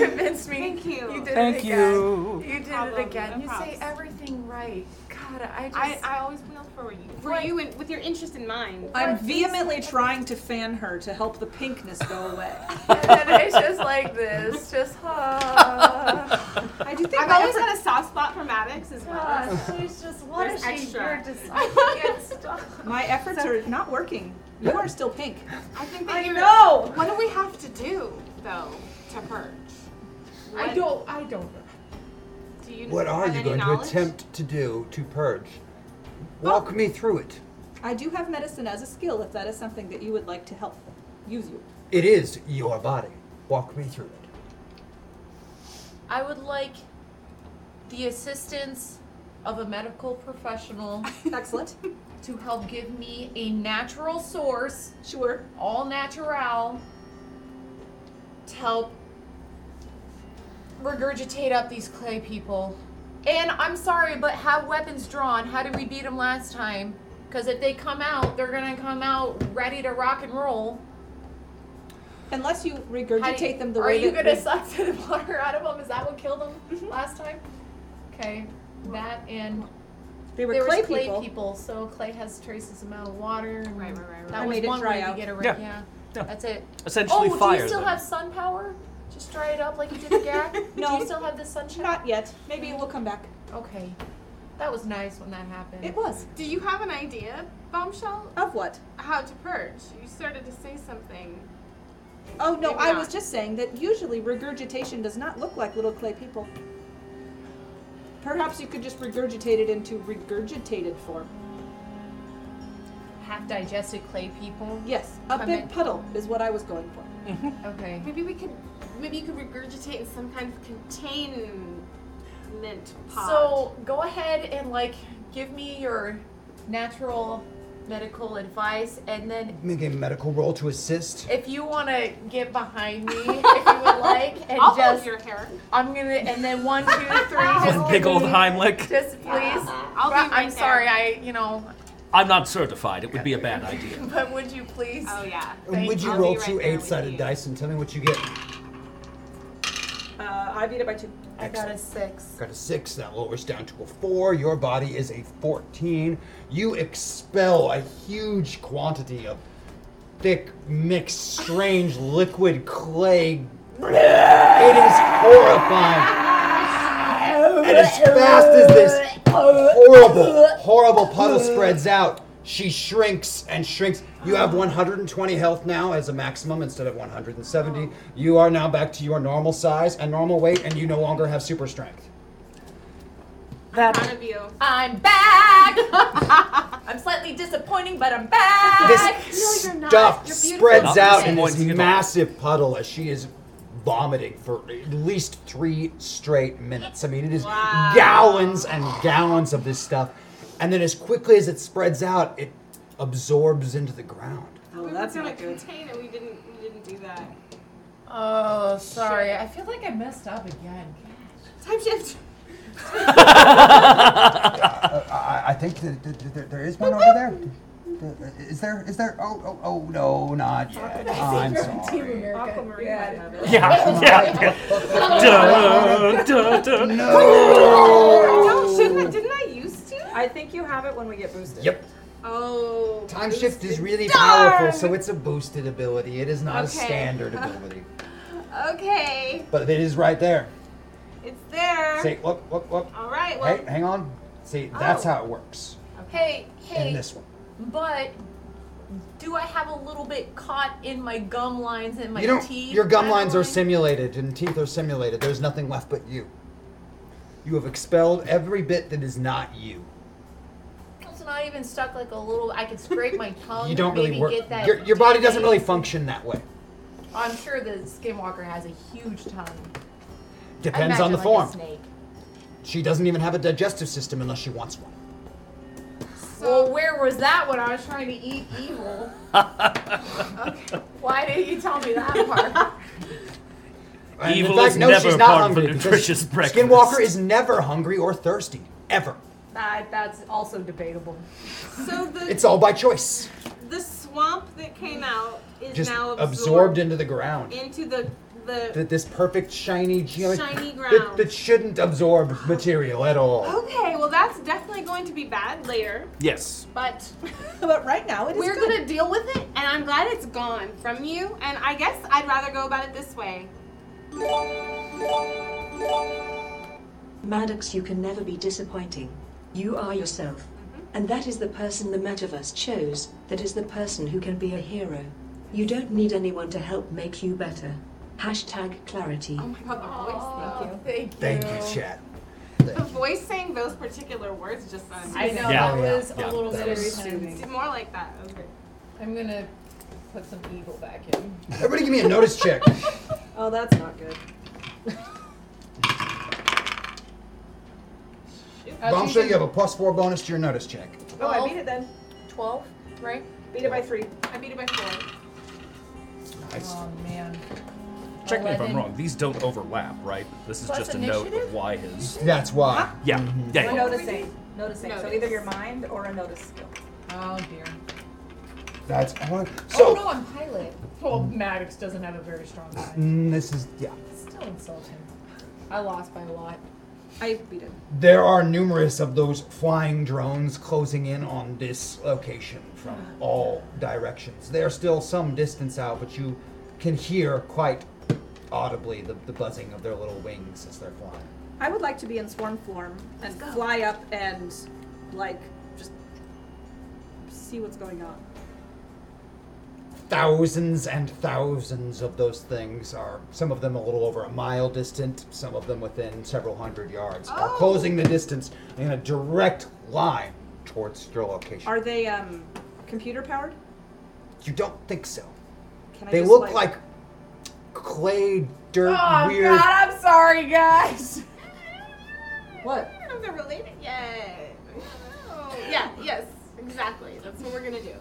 Speaker 5: you convinced me.
Speaker 6: Thank you.
Speaker 5: You did
Speaker 4: Thank
Speaker 5: it again.
Speaker 4: you.
Speaker 5: You did
Speaker 6: Problem,
Speaker 5: it again.
Speaker 6: no
Speaker 5: you say
Speaker 6: props.
Speaker 5: everything right. God, I just
Speaker 6: I, I always will for you. For
Speaker 5: Right.
Speaker 6: you and with your interest in mind.
Speaker 3: I'm vehemently trying to fan her to help the pinkness go away.
Speaker 5: and then it's just like this. Just huh.
Speaker 3: I do think
Speaker 6: I've
Speaker 3: my
Speaker 6: always
Speaker 3: effort-
Speaker 6: had a soft spot for Maddox as well.
Speaker 5: Gosh, she's just what
Speaker 6: There's
Speaker 5: is she?
Speaker 6: extra.
Speaker 5: You're just I can't stop.
Speaker 3: My efforts are not working. You are still pink.
Speaker 6: I think that
Speaker 5: I
Speaker 6: you're.
Speaker 5: know.
Speaker 6: What do we have to do though to purge?
Speaker 5: I
Speaker 6: What-
Speaker 5: don't I don't know.
Speaker 6: Do you
Speaker 2: What are
Speaker 6: have
Speaker 2: you
Speaker 6: any
Speaker 2: going
Speaker 6: knowledge?
Speaker 2: to attempt to do to purge? Walk me through it.
Speaker 3: I do have medicine as a skill if that is something that you would like to help use you.
Speaker 2: It is your body. Walk me through it.
Speaker 5: I would like the assistance of a medical professional
Speaker 3: Excellent.
Speaker 5: to help give me a natural source,
Speaker 3: Sure.
Speaker 5: all natural, to help regurgitate up these clay people. And I'm sorry, but have weapons drawn. How did we beat them last time? Because if they come out, they're gonna come out ready to rock and roll.
Speaker 3: Unless you
Speaker 5: How
Speaker 3: regurgitate
Speaker 5: do you-
Speaker 3: them the
Speaker 5: are
Speaker 3: way
Speaker 5: you
Speaker 3: that Mm-hmm.
Speaker 5: gonna
Speaker 3: we-
Speaker 5: suck the water out of them? Is that what killed them last time? Okay, that and
Speaker 3: they were
Speaker 5: there
Speaker 3: clay,
Speaker 5: was clay
Speaker 3: people.
Speaker 5: people. so clay has traces amount of water. And
Speaker 6: Right, right, right, right.
Speaker 5: That
Speaker 3: I
Speaker 5: was
Speaker 3: made it
Speaker 5: one
Speaker 3: dry
Speaker 5: way
Speaker 3: out.
Speaker 5: to get around.
Speaker 4: Yeah.
Speaker 5: Yeah.
Speaker 4: Yeah.
Speaker 5: that's it.
Speaker 4: Essentially,
Speaker 5: Oh, do
Speaker 4: fire.
Speaker 5: you still
Speaker 4: them.
Speaker 5: have sun power? Just dry it up like you did the gag.
Speaker 3: No.
Speaker 5: do you still have the sunshine?
Speaker 3: Not yet. Maybe it will come back.
Speaker 5: Okay, that was nice when that happened.
Speaker 3: It was.
Speaker 6: Do you have an idea, Bombshell,
Speaker 3: Of what?
Speaker 6: how to purge? You started to say something.
Speaker 3: Oh no,
Speaker 6: Maybe
Speaker 3: I
Speaker 6: not.
Speaker 3: was just saying that usually regurgitation does not look like little clay people. Perhaps you could just regurgitate it into regurgitated form.
Speaker 5: half digested clay people.
Speaker 3: Yes, a
Speaker 5: Come
Speaker 3: big
Speaker 5: in.
Speaker 3: puddle is what I was going for.
Speaker 5: Okay.
Speaker 6: Maybe we could, maybe you could regurgitate in some kind of containment pod.
Speaker 5: So go ahead and like give me your natural medical advice, and then
Speaker 2: Make a medical roll to assist.
Speaker 5: if you want to get behind me, if you would like, and
Speaker 6: I'll hold
Speaker 5: just
Speaker 6: your hair.
Speaker 5: I'm gonna and then one, two, three, just
Speaker 4: One big
Speaker 5: give
Speaker 4: old
Speaker 5: me-
Speaker 4: Heimlich.
Speaker 5: Just please.
Speaker 6: I'll be
Speaker 5: But
Speaker 6: right
Speaker 5: I'm
Speaker 6: there.
Speaker 5: sorry, I you know,
Speaker 4: I'm not certified. It would be a bad idea.
Speaker 5: but would you please?
Speaker 6: Oh yeah.
Speaker 5: Thank
Speaker 2: Would you
Speaker 6: I'll
Speaker 2: roll
Speaker 6: be right
Speaker 2: two
Speaker 6: there with
Speaker 2: eight-sided
Speaker 6: you.
Speaker 2: dice and tell me what you get?
Speaker 3: Uh, I beat it by two.
Speaker 5: I got a six.
Speaker 2: Got a six, that lowers down to a four. Your body is a 14. You expel a huge quantity of thick, mixed, strange liquid clay. It is horrifying. And as fast as this horrible, horrible puddle spreads out, she shrinks and shrinks. You have 120 health now as a maximum instead of 170. You are now back to your normal size and normal weight, and you no longer have super strength.
Speaker 6: I'm proud of you.
Speaker 5: I'm back. I'm slightly disappointing, but I'm back.
Speaker 2: this stuff spreads
Speaker 4: beautiful.
Speaker 2: out in
Speaker 4: Not
Speaker 2: this
Speaker 4: disappointing at all.
Speaker 2: massive puddle as she is vomiting for at least three straight minutes. I mean, it is gallons and gallons of this stuff. And then, as quickly as it spreads out, it absorbs into the ground.
Speaker 3: Oh,
Speaker 6: we
Speaker 3: that's
Speaker 6: were gonna
Speaker 3: not good.
Speaker 6: contain it. We didn't. We didn't do that.
Speaker 5: oh, sorry. I feel like I messed up again.
Speaker 6: Time shift.
Speaker 2: Uh, I, I think that th- th- th- there is one over there. Th- Is there? Is there? Oh, oh, oh, no, not yet. I'm sorry.
Speaker 5: Oh.
Speaker 6: Aquamarine might have it.
Speaker 4: Yeah, yeah. yeah. Dun, dun, dun.
Speaker 3: Oh,
Speaker 6: No, shouldn't I? Didn't I used to?
Speaker 3: I think you have it when we get boosted.
Speaker 2: Yep.
Speaker 6: Oh.
Speaker 2: Time
Speaker 6: boost
Speaker 2: shift is
Speaker 6: it.
Speaker 2: really powerful, so it's a boosted ability. It is not a
Speaker 6: Okay.
Speaker 2: standard ability,
Speaker 6: Okay,
Speaker 2: but it is right there.
Speaker 6: it's there.
Speaker 2: See, look, look, look.
Speaker 6: All right. Well.
Speaker 2: Hey, hang on. See, that's how it works
Speaker 5: Hey,
Speaker 2: in
Speaker 5: oh. hey,
Speaker 2: this one.
Speaker 5: but do I have a little bit caught in my gum lines and my
Speaker 2: you don't.
Speaker 5: teeth?
Speaker 2: your gum
Speaker 5: I
Speaker 2: lines are
Speaker 5: don't-
Speaker 2: simulated and teeth are simulated. There's nothing left but you. You have expelled every bit that is not you.
Speaker 5: It's not even stuck like a little. I could scrape my tongue.
Speaker 2: you don't really
Speaker 5: Oh, maybe
Speaker 2: work.
Speaker 5: Get that
Speaker 2: Your, your body
Speaker 5: teeth.
Speaker 2: doesn't really function that way.
Speaker 5: I'm sure the skinwalker has a huge tongue. I
Speaker 2: Depends on
Speaker 5: imagine
Speaker 2: the
Speaker 5: like
Speaker 2: form.
Speaker 5: A snake.
Speaker 2: She doesn't even have a digestive system unless she wants one.
Speaker 5: Well, where was that when I was trying to eat evil? Why didn't you tell me that part?
Speaker 2: And
Speaker 4: Evil
Speaker 2: in fact,
Speaker 4: is
Speaker 2: no,
Speaker 4: never
Speaker 2: she's not
Speaker 4: part of a
Speaker 2: hungry because
Speaker 4: nutritious breakfast.
Speaker 2: Skinwalker is never hungry or thirsty ever.
Speaker 5: that, that's also debatable.
Speaker 6: So the
Speaker 2: It's all by choice.
Speaker 6: the swamp that came out is
Speaker 2: Just
Speaker 6: now
Speaker 2: absorbed
Speaker 6: absorbed,
Speaker 2: into the ground.
Speaker 6: into the the.
Speaker 2: Th- this perfect shiny geometry
Speaker 6: Shiny
Speaker 2: that,
Speaker 6: ground.
Speaker 2: that shouldn't absorb material at all.
Speaker 6: okay, well that's definitely going to be bad later,
Speaker 4: Yes.
Speaker 6: but
Speaker 3: but right now it is
Speaker 6: we're
Speaker 3: good.
Speaker 6: gonna deal with it, and I'm glad it's gone from you. And I guess I'd rather go about it this way.
Speaker 9: Maddox, you can never be disappointing. You are yourself.
Speaker 3: Mm-hmm.
Speaker 9: And that is the person the metaverse chose, that is the person who can be a hero. You don't need anyone to help make you better. Hashtag clarity.
Speaker 6: Oh my god, the voice! Thank
Speaker 5: Thank you.
Speaker 2: Thank you, chat.
Speaker 6: you. The voice saying those particular words just sounded
Speaker 5: I know
Speaker 4: Yeah.
Speaker 5: that was
Speaker 4: Yeah.
Speaker 5: a little
Speaker 2: That
Speaker 5: bit
Speaker 2: was
Speaker 5: intense.
Speaker 6: It's more like that. That was great.
Speaker 5: I'm gonna put some evil back in.
Speaker 2: Everybody, give me a notice check.
Speaker 3: Oh, that's not good.
Speaker 2: Bomb show you have a plus four bonus to your notice check.
Speaker 3: Oh, I
Speaker 5: Well-
Speaker 3: beat it then.
Speaker 5: Twelve, right?
Speaker 3: Beat it by three.
Speaker 6: I beat it by four.
Speaker 2: Nice.
Speaker 5: Oh man.
Speaker 4: Check me if I'm
Speaker 5: 11.
Speaker 4: wrong. These don't overlap, right? This is
Speaker 5: Plus
Speaker 4: just a note
Speaker 5: initiative?
Speaker 4: of why his.
Speaker 2: That's why.
Speaker 4: Yeah. Yeah.
Speaker 3: Noticing.
Speaker 6: Notice.
Speaker 3: Noticing. So either your mind or a notice skill.
Speaker 5: Oh dear.
Speaker 2: That's one. So
Speaker 5: oh no, I'm pilot. Well, Maddox doesn't have a very strong side.
Speaker 2: Mm, this is yeah.
Speaker 5: Still insulting. I lost by a lot.
Speaker 3: I beat him.
Speaker 2: There are numerous of those flying drones closing in on this location from all directions. They are still some distance out, but you can hear quite audibly the, the buzzing of their little wings as they're flying.
Speaker 3: I would like to be in swarm form and fly up and, like, just see what's going on.
Speaker 2: Thousands and thousands of those things are, some of them a little over a mile distant, some of them within several hundred yards, are
Speaker 3: Oh.
Speaker 2: closing the distance in a direct line towards your location.
Speaker 3: Are they um, computer powered?
Speaker 2: you don't think so.
Speaker 3: Can I
Speaker 2: They
Speaker 3: just,
Speaker 2: look like clay, dirt,
Speaker 5: Oh
Speaker 2: weird.
Speaker 5: God, I'm sorry, guys.
Speaker 3: what?
Speaker 6: I don't know if they're related yet. Oh, yeah, yes, exactly. That's what we're gonna do.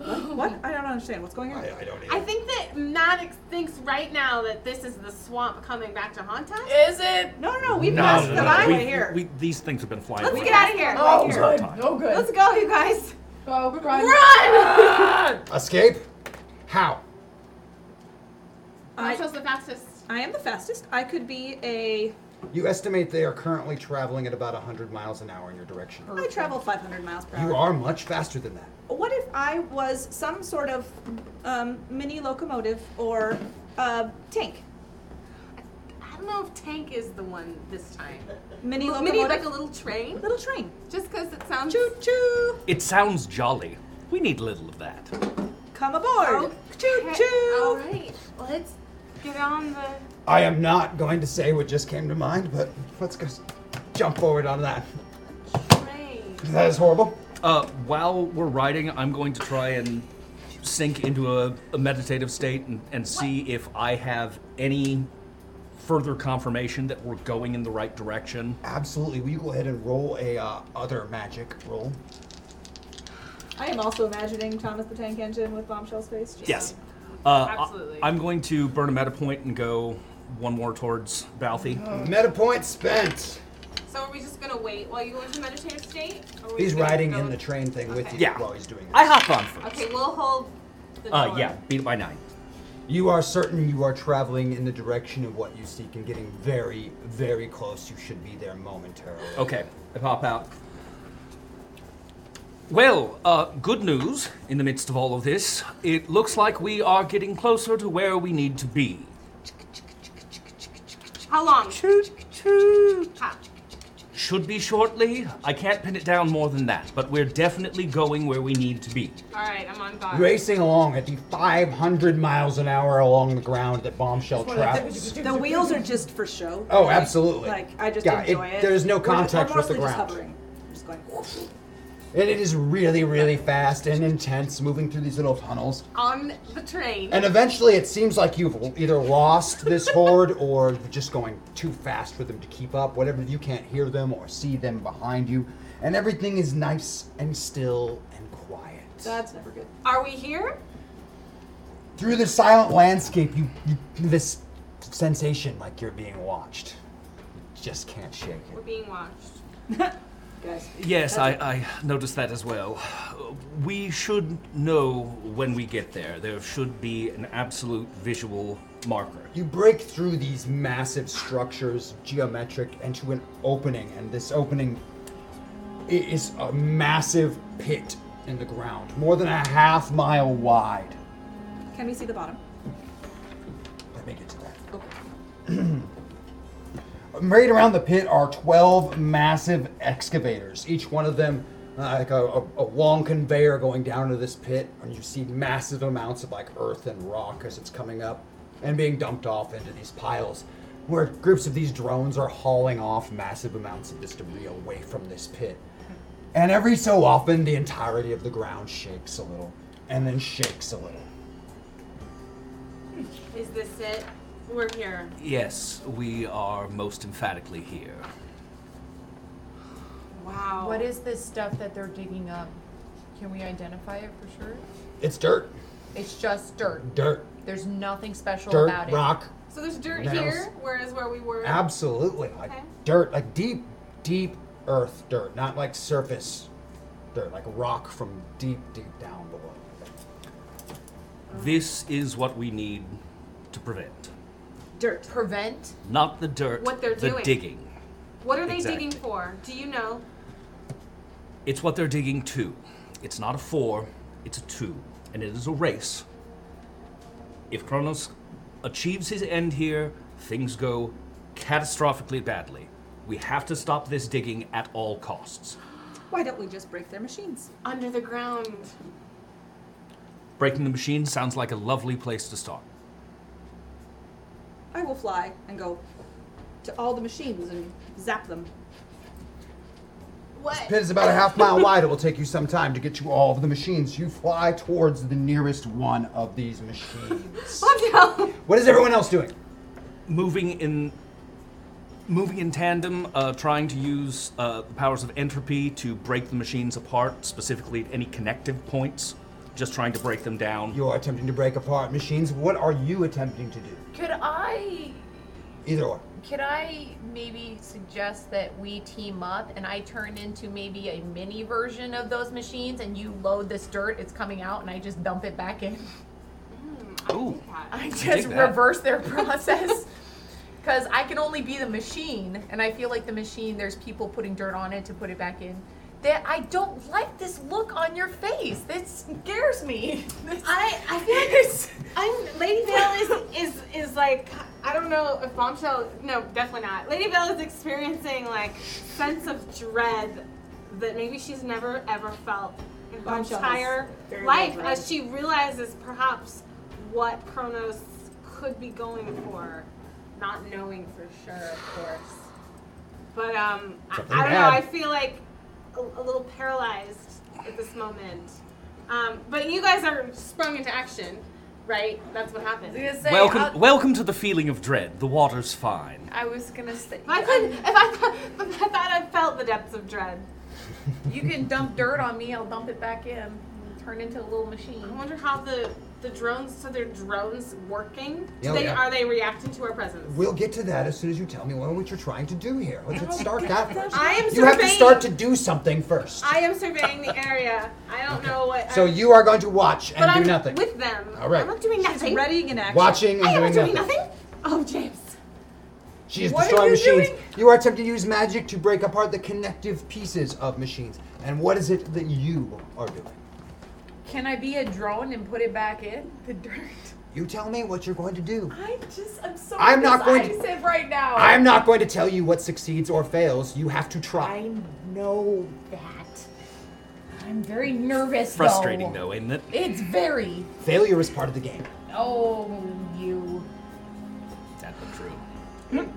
Speaker 3: What? I don't understand. What's going on?
Speaker 2: I, I don't
Speaker 6: I
Speaker 2: even.
Speaker 6: think that Maddox thinks right now that this is the swamp coming back to haunt us.
Speaker 5: Is it?
Speaker 3: No, no, no. We
Speaker 4: No,
Speaker 3: passed
Speaker 4: no,
Speaker 3: the
Speaker 4: no, no.
Speaker 3: line
Speaker 4: We-
Speaker 3: right here.
Speaker 4: we- these things have been flying.
Speaker 6: Let's
Speaker 4: around.
Speaker 6: get out of here.
Speaker 5: Oh
Speaker 6: Right here.
Speaker 5: good. No good.
Speaker 6: Let's go, you guys.
Speaker 5: go. We're going.
Speaker 6: Run!
Speaker 2: Escape? How?
Speaker 6: I
Speaker 3: I-
Speaker 6: chose the fastest.
Speaker 3: I am the fastest. I could be a.
Speaker 2: You estimate they are currently traveling at about 100 miles an hour in your direction.
Speaker 3: I travel 500 miles per hour.
Speaker 2: You are much faster than that.
Speaker 3: What if I was some sort of um, mini locomotive or uh, tank?
Speaker 6: I don't know if Tank is the one this time.
Speaker 3: Mini
Speaker 6: Well,
Speaker 3: locomotive?
Speaker 6: Maybe like a little train,
Speaker 3: little train.
Speaker 6: just because it sounds.
Speaker 3: Choo choo!
Speaker 4: It sounds jolly. We need a little of that.
Speaker 3: Come aboard! Choo
Speaker 6: Okay, Oh. All
Speaker 3: choo!
Speaker 6: right, let's get on the.
Speaker 2: I am not going to say what just came to mind, but let's go s- jump forward on that.
Speaker 6: Train.
Speaker 2: That is horrible.
Speaker 4: Uh, while we're riding, I'm going to try and sink into a, a meditative state and, and see if I have any further confirmation that we're going in the right direction.
Speaker 2: Absolutely. Will you go ahead and roll a uh, other magic roll?
Speaker 3: I am also imagining Thomas the Tank Engine with Bombshell's face. just-
Speaker 4: Yes. Uh,
Speaker 6: Absolutely.
Speaker 4: I, am going to burn a meta point and go one more towards Balthy.
Speaker 2: Meta point spent.
Speaker 6: So are we just gonna wait while you go into meditative state? Or are we
Speaker 2: He's
Speaker 6: just gonna
Speaker 2: riding
Speaker 6: go-
Speaker 2: in the train thing with you
Speaker 4: Yeah.
Speaker 2: while he's doing this.
Speaker 4: I hop on first.
Speaker 6: Okay, we'll hold. The
Speaker 4: Uh,
Speaker 6: door.
Speaker 4: yeah, beat it by nine.
Speaker 2: You are certain you are traveling in the direction of what you seek and getting very, very close. You should be there momentarily.
Speaker 4: Okay, I pop out. Well, uh, good news in the midst of all of this. It looks like we are getting closer to where we need to be.
Speaker 6: How long? How?
Speaker 4: Should be shortly. I can't pin it down more than that, but we're definitely going where we need to be.
Speaker 6: All right, I'm on guard.
Speaker 2: Racing along at the 500 miles an hour along the ground that bombshell travels.
Speaker 3: The wheels are just for show.
Speaker 2: Oh,
Speaker 3: Like-
Speaker 2: absolutely.
Speaker 3: Like, I just
Speaker 2: Yeah, it-
Speaker 3: enjoy it,
Speaker 2: there's no
Speaker 3: We're just- we're
Speaker 2: contact with the
Speaker 3: mostly just
Speaker 2: ground.
Speaker 3: hovering. We're just going.
Speaker 2: And it is really, really fast and intense, moving through these little tunnels.
Speaker 6: On the train.
Speaker 2: And eventually, it seems like you've either lost this horde or you're just going too fast for them to keep up. Whatever, you can't hear them or see them behind you. And everything is nice and still and quiet.
Speaker 3: That's never good.
Speaker 6: Are we here?
Speaker 2: Through the silent landscape, you, you this sensation like you're being watched. You just can't shake it.
Speaker 6: We're being watched.
Speaker 3: Guys,
Speaker 4: Yes, I, I noticed that as well. We should know when we get there. There should be an absolute visual marker.
Speaker 2: You break through these massive structures, geometric, into an opening, and this opening i- is a massive pit in the ground, more than a half mile wide.
Speaker 3: can we see the bottom?
Speaker 2: Let me get to that. Right around the pit are 12 massive excavators, each one of them uh, like a, a, a long conveyor going down to this pit, and you see massive amounts of like earth and rock as it's coming up and being dumped off into these piles, where groups of these drones are hauling off massive amounts of this debris away from this pit. And every so often, the entirety of the ground shakes a little, and then shakes a little.
Speaker 6: Is this it? We're here.
Speaker 4: Yes, we are most emphatically here.
Speaker 6: Wow.
Speaker 5: What is this stuff that they're digging up? Can we identify it for sure?
Speaker 2: It's dirt,
Speaker 5: It's just dirt.
Speaker 2: dirt,
Speaker 5: There's nothing special
Speaker 2: dirt,
Speaker 5: about it.
Speaker 2: rock,
Speaker 6: So there's dirt
Speaker 2: Nails.
Speaker 6: here, whereas where we were.
Speaker 2: Absolutely. Like
Speaker 6: Okay.
Speaker 2: dirt, like deep, deep earth dirt, not like surface They're like rock from deep, deep down below.
Speaker 4: This is what we need to prevent.
Speaker 6: Dirt.
Speaker 14: Prevent?
Speaker 4: Not the dirt,
Speaker 6: What they're
Speaker 4: the
Speaker 6: doing.
Speaker 4: digging.
Speaker 6: What are they
Speaker 4: Exactly.
Speaker 6: digging for? Do you know?
Speaker 4: It's what they're digging to. It's not a four, it's a two. And it is a race. If Kronos achieves his end here, things go catastrophically badly. We have to stop this digging at all costs.
Speaker 3: Why don't we just break their machines?
Speaker 6: Under the ground.
Speaker 4: Breaking the machine sounds like a lovely place to start.
Speaker 3: I will fly and go to all the machines and zap them.
Speaker 6: What?
Speaker 2: Pit is about a half mile wide. It will take you some time to get to all of the machines. You fly towards the nearest one of these machines. What is everyone else doing?
Speaker 4: moving in moving in tandem uh, trying to use uh, the powers of entropy to break the machines apart specifically at any connective points just trying to break them down
Speaker 2: You are attempting to break apart machines. What are you attempting to do?
Speaker 5: Could I
Speaker 2: Either or.
Speaker 5: could I maybe suggest that we team up and I turn into maybe a mini version of those machines and you load this dirt, it's coming out, and I just dump it back in?
Speaker 4: Ooh.
Speaker 5: I
Speaker 4: dig
Speaker 5: just
Speaker 4: that.
Speaker 5: reverse their process. Because I can only be the machine, and I feel like the machine, there's people putting dirt on it to put it back in. That I don't like this look on your face. This scares me.
Speaker 6: I I feel like it's, I'm Lady Vale is is is like I don't know if Bombshell no definitely not Lady Vale is experiencing like sense of dread that maybe she's never ever felt in her
Speaker 3: Bombshell has
Speaker 6: entire
Speaker 3: very low
Speaker 6: life
Speaker 3: dread.
Speaker 6: as she realizes perhaps what Kronos could be going for, not knowing for sure of course. But um I, I don't
Speaker 2: Something
Speaker 6: know
Speaker 2: bad.
Speaker 6: I feel like a, a little paralyzed at this moment. Um, but you guys are sprung into action, right? That's what happened.
Speaker 5: gonna say, uh,
Speaker 4: welcome
Speaker 5: I'll-
Speaker 4: welcome to the feeling of dread the water's fine
Speaker 5: I was gonna say,
Speaker 6: If I could, if I thought, if I thought I felt the depths of dread.
Speaker 5: you can dump dirt on me, I'll dump it back in, and turn into a little machine.
Speaker 6: I wonder how the the drones. So they're drones working. Do
Speaker 2: Yeah,
Speaker 6: they
Speaker 2: Oh, yeah.
Speaker 6: are they reacting to our presence?
Speaker 2: We'll get to that as soon as you tell me what what you're trying to do here. Let's let's start that first.
Speaker 6: I am
Speaker 2: You have to
Speaker 6: surveying-
Speaker 2: start to do something first.
Speaker 6: I am surveying the area. I don't know what.
Speaker 2: So
Speaker 6: I'm,
Speaker 2: you are going to watch and
Speaker 6: but I'm
Speaker 2: do nothing.
Speaker 6: with them.
Speaker 2: All right.
Speaker 6: I'm not doing nothing.
Speaker 3: Readying an action.
Speaker 2: Watching and
Speaker 6: I am
Speaker 2: doing,
Speaker 6: not doing
Speaker 2: nothing.
Speaker 6: nothing. Oh, James.
Speaker 2: She is
Speaker 5: What are
Speaker 2: destroying
Speaker 5: you
Speaker 2: machines.
Speaker 5: doing?
Speaker 2: You are attempting to use magic to break apart the connective pieces of machines. And what is it that you are doing?
Speaker 5: Can I be a drone and put it back in the dirt?
Speaker 2: You tell me what you're going to do.
Speaker 5: I just, I'm so
Speaker 2: I'm not going to-
Speaker 5: decisive right now.
Speaker 2: I'm not going to tell you what succeeds or fails. You have to try.
Speaker 5: I know that. I'm very nervous.
Speaker 4: frustrating though isn't it
Speaker 5: It's very.
Speaker 2: Failure is part of the game.
Speaker 5: Oh, you.
Speaker 4: that but true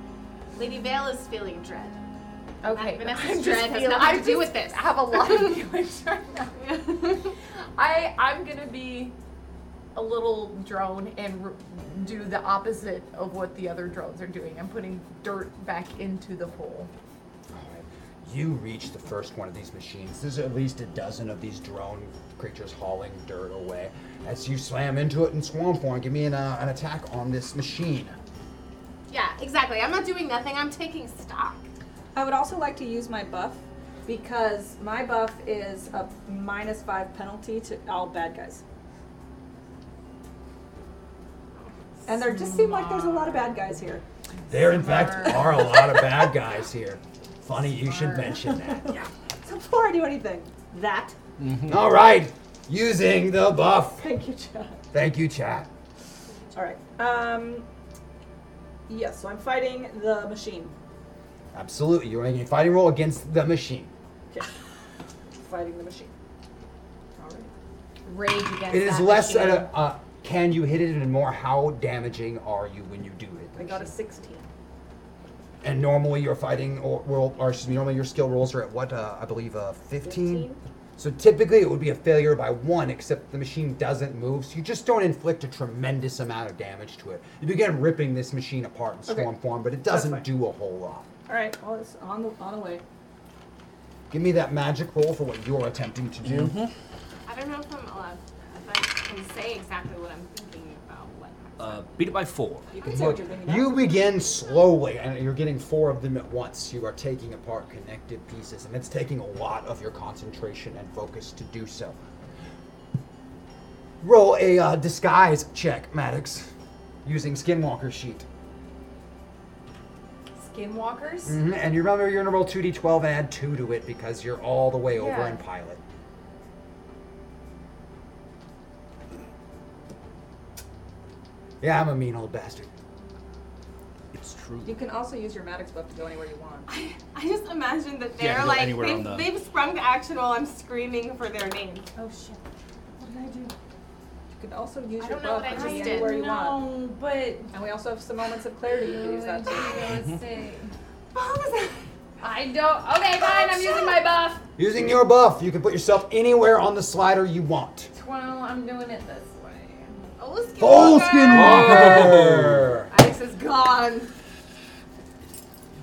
Speaker 6: Lady Vale is feeling dread.
Speaker 5: Okay,
Speaker 6: Vanessa's
Speaker 5: I'm just
Speaker 6: dread has
Speaker 5: feel-
Speaker 6: nothing
Speaker 5: I
Speaker 6: to do
Speaker 5: just
Speaker 6: with this.
Speaker 5: Have a lot of feelings right now. I I'm gonna be a little drone and r do the opposite of what the other drones are doing. I'm putting dirt back into the hole.
Speaker 2: You reach the first one of these machines. There's at least a dozen of these drone creatures hauling dirt away. As you slam into it in swamp form, give me an, uh, an attack on this machine.
Speaker 6: Yeah, exactly. I'm not doing nothing. I'm taking stock.
Speaker 3: I would also like to use my buff because my buff is a minus five penalty to all bad guys. And there just seem like there's a lot of bad guys here.
Speaker 2: There, in fact, are a lot of bad guys here. Funny you should mention that.
Speaker 3: So before I do anything, that.
Speaker 2: All right, using the buff.
Speaker 3: Thank you, John.
Speaker 2: Thank you, chat.
Speaker 3: All right. Um. Yes. So I'm fighting the machine.
Speaker 2: Absolutely, you're making a fighting roll against the machine.
Speaker 3: Okay. fighting the machine. All right.
Speaker 5: Rage against.
Speaker 2: It is
Speaker 5: that
Speaker 2: less
Speaker 5: machine.
Speaker 2: uh, uh, can you hit it, and more how damaging are you when you do hit the
Speaker 3: I got a
Speaker 2: machine?
Speaker 3: 16.
Speaker 2: And normally your fighting or, or, or excuse me, normally your skill rolls are at what uh, I believe uh, 15?
Speaker 6: 15.
Speaker 2: So typically it would be a failure by one, except the machine doesn't move, so you just don't inflict a tremendous amount of damage to it. You begin ripping this machine apart in
Speaker 3: Okay.
Speaker 2: swarm form, but it
Speaker 3: That's
Speaker 2: doesn't
Speaker 3: fine.
Speaker 2: do a whole lot.
Speaker 3: All right. Well, it's on the on the way.
Speaker 2: Give me that magic roll for what you're attempting to do.
Speaker 6: I don't know if I'm allowed. If I can say exactly what I'm thinking about what
Speaker 4: Uh, beat it by four.
Speaker 6: You can say what
Speaker 2: Look,
Speaker 6: you're bringing up.
Speaker 2: you begin slowly, and you're getting four of them at once. You are taking apart connected pieces, and it's taking a lot of your concentration and focus to do so. Roll a uh, disguise check, Maddox, using Skinwalker Sheet.
Speaker 5: Skinwalkers.
Speaker 2: Mhm, And you remember you're gonna roll 2d12 and add 2 to it because you're all the way over
Speaker 5: Yeah.
Speaker 2: in pilot. Yeah, I'm a mean old bastard.
Speaker 4: It's true.
Speaker 3: You can also use your Maddox buff to go anywhere you want.
Speaker 6: I just imagine that
Speaker 4: Yeah,
Speaker 6: they're
Speaker 4: go
Speaker 6: like
Speaker 4: anywhere on
Speaker 6: they've,
Speaker 4: the-
Speaker 6: they've sprung to action while I'm screaming for their name.
Speaker 3: Oh shit. What did I do? You can also use
Speaker 6: I
Speaker 3: your
Speaker 6: don't know
Speaker 3: buff
Speaker 6: what I
Speaker 3: to
Speaker 6: just
Speaker 3: be
Speaker 6: did.
Speaker 3: anywhere you want.
Speaker 10: No, but
Speaker 3: And we also have some moments of clarity you can use that too.
Speaker 6: What was that?
Speaker 10: I don't. Okay, fine. I'm using my buff.
Speaker 2: Using your buff, you can put yourself anywhere on the slider you want.
Speaker 10: Well, I'm doing it this way.
Speaker 6: Old skin.
Speaker 2: Full
Speaker 5: Oh.
Speaker 2: Skinwalker!
Speaker 6: Alex is gone.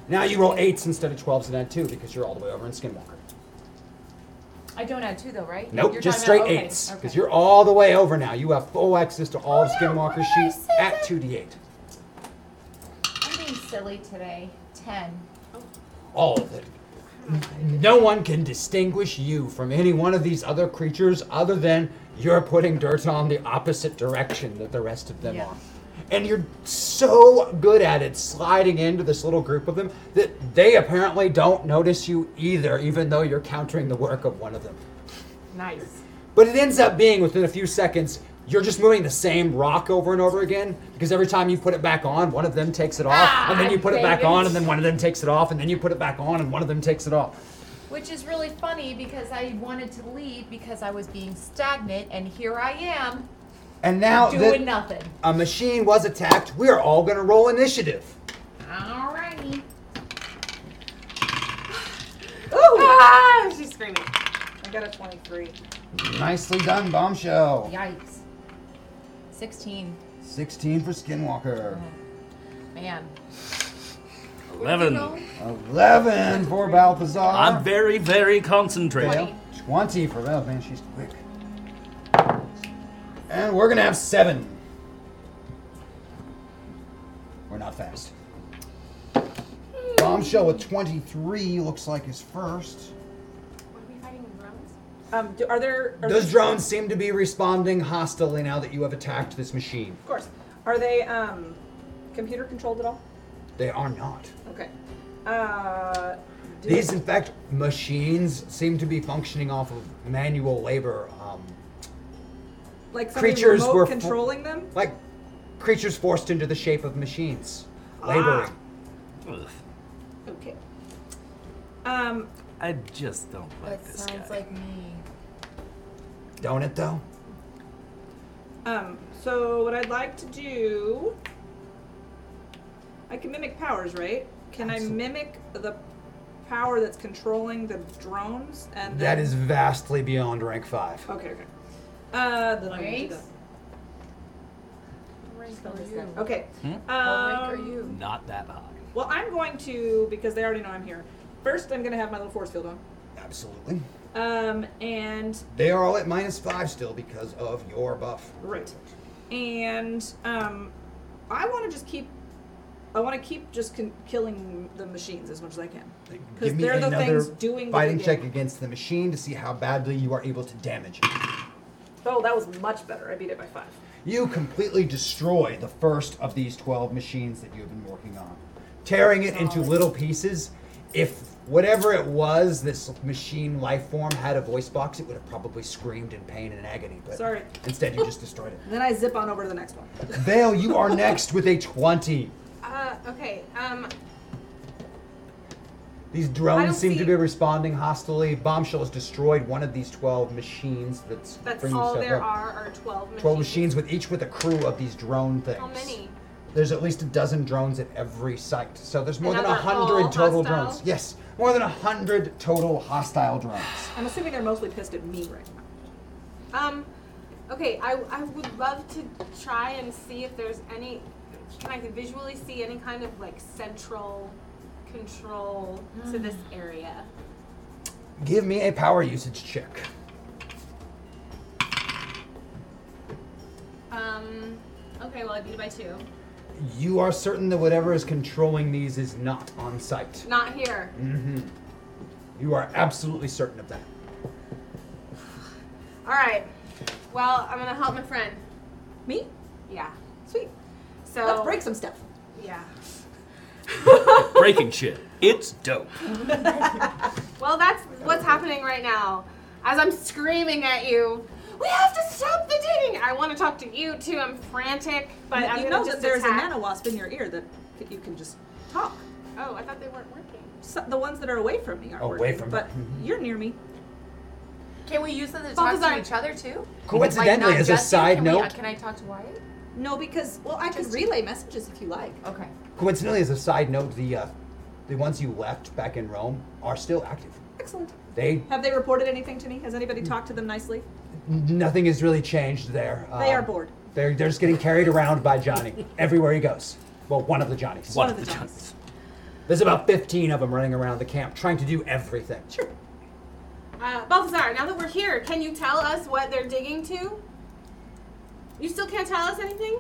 Speaker 2: Now you roll 8s instead of 12s and add 2 because you're all the way over in Skinwalker.
Speaker 5: I don't add two though, right?
Speaker 2: Nope,
Speaker 5: You're
Speaker 2: just
Speaker 5: talking
Speaker 2: straight
Speaker 5: about- okay,
Speaker 2: 8s because
Speaker 5: okay. Oh,
Speaker 2: you're all the way over now. You have full access to all of Skinwalker
Speaker 10: did I
Speaker 2: sheets
Speaker 10: say
Speaker 2: at
Speaker 10: that?
Speaker 2: 2d8.
Speaker 10: I'm being silly today. Ten.
Speaker 2: all of it. No one can distinguish you from any one of these other creatures other than you're putting dirt on the opposite direction that the rest of them
Speaker 5: Yeah.
Speaker 2: are. And you're so good at it, sliding into this little group of them, that they apparently don't notice you either, even though you're countering the work of one of them.
Speaker 6: Nice.
Speaker 2: But it ends up being within a few seconds, you're just moving the same rock over and over again because every time you put it back on, one of them takes it off, and then you put it back on, and then one of them takes it off, and then you put it back on, and one of them takes it off.
Speaker 5: Which is really funny because I wanted to leave because I was being stagnant, and here I am
Speaker 2: And now
Speaker 5: doing
Speaker 2: that
Speaker 5: nothing.
Speaker 2: a machine was attacked, we are all gonna roll initiative.
Speaker 5: Alrighty.
Speaker 6: Ah, she's screaming.
Speaker 3: I got a 23.
Speaker 2: Nicely done, bombshell.
Speaker 5: Yikes. Sixteen.
Speaker 2: 16 for Skinwalker,
Speaker 5: Man.
Speaker 4: 11.
Speaker 2: 11 for Balthazar,
Speaker 4: I'm very, very concentrated.
Speaker 2: 20 for Val, man, she's quick. And we're gonna have seven. We're not fast. Bombshell with 23 looks like is first.
Speaker 6: What are we fighting with drones?
Speaker 3: Um, do, are there? Are
Speaker 2: Those drones seem to be responding hostilely now that you have attacked this machine.
Speaker 3: Of course. Are they um, computer controlled at all?
Speaker 2: They are not.
Speaker 3: Okay. Uh, do-
Speaker 2: These, in fact, machines seem to be functioning off of manual labor. Um,
Speaker 3: like somebody
Speaker 2: creatures
Speaker 3: remote
Speaker 2: were fu-
Speaker 3: controlling them.
Speaker 2: like creatures forced into the shape of machines. Laboring.
Speaker 4: Ugh,
Speaker 3: Okay. Um,
Speaker 4: I just don't like
Speaker 5: That
Speaker 4: this
Speaker 5: sounds
Speaker 4: guy.
Speaker 5: like me.
Speaker 2: Don't it, though?
Speaker 3: um. So what I'd like to do, I can mimic powers, right? Can I mimic the power that's controlling the drones? And
Speaker 2: That
Speaker 3: then-
Speaker 2: is vastly beyond rank five.
Speaker 3: Okay. Okay. Uh, then I'm gonna do that. Okay.
Speaker 2: Hmm?
Speaker 10: How rank are
Speaker 3: um,
Speaker 10: you?
Speaker 4: Not that high.
Speaker 3: Well, I'm going to because they already know I'm here. First, I'm going to have my little force field on,
Speaker 2: Absolutely.
Speaker 3: um, and
Speaker 2: They are all at minus five still because of your buff.
Speaker 3: right, and um, I want to just keep. I want to keep just con- killing the machines as much as I can.
Speaker 2: Give me
Speaker 3: they're the
Speaker 2: another
Speaker 3: things doing the
Speaker 2: fighting
Speaker 3: big
Speaker 2: check
Speaker 3: damage.
Speaker 2: against the machine to see how badly you are able to damage it.
Speaker 3: Oh, that was much better. I beat it by five.
Speaker 2: You completely destroy the first of these 12 machines that you've been working on, tearing it into little pieces. If whatever it was, this machine life form had a voice box, it would have probably screamed in pain and agony, but
Speaker 3: Sorry.
Speaker 2: instead you just destroyed it.
Speaker 3: Then I zip on over to the next one.
Speaker 2: Vale, you are next with a 20.
Speaker 6: Uh, okay. Um,
Speaker 2: These
Speaker 6: I don't
Speaker 2: drones seem
Speaker 6: see-
Speaker 2: to be responding hostilely. Bombshell has destroyed one of these 12 machines that's,
Speaker 6: that's
Speaker 2: bringing
Speaker 6: all
Speaker 2: stuff
Speaker 6: there
Speaker 2: up.
Speaker 6: are are twelve machines.
Speaker 2: 12 machines with each with a crew of these drone things.
Speaker 6: How many?
Speaker 2: There's at least a dozen drones at every site. So there's more
Speaker 6: And
Speaker 2: than a
Speaker 6: are they all
Speaker 2: hundred total
Speaker 6: hostile?
Speaker 2: drones. Yes, more than a hundred total hostile drones.
Speaker 3: I'm assuming they're mostly pissed at me right now.
Speaker 6: Um, okay. I I would love to try and see if there's any. Can I visually see any kind of like central control to this
Speaker 3: Mm.
Speaker 6: area?
Speaker 2: Give me a power usage check.
Speaker 6: Um, Okay, well I beat it by two.
Speaker 2: You are certain that whatever is controlling these is not on site.
Speaker 6: Not here.
Speaker 2: hmm You are absolutely certain of that.
Speaker 6: All right. Well, I'm gonna help my friend.
Speaker 3: Me?
Speaker 6: Yeah. Sweet. So
Speaker 3: Let's break some stuff.
Speaker 6: Yeah.
Speaker 4: Breaking shit. It's dope.
Speaker 6: Well, that's what's happening right now. As I'm screaming at you, we have to stop the digging. I want to talk to you too. I'm frantic, but
Speaker 3: you
Speaker 6: I'm gonna
Speaker 3: know
Speaker 6: just
Speaker 3: that there's
Speaker 6: attack.
Speaker 3: a nanowasp in your ear that that you can just talk.
Speaker 6: Oh, I thought they weren't working.
Speaker 3: So, the ones that are away from me are
Speaker 2: Away
Speaker 3: working,
Speaker 2: from- Mm-hmm.
Speaker 3: but you're near me.
Speaker 10: Can we use them to
Speaker 6: Balthazar.
Speaker 10: talk to each other too?
Speaker 2: Coincidentally,
Speaker 10: not
Speaker 2: as a
Speaker 10: just you,
Speaker 2: side
Speaker 10: can we-
Speaker 2: note-
Speaker 10: can I talk to Wyatt?
Speaker 3: No, because well, I could
Speaker 10: Just-
Speaker 3: relay messages if you like.
Speaker 10: Okay.
Speaker 2: Coincidentally, as a side note, the uh, the ones you left back in Rome are still active.
Speaker 3: Excellent.
Speaker 2: They
Speaker 3: Have they reported anything to me? Has anybody talked to them nicely?
Speaker 2: nothing has really changed there.
Speaker 3: they
Speaker 2: Um,
Speaker 3: are bored.
Speaker 2: They're they're just getting carried around by Johnny everywhere he goes. Well, one of the Johnnies.
Speaker 3: One of the Johns.
Speaker 2: There's about 15 of them running around the camp trying to do everything. Sure.
Speaker 6: Uh, Balthazar, now that we're here, can you tell us what they're digging to? You still can't tell us anything?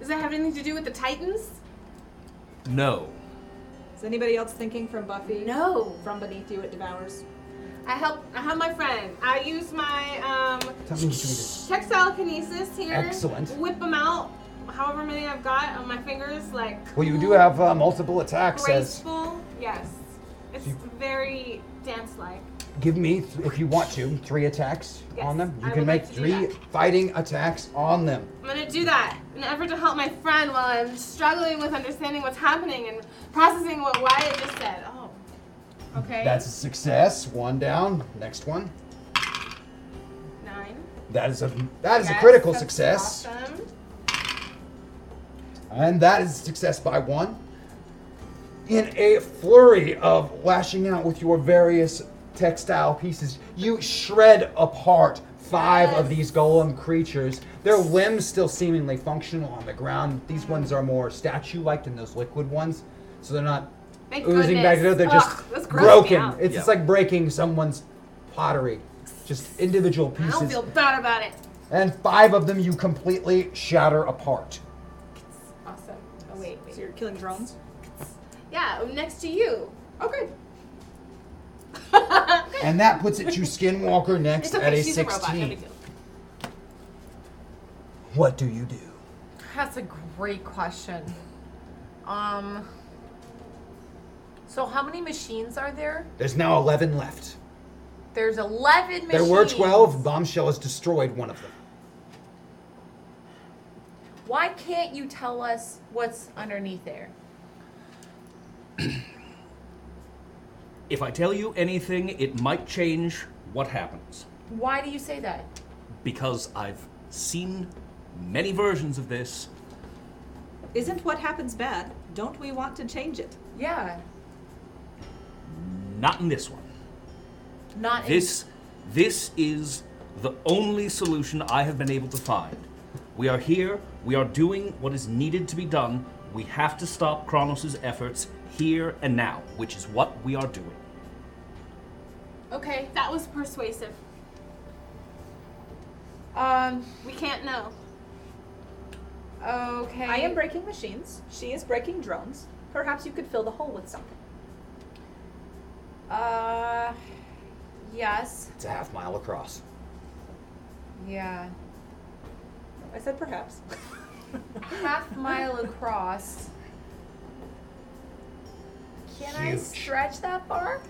Speaker 6: Does that have anything to do with the Titans?
Speaker 4: No.
Speaker 3: Is anybody else thinking from Buffy?
Speaker 6: No.
Speaker 3: From Beneath You It Devours.
Speaker 6: I help. I help my friend. I use my um,
Speaker 2: Tell me what you do.
Speaker 6: textile kinesis here.
Speaker 2: Excellent.
Speaker 6: Whip them out, however many I've got on my fingers, like.
Speaker 2: Well, you do have uh, multiple attacks. As
Speaker 6: Graceful, yes. It's very dance-like.
Speaker 2: give me, th- if you want to, three attacks
Speaker 6: Yes,
Speaker 2: on them. You
Speaker 6: I
Speaker 2: can
Speaker 6: would
Speaker 2: make
Speaker 6: like to do
Speaker 2: three
Speaker 6: that.
Speaker 2: fighting attacks on them.
Speaker 6: I'm gonna do that in an effort to help my friend while I'm struggling with understanding what's happening and processing what Wyatt just said. Oh, okay.
Speaker 2: That's a success. One down. Next one.
Speaker 6: nine.
Speaker 2: That is a that is a
Speaker 6: Yes,
Speaker 2: critical
Speaker 6: that's
Speaker 2: success,
Speaker 6: Awesome.
Speaker 2: and that is success by one. In a flurry of lashing out with your various textile pieces, you shred apart five of these golem creatures. Their limbs still seemingly functional on the ground. These ones are more statue-like than those liquid ones, so they're not
Speaker 6: Thank
Speaker 2: oozing back together.
Speaker 6: goodness.
Speaker 2: They're
Speaker 6: Ugh, that's
Speaker 2: just
Speaker 6: grossed me
Speaker 2: broken.
Speaker 6: out.
Speaker 2: It's just
Speaker 4: Yeah.
Speaker 2: like breaking someone's pottery. Just individual
Speaker 6: I
Speaker 2: pieces.
Speaker 6: don't feel bad about it.
Speaker 2: And five of them you completely shatter apart.
Speaker 6: Awesome. Oh wait,
Speaker 3: So
Speaker 6: wait.
Speaker 3: you're killing drones?
Speaker 6: Yeah, I'm next to you. Oh good.
Speaker 2: And that puts it to Skinwalker next
Speaker 6: It's okay.
Speaker 2: at a
Speaker 6: She's a
Speaker 2: 16.
Speaker 6: robot. No big deal.
Speaker 2: what do you do?
Speaker 10: That's a great question. Um. So how many machines are there?
Speaker 2: There's now 11 left.
Speaker 10: There's 11 machines.
Speaker 2: There were 12. Bombshell has destroyed one of them.
Speaker 10: Why can't you tell us what's underneath there?
Speaker 4: If I tell you anything, it might change what happens.
Speaker 10: Why do you say that?
Speaker 4: Because I've seen many versions of this.
Speaker 3: Isn't what happens bad? Don't we want to change it?
Speaker 10: Yeah.
Speaker 4: Not in this one.
Speaker 10: Not in-
Speaker 4: This this is the only solution I have been able to find. We are here, we are doing what is needed to be done. We have to stop Kronos' efforts here and now, which is what we are doing.
Speaker 6: Okay, that was persuasive.
Speaker 10: Um.
Speaker 6: We can't know.
Speaker 10: Okay.
Speaker 3: I am breaking machines. She is breaking drones. Perhaps you could fill the hole with something.
Speaker 10: Uh. Yes.
Speaker 2: It's a half mile across.
Speaker 10: Yeah.
Speaker 3: I said perhaps.
Speaker 10: half mile across. Can I
Speaker 2: Huge.
Speaker 10: stretch that far?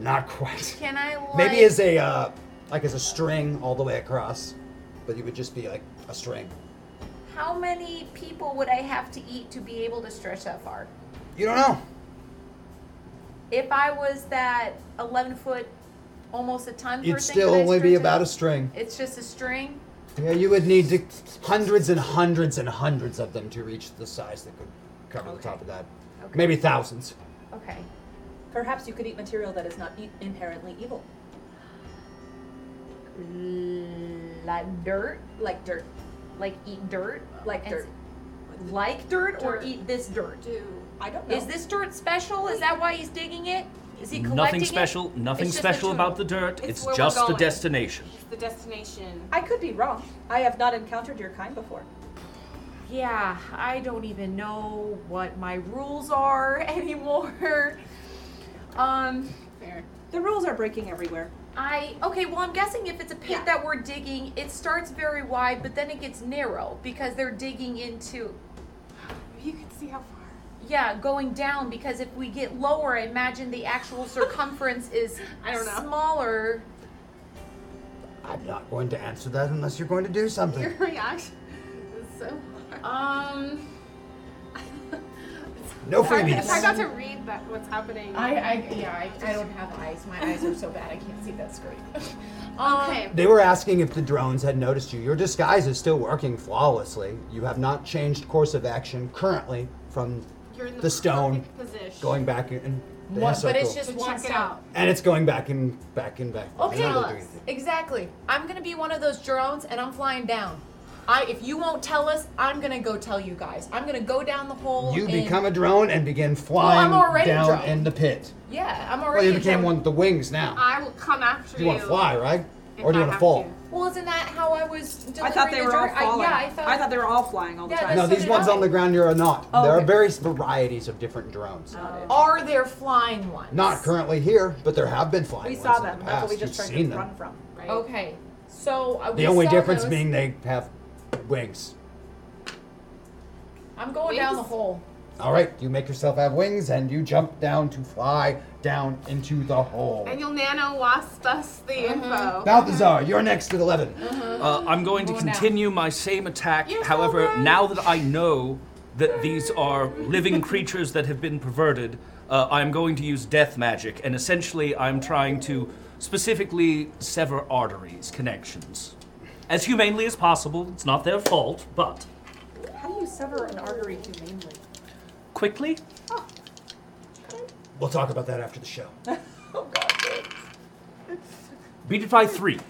Speaker 2: Not quite.
Speaker 10: Can I like
Speaker 2: Maybe as a uh, like as a string all the way across, but it would just be like a string.
Speaker 10: how many people would I have to eat to be able to stretch that far?
Speaker 2: You don't know.
Speaker 10: If I was that eleven foot, almost a ton
Speaker 2: You'd
Speaker 10: person,
Speaker 2: still
Speaker 10: could I
Speaker 2: only be
Speaker 10: stretch it
Speaker 2: about
Speaker 10: out?
Speaker 2: a string.
Speaker 10: It's just a string.
Speaker 2: Yeah, you would need to, hundreds and hundreds and hundreds of them to reach the size that could cover the top of that. Maybe thousands.
Speaker 10: Okay.
Speaker 3: Perhaps you could eat material that is not e- inherently evil,
Speaker 10: Like dirt,
Speaker 3: like dirt.
Speaker 10: like eat dirt,
Speaker 3: Like
Speaker 10: And s-
Speaker 3: dirt.
Speaker 10: like dirt, or
Speaker 6: Dirt.
Speaker 10: eat this dirt.
Speaker 6: Do
Speaker 3: I don't know.
Speaker 10: Is this dirt special? Is that why he's digging it? Is he collecting
Speaker 4: Nothing
Speaker 10: it?
Speaker 4: special. Nothing
Speaker 10: It's just
Speaker 4: special
Speaker 10: the
Speaker 4: about
Speaker 10: tool.
Speaker 4: the dirt.
Speaker 6: It's
Speaker 4: It's,
Speaker 6: where we're
Speaker 4: just a
Speaker 6: going.
Speaker 4: destination.
Speaker 6: The destination.
Speaker 3: I could be wrong. I have not encountered your kind before.
Speaker 10: Yeah, I don't even know what my rules are anymore. um,
Speaker 6: Fair.
Speaker 3: The rules are breaking everywhere.
Speaker 10: I okay. Well, I'm guessing if it's a pit
Speaker 3: Yeah.
Speaker 10: that we're digging, it starts very wide, but then it gets narrow because they're digging into.
Speaker 6: You can see how far.
Speaker 10: Yeah, going down because if we get lower, I imagine the actual circumference is
Speaker 6: I don't know.
Speaker 10: smaller.
Speaker 2: I'm not going to answer that unless you're going to do something.
Speaker 6: Your reaction is so hard.
Speaker 10: Um,
Speaker 2: No
Speaker 6: It's hard- It's
Speaker 2: freebies.
Speaker 6: hard not to read that what's happening.
Speaker 5: I, I yeah, Um, I, I don't have eyes. My eyes are so bad I can't see that screen. Um,
Speaker 6: okay.
Speaker 2: They were asking if the drones had noticed you. Your disguise is still working flawlessly. You have not changed course of action currently from
Speaker 6: You're in the,
Speaker 2: the stone
Speaker 6: perfect position.
Speaker 2: going back in. the
Speaker 5: One, but it's
Speaker 2: circle.
Speaker 5: just
Speaker 6: So
Speaker 5: one
Speaker 6: check it
Speaker 5: stop.
Speaker 6: out.
Speaker 2: And it's going back and back and back.
Speaker 5: Okay.
Speaker 2: They're not
Speaker 5: Tell
Speaker 2: doing anything.
Speaker 5: Exactly. I'm gonna be one of those drones, and I'm flying down. I if you won't tell us, I'm gonna go tell you guys. I'm gonna go down the hole.
Speaker 2: You
Speaker 5: and-
Speaker 2: become a drone and begin flying
Speaker 5: already a
Speaker 2: down
Speaker 5: drone.
Speaker 2: in the pit.
Speaker 5: Yeah, I'm
Speaker 2: Well,
Speaker 5: already.
Speaker 2: you
Speaker 5: a
Speaker 2: became
Speaker 5: drone.
Speaker 2: one with the wings now.
Speaker 6: I will come after
Speaker 2: You want to fly, right?
Speaker 6: if
Speaker 2: Or do
Speaker 6: I
Speaker 2: you want to
Speaker 6: have
Speaker 2: fall?
Speaker 6: to.
Speaker 5: Well, isn't that how I was? Delivering
Speaker 3: I thought they
Speaker 5: the
Speaker 3: were all
Speaker 5: dr- I-
Speaker 3: falling.
Speaker 5: yeah, I thought.
Speaker 3: they were all flying all the
Speaker 5: Yeah,
Speaker 3: time.
Speaker 2: No,
Speaker 5: that's- So
Speaker 2: these
Speaker 5: did
Speaker 2: ones
Speaker 5: I.
Speaker 2: on the ground you're not.
Speaker 3: Oh,
Speaker 2: there are
Speaker 3: okay.
Speaker 2: various varieties of different drones.
Speaker 5: Are there flying ones?
Speaker 2: Not currently here, but there have been flying
Speaker 3: we
Speaker 2: ones
Speaker 3: saw
Speaker 2: in
Speaker 3: them.
Speaker 2: the
Speaker 3: That's what
Speaker 2: past.
Speaker 3: we just
Speaker 2: You've
Speaker 3: tried to
Speaker 2: seen them.
Speaker 3: run from. Right?
Speaker 5: Okay. So uh,
Speaker 2: The
Speaker 5: we
Speaker 2: only
Speaker 5: saw
Speaker 2: difference
Speaker 5: those.
Speaker 2: being they have wings.
Speaker 5: I'm going down the
Speaker 6: Wings?
Speaker 5: hole.
Speaker 2: All right, you make yourself have wings and you jump down to fly down into the hole.
Speaker 6: And you'll nano wasp us the info.
Speaker 2: Balthazar, you're next at 11.
Speaker 4: Uh, I'm going to
Speaker 5: Going down.
Speaker 4: continue my same attack. However, now that I know that these are living creatures that have been perverted, uh, I'm going to use death magic, and essentially, I'm trying to specifically sever arteries, connections, as humanely as possible. It's not their fault, but
Speaker 3: How do you sever an artery humanely?
Speaker 4: quickly.
Speaker 2: We'll talk about that after the show.
Speaker 4: Beat it by three.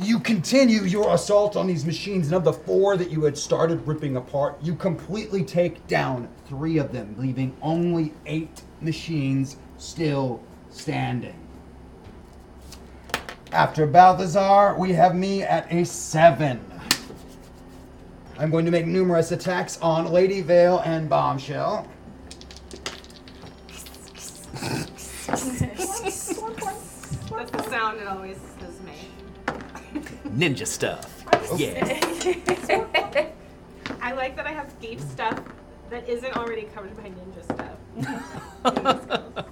Speaker 2: You continue your assault on these machines, and of the four that you had started ripping apart, you completely take down three of them, leaving only eight machines still standing. After Balthazar, we have me at a seven. I'm going to make numerous attacks on Lady Vale and Bombshell.
Speaker 10: Mm-hmm.
Speaker 6: That's the sound it always does make.
Speaker 4: Ninja stuff. Yeah.
Speaker 6: I like that I have deep stuff that isn't already covered by ninja stuff.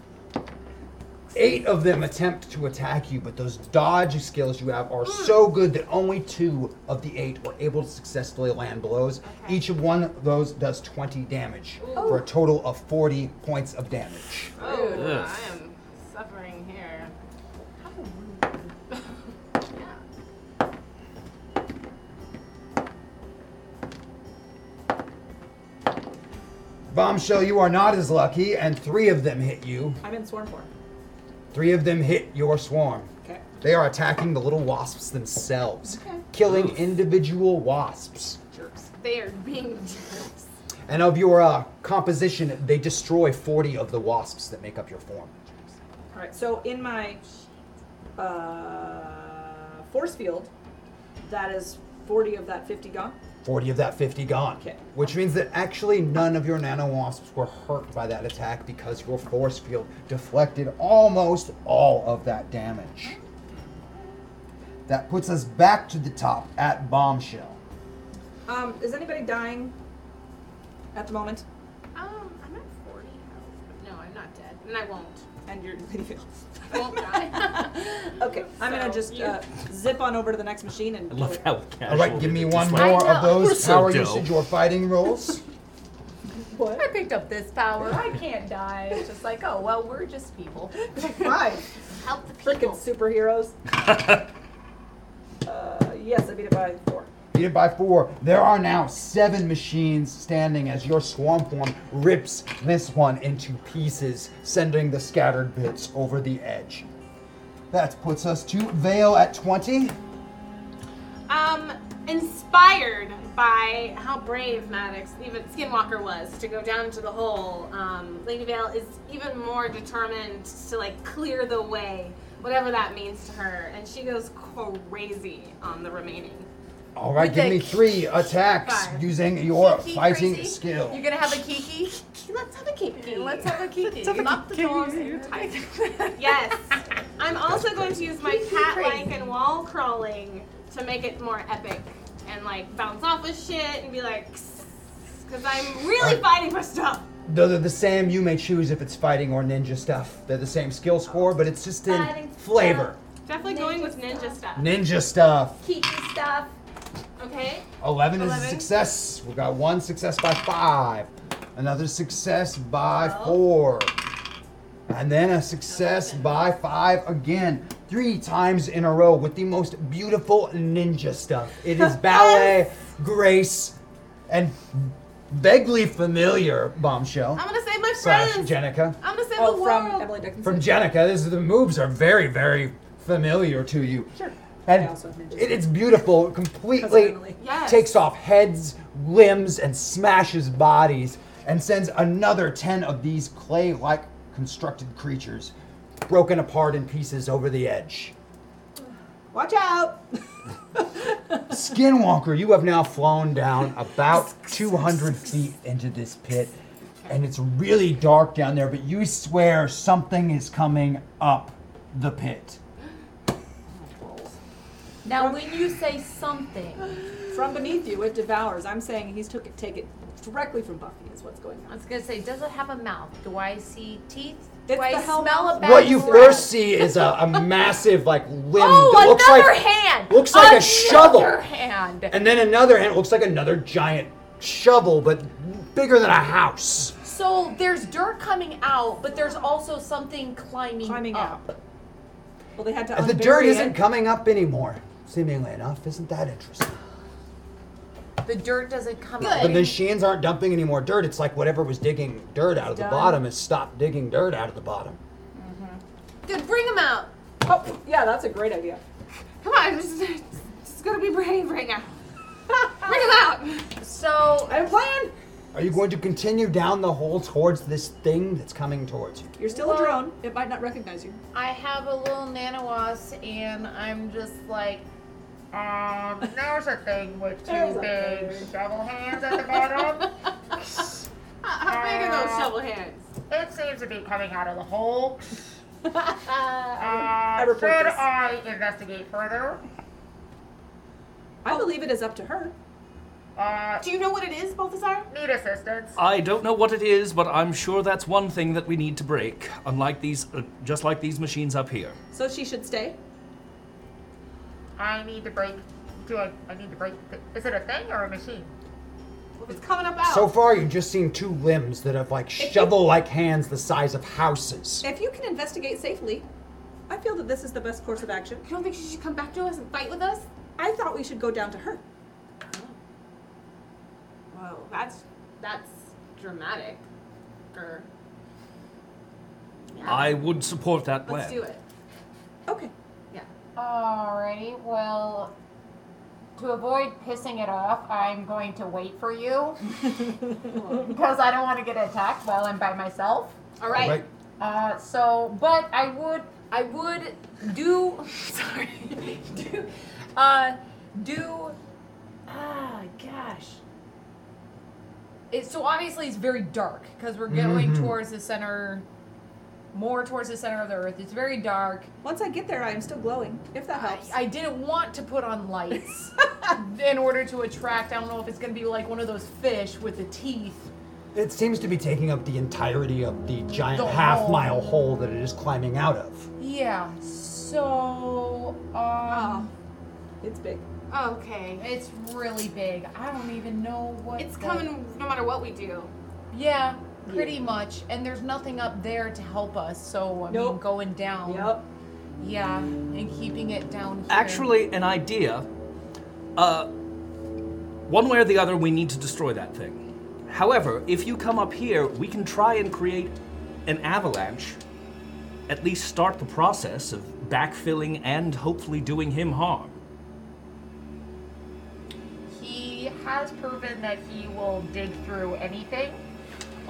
Speaker 2: Eight of them attempt to attack you, but those dodge skills you have are so good that only two of the eight were able to successfully land blows. Each of one of those does 20 damage for a total of 40 points of damage.
Speaker 6: Oh,
Speaker 4: Ugh.
Speaker 6: I am suffering here.
Speaker 2: Bombshell, you are not as lucky, and three of them hit you.
Speaker 3: I'm in sworn form.
Speaker 2: Three of them hit your swarm.
Speaker 3: Okay.
Speaker 2: They are attacking the little wasps themselves, killing individual wasps.
Speaker 6: Jerks. They are being jerks.
Speaker 2: And of your uh, composition, they destroy 40 of the wasps that make up your form.
Speaker 3: All right. So in my uh, force field, that is 40 of that 50 gone.
Speaker 2: 40 of that 50 gone.
Speaker 3: Okay.
Speaker 2: Which means that actually none of your nano wasps were hurt by that attack because your force field deflected almost all of that damage. That puts us back to the top at bombshell.
Speaker 3: Um, is anybody dying at the moment?
Speaker 6: Um, I'm at 40 health. No, I'm not dead. And I won't.
Speaker 3: And you're
Speaker 6: I won't die.
Speaker 3: Okay, I'm gonna
Speaker 6: So
Speaker 3: just
Speaker 6: you-
Speaker 3: uh, zip on over to the next machine and
Speaker 4: I love how casual.
Speaker 2: All right, give me
Speaker 4: it is.
Speaker 2: one
Speaker 4: Like,
Speaker 2: more of
Speaker 4: We're
Speaker 2: those
Speaker 4: so
Speaker 2: power
Speaker 4: dope.
Speaker 2: usage or fighting rolls.
Speaker 10: I picked up this power. I can't die. It's just like, oh well, we're just people.
Speaker 3: Right.
Speaker 10: Help the
Speaker 3: Freaking
Speaker 10: people.
Speaker 3: superheroes. uh, yes, I beat it by four.
Speaker 2: Beat it by four. There are now seven machines standing as your swarm form rips this one into pieces, sending the scattered bits over the edge. That puts us to Vale at 20.
Speaker 6: Um, inspired by how brave Maddox, even Skinwalker, was to go down into the hole, um, Lady Vale is even more determined to like clear the way, whatever that means to her, and she goes crazy on the remaining.
Speaker 2: All right, give me three attacks
Speaker 6: Five.
Speaker 2: using your
Speaker 6: Kiki
Speaker 2: fighting
Speaker 6: crazy?
Speaker 2: skill.
Speaker 5: You're gonna have a kiki?
Speaker 6: Let's have a kiki.
Speaker 5: Let's have a kiki. Lock the doors and you're tight.
Speaker 6: Yes. I'm also going to use my cat-like and wall crawling to make it more epic and like bounce off of shit and be like, because I'm really fighting for stuff.
Speaker 2: Those are the same. You may choose if it's fighting or ninja stuff. They're the same skill score, but it's just in
Speaker 6: Fighting
Speaker 2: flavor.
Speaker 6: Definitely going with ninja stuff.
Speaker 2: Ninja stuff.
Speaker 6: Kiki stuff. Okay.
Speaker 2: 11 is a
Speaker 6: 11.
Speaker 2: success. We got one success by five, another success by four, and then a success by five again. Three times in a row with the most beautiful ninja stuff. It is ballet, grace, and vaguely familiar bombshell.
Speaker 6: I'm gonna save my
Speaker 2: Slash
Speaker 6: friends.
Speaker 2: Jenica.
Speaker 6: I'm gonna save
Speaker 3: Oh,
Speaker 6: the world.
Speaker 3: from Emily Dickinson.
Speaker 2: from Jenica. This is, the moves are very, very familiar to you.
Speaker 3: Sure.
Speaker 2: And
Speaker 3: I also have ninjas.
Speaker 2: it, it's beautiful. It completely
Speaker 3: Emily.
Speaker 6: Yes.
Speaker 2: takes off heads, limbs, and smashes bodies, and sends another 10 of these clay like constructed creatures broken apart in pieces over the edge.
Speaker 3: Watch out!
Speaker 2: Skinwalker, you have now flown down about 200 feet into this pit, and it's really dark down there, but you swear something is coming up the pit.
Speaker 5: Now, when you say something,
Speaker 3: From beneath you, it devours. I'm saying he's took it, take it directly from Buffy. Is what's going
Speaker 5: I
Speaker 3: on.
Speaker 5: was gonna say, does it have a mouth? Do I see teeth?
Speaker 3: It's
Speaker 5: Do I
Speaker 3: the hell
Speaker 5: smell
Speaker 3: mouth.
Speaker 5: a bad
Speaker 2: What you
Speaker 5: breath?
Speaker 2: first see is a, a massive, like, limb
Speaker 5: Oh,
Speaker 2: that looks
Speaker 5: another
Speaker 2: like,
Speaker 5: hand!
Speaker 2: looks like a
Speaker 5: another
Speaker 2: shovel.
Speaker 5: hand.
Speaker 2: and then another hand looks like another giant shovel, but bigger than a house.
Speaker 5: So there's dirt coming out, but there's also something climbing,
Speaker 3: Climbing
Speaker 5: up.
Speaker 3: out. Well, they had to.
Speaker 2: And the
Speaker 3: unbury
Speaker 2: dirt
Speaker 3: it.
Speaker 2: isn't coming up anymore, seemingly enough. Isn't that interesting?
Speaker 5: The dirt doesn't come
Speaker 2: The
Speaker 5: out.
Speaker 2: machines aren't dumping any more dirt. It's like whatever was digging dirt out of the
Speaker 3: Done.
Speaker 2: bottom has stopped digging dirt out of the bottom.
Speaker 5: Good, bring them out.
Speaker 3: Oh, yeah, that's a great idea.
Speaker 6: Come on, just, just gotta be brave right now. Bring him out.
Speaker 5: So
Speaker 3: I have a plan.
Speaker 2: Are you going to continue down the hole towards this thing that's coming towards you?
Speaker 3: You're still a
Speaker 5: Well-
Speaker 3: drone. It might not recognize you.
Speaker 5: I have a little nanowas, and I'm just like, um, there's a thing with
Speaker 3: There's
Speaker 5: two
Speaker 3: a
Speaker 5: big
Speaker 3: thing.
Speaker 5: shovel hands at the bottom.
Speaker 6: How, how big are those shovel hands?
Speaker 5: It seems to be coming out of the hole.
Speaker 3: I
Speaker 5: Uh,
Speaker 3: report
Speaker 5: should
Speaker 3: this.
Speaker 5: I investigate further?
Speaker 3: I believe it is up to her.
Speaker 5: Uh,
Speaker 6: Do you know what it is, Balthazar?
Speaker 5: need assistance.
Speaker 4: I don't know what it is, but I'm sure that's one thing that we need to break. Unlike these, uh, just like these machines up here.
Speaker 3: So she should stay.
Speaker 5: I need to break. Do I? I need to break. th- Is it a thing or a machine?
Speaker 6: Well, It's coming up out.
Speaker 2: So far, you've just seen two limbs that have like shovel like hands the size of houses.
Speaker 3: If you can investigate safely, I feel that this is the best course of action.
Speaker 6: you don't think she should come back to us and fight with us?
Speaker 3: I thought we should go down to her.
Speaker 6: Whoa, that's that's dramatic. Er,
Speaker 4: I would support that plan.
Speaker 6: let's do it.
Speaker 3: Okay.
Speaker 6: Yeah.
Speaker 5: Alrighty, well, to avoid pissing it off, I'm going to wait for you because I don't want to get attacked while I'm by myself.
Speaker 6: All right.
Speaker 2: Right?
Speaker 5: Uh, so, but I would, I would do, sorry, do, uh, do, ah, gosh. It, so obviously it's very dark because we're going towards the center, more towards the center of the earth. It's very dark.
Speaker 3: Once I get there, I am still glowing. If that helps.
Speaker 5: I didn't want to put on lights in order to attract. I don't know if it's gonna be like one of those fish with the teeth.
Speaker 2: It seems to be taking up the entirety of the giant
Speaker 5: The
Speaker 2: half
Speaker 5: hole.
Speaker 2: mile hole that it is climbing out of.
Speaker 5: Yeah. So, um,
Speaker 3: it's big.
Speaker 6: Okay.
Speaker 5: it's really big. I don't even know what.
Speaker 6: It's
Speaker 5: the-
Speaker 6: coming no matter what we do.
Speaker 5: Yeah, pretty much. And there's nothing up there to help us. So I mean,
Speaker 3: Nope.
Speaker 5: going down.
Speaker 3: Yep.
Speaker 5: Yeah, and keeping it down. Here.
Speaker 4: Actually, an idea. Uh, one way or the other, we need to destroy that thing. However, if you come up here, we can try and create an avalanche. At least start the process of backfilling and hopefully doing him harm.
Speaker 10: has proven that he will dig through anything.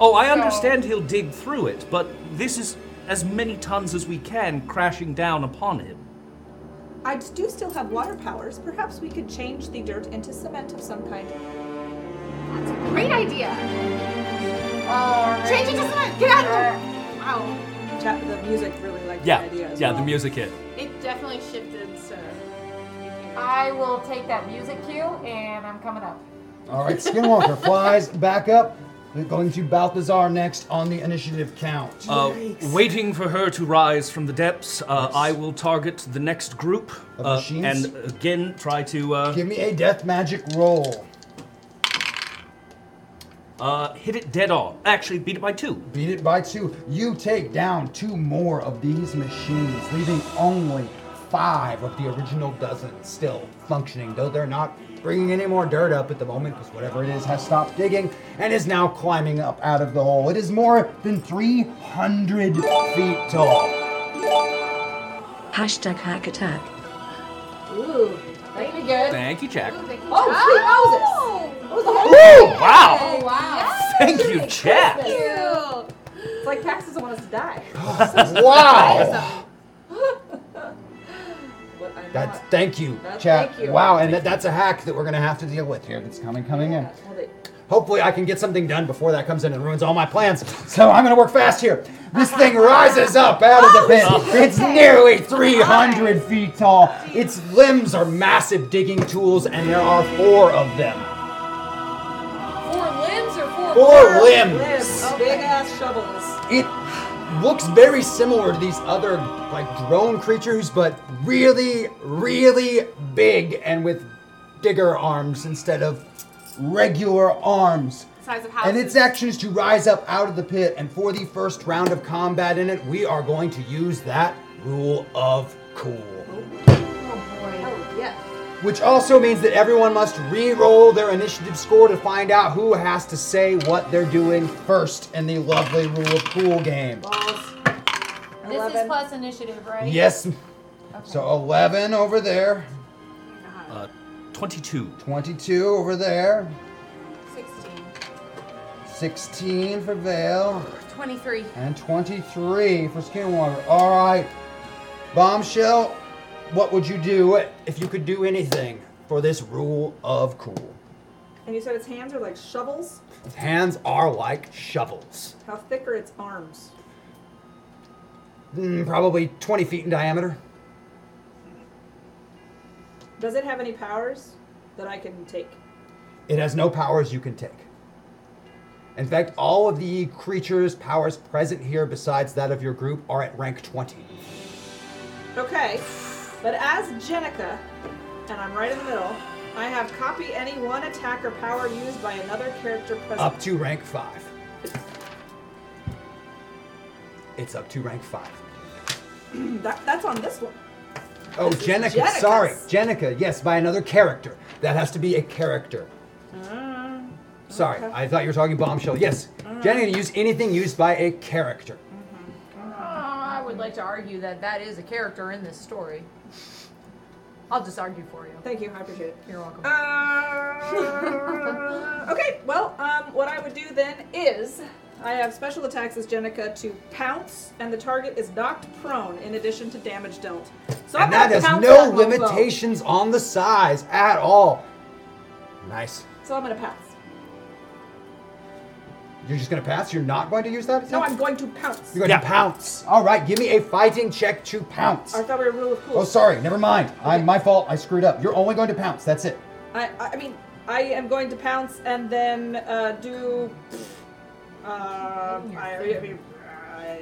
Speaker 4: Oh, I understand he'll dig through it, but this is as many tons as we can crashing down upon him.
Speaker 3: I do still have water powers. Perhaps we could change the dirt into cement of some kind.
Speaker 6: That's a great idea.
Speaker 10: Alright.
Speaker 6: Change it to cement. Get out of there. Wow.
Speaker 3: Chat, the music really liked
Speaker 4: Yeah,
Speaker 3: the idea as
Speaker 4: yeah,
Speaker 3: well.
Speaker 4: the music hit.
Speaker 6: It definitely shifted, so. you can't-
Speaker 10: I will take that music cue and I'm coming up.
Speaker 2: All right, Skinwalker flies back up. We're going to Balthazar next on the initiative count.
Speaker 4: Uh, waiting for her to rise from the depths, uh, I will target the next group
Speaker 2: Of
Speaker 4: uh,
Speaker 2: machines?
Speaker 4: and again try to uh,
Speaker 2: Give me a death magic roll.
Speaker 4: uh, hit it dead on. Actually, beat it by two.
Speaker 2: Beat it by two. You take down two more of these machines, leaving only five of the original dozen still functioning, though they're not bringing any more dirt up at the moment because whatever it is has stopped digging and is now climbing up out of the hole. It is more than 300 feet tall.
Speaker 9: Hashtag hack attack.
Speaker 3: Ooh, that'd be good.
Speaker 4: Thank you, Jack. Oh,
Speaker 3: Oh, shoot, Moses! What was the whole
Speaker 4: Wow!
Speaker 3: Wow.
Speaker 4: Thank you, Jack!
Speaker 3: It's like Pax doesn't want us to die.
Speaker 2: Wow!
Speaker 3: But I'm
Speaker 2: That's
Speaker 3: not.
Speaker 2: thank you,
Speaker 3: That's
Speaker 2: chat.
Speaker 3: thank you.
Speaker 2: Wow, and that, that's a hack that we're gonna have to deal with here. That's coming, coming in.
Speaker 3: Well, they-
Speaker 2: Hopefully, I can get something done before that comes in and ruins all my plans. So I'm gonna work fast here. This thing rises up out of the pit. It's nearly 300 feet tall. Its limbs are massive digging tools, and there are four of them.
Speaker 10: Four limbs or four
Speaker 2: Four
Speaker 3: Limbs,
Speaker 2: limbs.
Speaker 3: big ass shovels.
Speaker 2: It looks very similar to these other like drone creatures, but really, really big and with bigger arms instead of regular arms.
Speaker 6: Size of houses.
Speaker 2: And its action is to rise up out of the pit, and for the first round of combat in it, we are going to use that rule of cool.
Speaker 3: Oh, yeah.
Speaker 2: Which also means that everyone must re-roll their initiative score to find out who has to say what they're doing first in the lovely rule of cool game.
Speaker 10: This is plus initiative, right?
Speaker 2: Yes. So 11 over there,
Speaker 4: Uh, 22.
Speaker 2: 22 over there,
Speaker 10: 16.
Speaker 2: 16 for Vale,
Speaker 10: 23.
Speaker 2: and 23 for Skinwalker. All right. Bombshell, what would you do if you could do anything for this rule of cool?
Speaker 3: And you said its hands are like shovels?
Speaker 2: Its hands are like shovels.
Speaker 3: How thick are its arms?
Speaker 2: Mm, probably 20 feet in diameter.
Speaker 3: Does it have any powers that I can take?
Speaker 2: It has no powers you can take. In fact, all of the creatures' powers present here, besides that of your group, are at rank 20.
Speaker 3: Okay, but as Jenica, and I'm right in the middle, I have copy any one attack or power used by another character present.
Speaker 2: Up to rank 5. It's up to rank 5.
Speaker 3: Hmm, That, that's on this one.
Speaker 2: Oh,
Speaker 3: This is
Speaker 2: Jenica,
Speaker 3: Jenica's.
Speaker 2: sorry. Jenica, yes, by another character. That has to be a character.
Speaker 3: Ah,
Speaker 2: sorry, I thought you were talking bombshell. Yes, Jenica, use anything used by a character.
Speaker 10: Uh, I would like to argue that that is a character in this story. I'll just argue for you.
Speaker 3: Thank you, I appreciate it.
Speaker 10: You're welcome.
Speaker 3: Uh, okay, well, um, what I would do then is I have special attacks as Jenica to pounce, and the target is knocked prone in addition to damage dealt. So
Speaker 2: And
Speaker 3: I'm
Speaker 2: that
Speaker 3: gonna
Speaker 2: has
Speaker 3: pounce
Speaker 2: no
Speaker 3: that mofo.
Speaker 2: limitations on the size at all. Nice.
Speaker 3: So I'm gonna pounce.
Speaker 2: You're just gonna pass? You're not going to use that?
Speaker 3: No,
Speaker 2: attack?
Speaker 3: I'm going to pounce.
Speaker 2: You're gonna pounce. Alright, give me a fighting check to pounce.
Speaker 3: I thought we were rule of cool.
Speaker 2: Oh, sorry. Never mind. I, my fault. I screwed up. You're only going to pounce. That's it.
Speaker 3: I, I I mean, I am going to pounce and then uh, do. Uh, I, I mean, uh,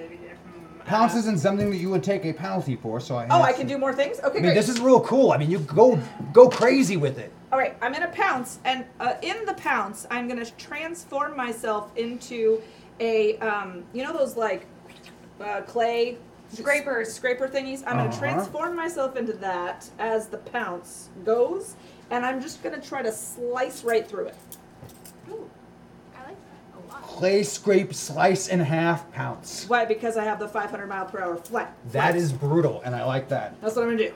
Speaker 2: Pounce isn't something that you would take a penalty for, so I.
Speaker 3: Oh,
Speaker 2: have
Speaker 3: I
Speaker 2: to-
Speaker 3: can do more things. Okay,
Speaker 2: I
Speaker 3: great.
Speaker 2: mean, this is real cool. I mean, you go go crazy with it.
Speaker 3: All right, I'm in a pounce, and uh, in the pounce, I'm gonna transform myself into a um, you know those like uh, clay
Speaker 10: Scrapers.
Speaker 3: scraper thingies. I'm gonna
Speaker 2: Uh-huh.
Speaker 3: transform myself into that as the pounce goes, and I'm just gonna try to slice right through it.
Speaker 6: Ooh, I like that a lot.
Speaker 2: Clay scrape, slice in half, pounce.
Speaker 3: Why? Because I have the 500 mile per hour flat.
Speaker 2: That is brutal, and I like that.
Speaker 3: That's what I'm gonna do.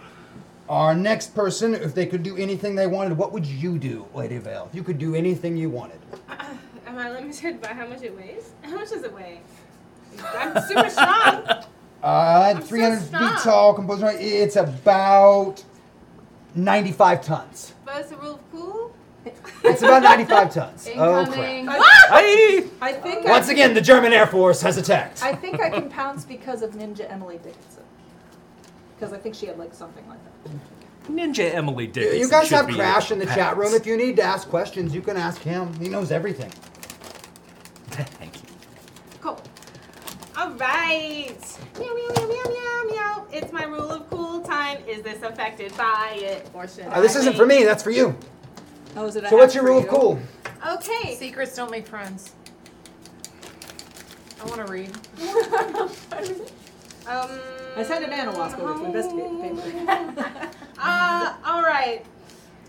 Speaker 2: Our next person, if they could do anything they wanted, what would you do, Lady Vale? If you could do anything you wanted.
Speaker 6: Am I limited by how much it weighs? How much does it weigh? I'm super strong.
Speaker 2: Uh, 300 feet
Speaker 6: strong.
Speaker 2: tall, composed. right- It's about 95 tons.
Speaker 6: But it's a rule of cool.
Speaker 2: It's about 95 tons. Oh crap! Aye!
Speaker 3: I think I
Speaker 2: Once
Speaker 3: can-
Speaker 2: again, the German Air Force has attacked.
Speaker 3: I think I can pounce because of Ninja Emily Dickinson. Because I think she had like something like that.
Speaker 4: Ninja Emily Dickinson.
Speaker 2: You guys
Speaker 4: should
Speaker 2: have
Speaker 4: be
Speaker 2: Crash in the
Speaker 4: packed.
Speaker 2: chat room. If you need to ask questions, you can ask him. He knows everything.
Speaker 4: Thank you.
Speaker 6: Cool. All right. Meow, meow, meow, meow, meow, meow. It's my rule of cool time. Is this affected by it? Or should
Speaker 2: Uh, this
Speaker 6: I
Speaker 2: isn't
Speaker 6: wait?
Speaker 2: for me. That's for you.
Speaker 3: Oh, is it a
Speaker 2: So what's your
Speaker 3: half for
Speaker 2: rule of
Speaker 3: you?
Speaker 2: cool?
Speaker 6: Okay.
Speaker 10: Secrets don't make friends. I want to read.
Speaker 6: Um,
Speaker 3: I sent an anawasp over to investigate the paper.
Speaker 6: Uh, all right.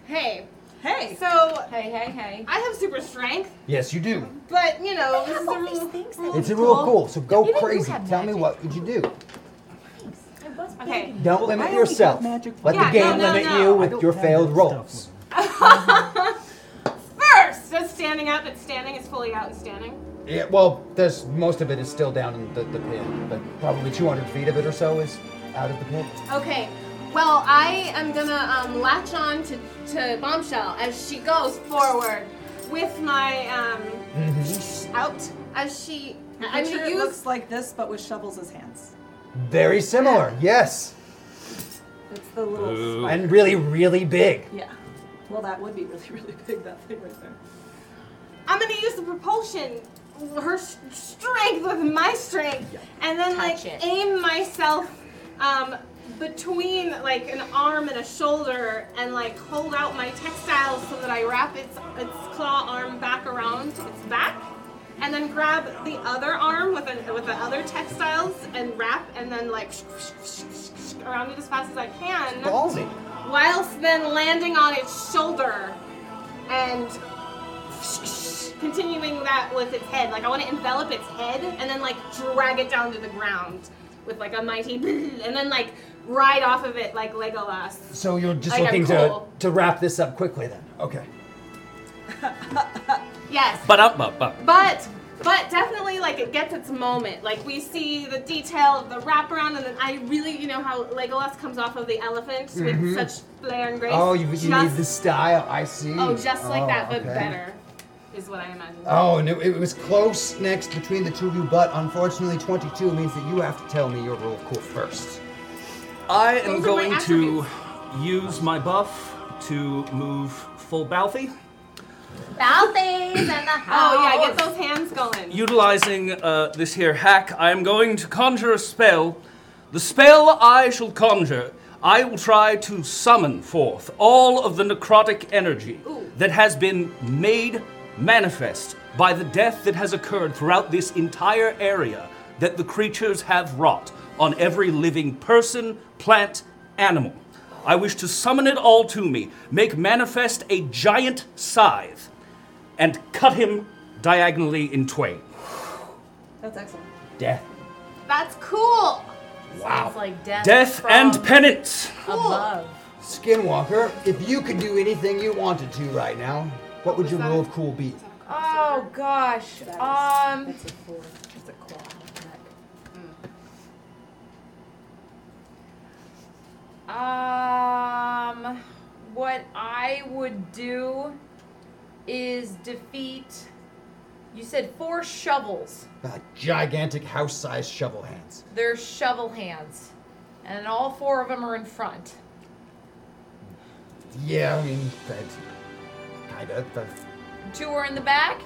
Speaker 6: Hey.
Speaker 3: hey!
Speaker 6: So
Speaker 10: Hey, hey, hey.
Speaker 6: I have super strength,
Speaker 2: Yes, you do.
Speaker 6: but you know this is a
Speaker 5: these
Speaker 6: rule.
Speaker 5: things that
Speaker 2: It's a
Speaker 5: we
Speaker 2: rule
Speaker 5: talk-
Speaker 2: of cool. So go
Speaker 5: Even you
Speaker 2: crazy.
Speaker 5: have
Speaker 2: Tell me
Speaker 5: magic.
Speaker 2: what would you do?
Speaker 5: It was big.
Speaker 6: Okay.
Speaker 2: Don't limit yourself. Let
Speaker 6: Yeah,
Speaker 2: the
Speaker 6: no,
Speaker 2: game
Speaker 6: no,
Speaker 2: limit
Speaker 6: no.
Speaker 2: you
Speaker 6: I
Speaker 2: with your failed rolls.
Speaker 6: First, that's standing up. It's standing. It's fully out and standing.
Speaker 2: Yeah, well, there's most of it is still down in the, the pit, but probably 200 feet of it or so is out of the pit.
Speaker 6: Okay. Well, I am gonna um, latch on to, to Bombshell as she goes forward with my um, out as she.
Speaker 3: I
Speaker 6: I'm
Speaker 3: mean,
Speaker 6: gonna
Speaker 3: it
Speaker 6: use.
Speaker 3: looks like this, but with shovels as hands.
Speaker 2: Very similar, yes,
Speaker 3: It's the little.
Speaker 2: and really, really big.
Speaker 3: Yeah. Well, that would be really, really big, that thing right there.
Speaker 6: I'm gonna use the propulsion, her s- strength with my strength, and then like
Speaker 5: Touch it.
Speaker 6: aim myself um, between like an arm and a shoulder, and like hold out my textile so that I wrap its its claw arm back around its back, and then grab the other arm with an, with the other textiles and wrap, and then like around it as fast as I can
Speaker 2: Ballsy.
Speaker 6: whilst then landing on its shoulder and continuing that with its head. Like I want to envelop its head and then like drag it down to the ground with like a mighty and then like ride off of it like Legolas.
Speaker 2: So you're just
Speaker 6: Like, I'm
Speaker 2: looking
Speaker 6: cool.
Speaker 2: to to wrap this up quickly, then. Okay.
Speaker 6: Yes.
Speaker 4: But up, up, up.
Speaker 6: But but definitely like it gets its moment. Like we see the detail of the wraparound and then I really you know how Legolas comes off of the elephant with such flair and grace.
Speaker 2: Mm-hmm. Oh, you, you need
Speaker 6: Just-
Speaker 2: the style. I see.
Speaker 6: Oh just like
Speaker 2: Oh,
Speaker 6: that but
Speaker 2: okay.
Speaker 6: better is what I imagine.
Speaker 2: Oh, and it, it was close next between the two of you, but unfortunately, 22 means that you have to tell me your rule of cool first.
Speaker 4: I am
Speaker 6: Those are my
Speaker 4: going to use my buff to move full Balthy,
Speaker 10: Balthies and the house.
Speaker 6: Oh yeah, get those hands going.
Speaker 4: utilizing uh, this here hack. I am going to conjure a spell. The spell I shall conjure, I will try to summon forth all of the necrotic energy that has been made manifest by the death that has occurred throughout this entire area that the creatures have wrought on every living person, plant, animal. I wish to summon it all to me, make manifest a giant scythe, and cut him diagonally in twain.
Speaker 3: That's excellent.
Speaker 2: Death.
Speaker 6: That's cool.
Speaker 10: Wow. It's like death.
Speaker 4: Death
Speaker 10: from
Speaker 4: and penance.
Speaker 10: above.
Speaker 2: Skinwalker, if you could do anything you wanted to right now, what would your rule of cool be?
Speaker 10: Oh gosh. Um.
Speaker 3: That's a four. That's a claw.
Speaker 10: Um, what I would do is defeat. You said four shovels.
Speaker 2: Uh, gigantic house-sized shovel hands.
Speaker 10: They're shovel hands, and all four of them are in front.
Speaker 2: Yeah, I mean, that's kind of. That's,
Speaker 10: Two are in the back.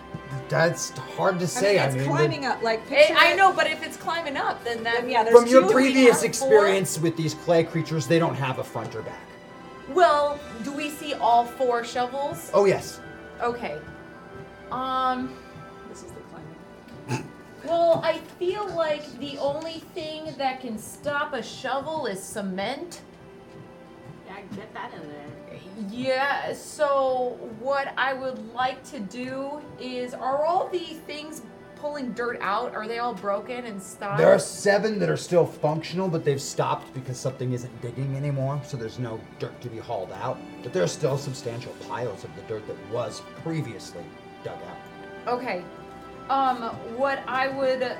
Speaker 2: that's hard to
Speaker 3: I
Speaker 2: say.
Speaker 3: mean, it's
Speaker 2: but
Speaker 3: climbing up. Like,
Speaker 10: Eh,
Speaker 3: picture
Speaker 10: I
Speaker 3: it-
Speaker 10: know, but if it's climbing up, then that
Speaker 3: Then, yeah, there's
Speaker 2: From your
Speaker 3: two we
Speaker 2: previous
Speaker 10: have
Speaker 2: experience with these clay creatures, they don't have a front or back.
Speaker 10: Well, do we see all four shovels?
Speaker 2: Oh yes.
Speaker 10: Okay. Um.
Speaker 3: This is the climbing.
Speaker 10: Well, I feel like the only thing that can stop a shovel is cement.
Speaker 6: Yeah, get that in there.
Speaker 10: Yeah, so what I would like to do is are all the things
Speaker 5: pulling dirt out, are they all broken and stopped?
Speaker 2: There are seven that are still functional, but they've stopped because something isn't digging anymore, so there's no dirt to be hauled out. But there are still substantial piles of the dirt that was previously dug out.
Speaker 5: Okay. Um, what I would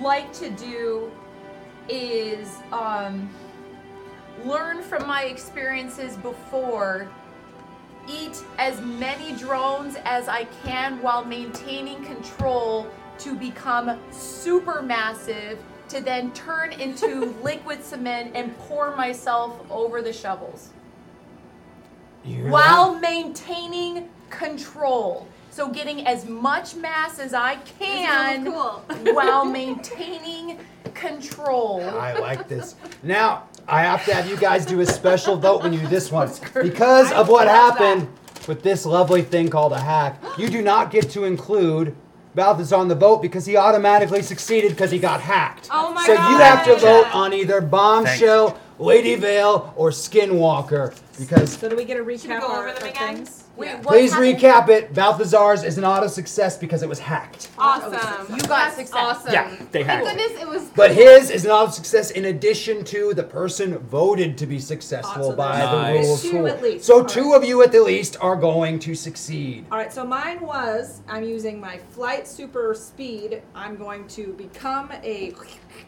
Speaker 5: like to do is um, learn from my experiences before, eat as many drones as I can while maintaining control to become super massive, to then turn into liquid cement and pour myself over the shovels
Speaker 2: You hear
Speaker 5: while maintaining control. So getting as much mass as I can while maintaining control.
Speaker 2: that? I like this. Now, I have to have you guys do a special vote when you do this one. Because of what happened with this lovely thing called a hack, you do not get to include Balthazar on the vote because he automatically succeeded because he got hacked.
Speaker 6: Oh my
Speaker 2: so you have to
Speaker 6: God.
Speaker 2: vote on either Bombshell, Lady Vale, or Skinwalker because
Speaker 3: So do we get a recap
Speaker 6: go
Speaker 3: our,
Speaker 6: over them
Speaker 3: our
Speaker 6: again?
Speaker 3: things?
Speaker 5: Wait, what
Speaker 2: please
Speaker 5: happened?
Speaker 2: recap it. Balthazar's is an auto success because it was hacked,
Speaker 6: Awesome.
Speaker 5: You got
Speaker 6: That's
Speaker 5: success.
Speaker 6: Awesome.
Speaker 4: Yeah, they
Speaker 6: Thank
Speaker 4: hacked it.
Speaker 6: goodness it was.
Speaker 2: but his is an auto success in addition to the person voted to be successful
Speaker 3: Awesome.
Speaker 2: by the
Speaker 4: Nice.
Speaker 2: rule of
Speaker 3: Two
Speaker 2: cool.
Speaker 3: at least.
Speaker 2: So
Speaker 3: All
Speaker 2: two
Speaker 3: right.
Speaker 2: of you at the least are going to succeed.
Speaker 3: All right, so mine was I'm using my flight super speed. I'm going to become a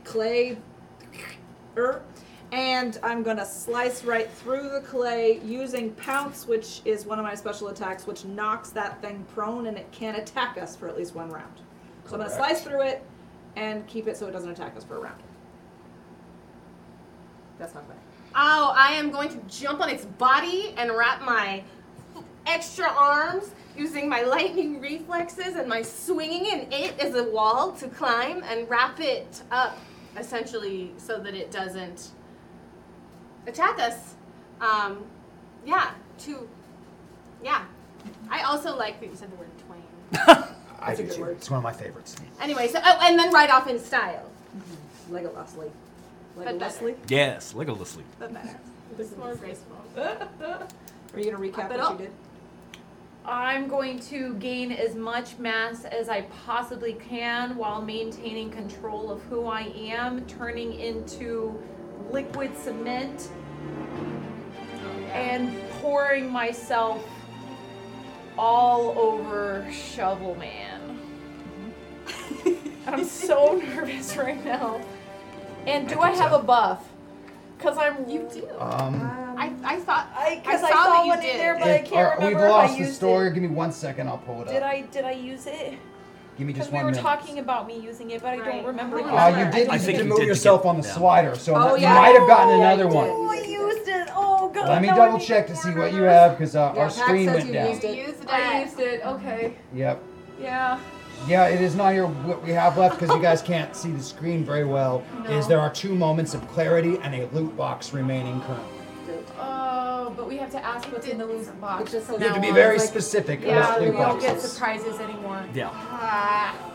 Speaker 3: clay er, and I'm going to slice right through the clay using pounce, which is one of my special attacks, which knocks that thing prone and it can't attack us for at least one round. So I'm going to slice through it and keep it so it doesn't attack us for a round. That's not bad.
Speaker 6: Oh, I am going to jump on its body and wrap my extra arms using my lightning reflexes and my swinging, and it is a wall to climb and wrap it up essentially so that it doesn't attack us. Um, yeah, to yeah. I also like that you said the word twain.
Speaker 2: I do too. It's one of my favorites.
Speaker 6: Anyway, so oh, and then ride off in style.
Speaker 3: Legolessly.
Speaker 6: But better.
Speaker 3: Legolessly?
Speaker 4: Yes, Legolessly.
Speaker 3: But better.
Speaker 6: It's more graceful.
Speaker 3: Are you going to recap
Speaker 6: But
Speaker 3: what
Speaker 6: I'll-
Speaker 3: you did?
Speaker 5: I'm going to gain as much mass as I possibly can while maintaining control of who I am, turning into liquid cement and pouring myself all over Shovel Man. I'm so nervous right now. And do I, have a buff? Cause I'm
Speaker 6: You do.
Speaker 2: Um,
Speaker 6: I, I thought
Speaker 5: I,
Speaker 6: I
Speaker 5: cause
Speaker 6: saw
Speaker 5: I,
Speaker 6: that
Speaker 5: saw
Speaker 6: you
Speaker 5: one in
Speaker 6: did.
Speaker 5: there, but I
Speaker 2: if-
Speaker 5: can't
Speaker 2: uh,
Speaker 5: remember
Speaker 2: we've
Speaker 5: if
Speaker 2: lost
Speaker 5: I
Speaker 2: the
Speaker 5: used
Speaker 2: story.
Speaker 5: it.
Speaker 2: Give me one second. I'll pull it
Speaker 5: Did
Speaker 2: up.
Speaker 5: I did I use it?
Speaker 2: Give me
Speaker 5: Because
Speaker 2: Uh, just
Speaker 5: we
Speaker 2: one
Speaker 5: were
Speaker 2: minute.
Speaker 5: talking about me using it, but I
Speaker 6: Right.
Speaker 5: don't remember.
Speaker 6: Hold
Speaker 5: what
Speaker 2: Uh,
Speaker 6: on.
Speaker 5: it
Speaker 2: you
Speaker 5: was.
Speaker 2: did,
Speaker 4: I
Speaker 2: you
Speaker 4: think
Speaker 2: did
Speaker 4: you
Speaker 2: move
Speaker 4: did to
Speaker 2: yourself
Speaker 4: get
Speaker 2: on the
Speaker 4: down.
Speaker 2: slider, so
Speaker 3: Oh,
Speaker 2: you
Speaker 3: yeah.
Speaker 2: might have gotten
Speaker 3: Oh, yeah,
Speaker 2: another
Speaker 3: you
Speaker 2: one.
Speaker 3: did.
Speaker 5: Oh, I used it. Oh god.
Speaker 2: Let me
Speaker 5: now I
Speaker 2: double
Speaker 5: need
Speaker 2: check to see what you have because uh,
Speaker 3: Yeah,
Speaker 2: our
Speaker 3: Pat
Speaker 2: screen
Speaker 3: says
Speaker 2: went
Speaker 3: you
Speaker 2: down.
Speaker 3: used it.
Speaker 6: used it.
Speaker 5: I used it. Okay.
Speaker 2: Yep.
Speaker 5: Yeah.
Speaker 2: Yeah, it is not here what we have left because you guys can't see the screen very well. Is there are two moments of clarity and a loot box remaining currently.
Speaker 5: Oh, but we have to ask what's in the loose box.
Speaker 3: just
Speaker 5: from
Speaker 2: You have to
Speaker 5: now
Speaker 2: be
Speaker 5: on.
Speaker 2: very
Speaker 5: Like,
Speaker 2: specific
Speaker 5: Yeah,
Speaker 2: about
Speaker 5: we
Speaker 2: loot
Speaker 5: don't get
Speaker 2: boxes.
Speaker 5: surprises anymore. Ah,
Speaker 4: Yeah.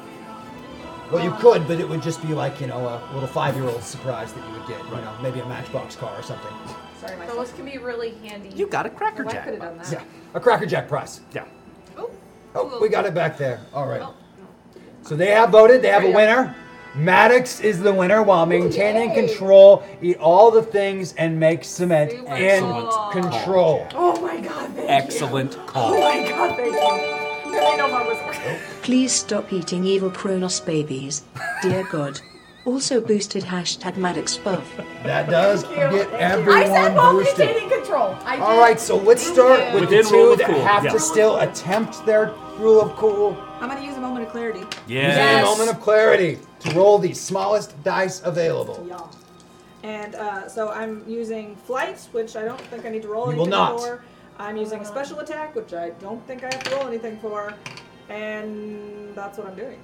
Speaker 2: Well, you could, but it would just be like you know a little five-year-old surprise that you would get. You know, maybe a Matchbox car or something.
Speaker 3: Sorry, my
Speaker 5: Those can be really handy.
Speaker 4: You got a Cracker
Speaker 3: I could
Speaker 4: Jack.
Speaker 3: have done that.
Speaker 2: Yeah, a Cracker Jack prize.
Speaker 4: Yeah.
Speaker 2: Oh, we got it back there. All right.
Speaker 5: Oh.
Speaker 2: So they have voted. They have a winner. Maddox is the winner while maintaining control. Eat all the things and make cement
Speaker 6: Super
Speaker 2: in
Speaker 4: cool.
Speaker 2: control.
Speaker 5: Oh my god, thank
Speaker 4: Excellent call.
Speaker 5: you. God, thank you. Really know my whisper.
Speaker 9: Please stop eating evil Kronos babies. Dear God. Also boosted hashtag Maddox buff.
Speaker 2: That does get
Speaker 5: I said
Speaker 2: everyone
Speaker 5: while
Speaker 2: boosted.
Speaker 5: maintaining control. I did.
Speaker 2: All right, so let's start with the
Speaker 4: Within rule
Speaker 2: two
Speaker 4: of
Speaker 2: that
Speaker 4: cool,
Speaker 2: have
Speaker 4: yeah.
Speaker 2: to still attempt their rule of cool.
Speaker 3: I'm going to use a moment of clarity.
Speaker 2: Using a
Speaker 4: Yes.
Speaker 2: moment of clarity to roll the smallest dice available.
Speaker 3: Y'all. And uh, so I'm using flight, which I don't think I need to roll
Speaker 2: You
Speaker 3: anything
Speaker 2: will not.
Speaker 3: for. I'm using a special attack, which I don't think I have to roll anything for. And that's what I'm doing.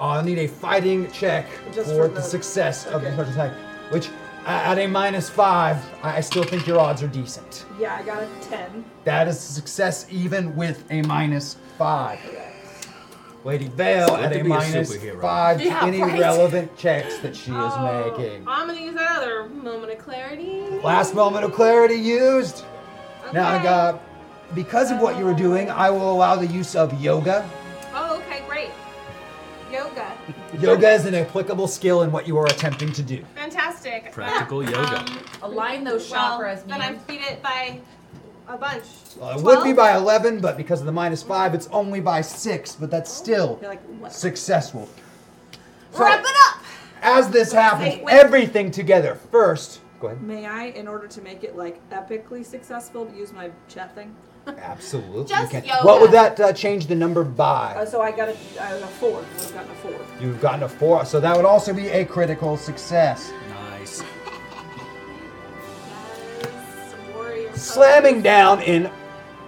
Speaker 2: I'll Uh, need a fighting check
Speaker 3: Just
Speaker 2: for
Speaker 3: for
Speaker 2: the
Speaker 3: the-
Speaker 2: success of the
Speaker 3: okay.
Speaker 2: special attack, which a- at a minus five, I I still think your odds are decent.
Speaker 3: Yeah, I got a 10.
Speaker 2: That is success even with a minus five. Lady Vale
Speaker 4: Good
Speaker 2: at
Speaker 4: to
Speaker 2: a
Speaker 4: be a
Speaker 2: minus
Speaker 4: superhero.
Speaker 2: five to
Speaker 5: Yeah,
Speaker 2: any
Speaker 5: right.
Speaker 2: relevant checks that she is
Speaker 6: Oh,
Speaker 2: making.
Speaker 6: I'm gonna use that other moment of clarity.
Speaker 2: Last moment of clarity used. Now I
Speaker 6: Okay.
Speaker 2: got, because of what you were doing, I will allow the use of yoga
Speaker 6: Oh, okay, great. Yoga.
Speaker 2: Yoga is an applicable skill in what you are attempting to do.
Speaker 6: Fantastic.
Speaker 4: Practical
Speaker 6: Um,
Speaker 4: yoga.
Speaker 10: Align those
Speaker 6: well,
Speaker 10: chakras,
Speaker 6: Then I
Speaker 10: man.
Speaker 6: beat it by a bunch.
Speaker 2: Uh, it would be
Speaker 6: 12?
Speaker 2: by 11, but because of the minus 5, it's only by 6, but that's
Speaker 3: Oh
Speaker 2: still
Speaker 6: You're like, what?
Speaker 2: successful.
Speaker 6: Wrap it up!
Speaker 2: As this happens,
Speaker 3: Wait, wait.
Speaker 2: everything together. First, go ahead.
Speaker 3: May I, in order to make it like epically successful, use my chat thing?
Speaker 2: Absolutely. you
Speaker 10: Just
Speaker 2: can.
Speaker 10: yoga.
Speaker 2: What would that uh, change the number by?
Speaker 3: Uh, so I got a, I got a four. I've gotten a four.
Speaker 2: You've gotten a 4, so that would also be a critical success.
Speaker 4: Nice.
Speaker 2: Slamming down in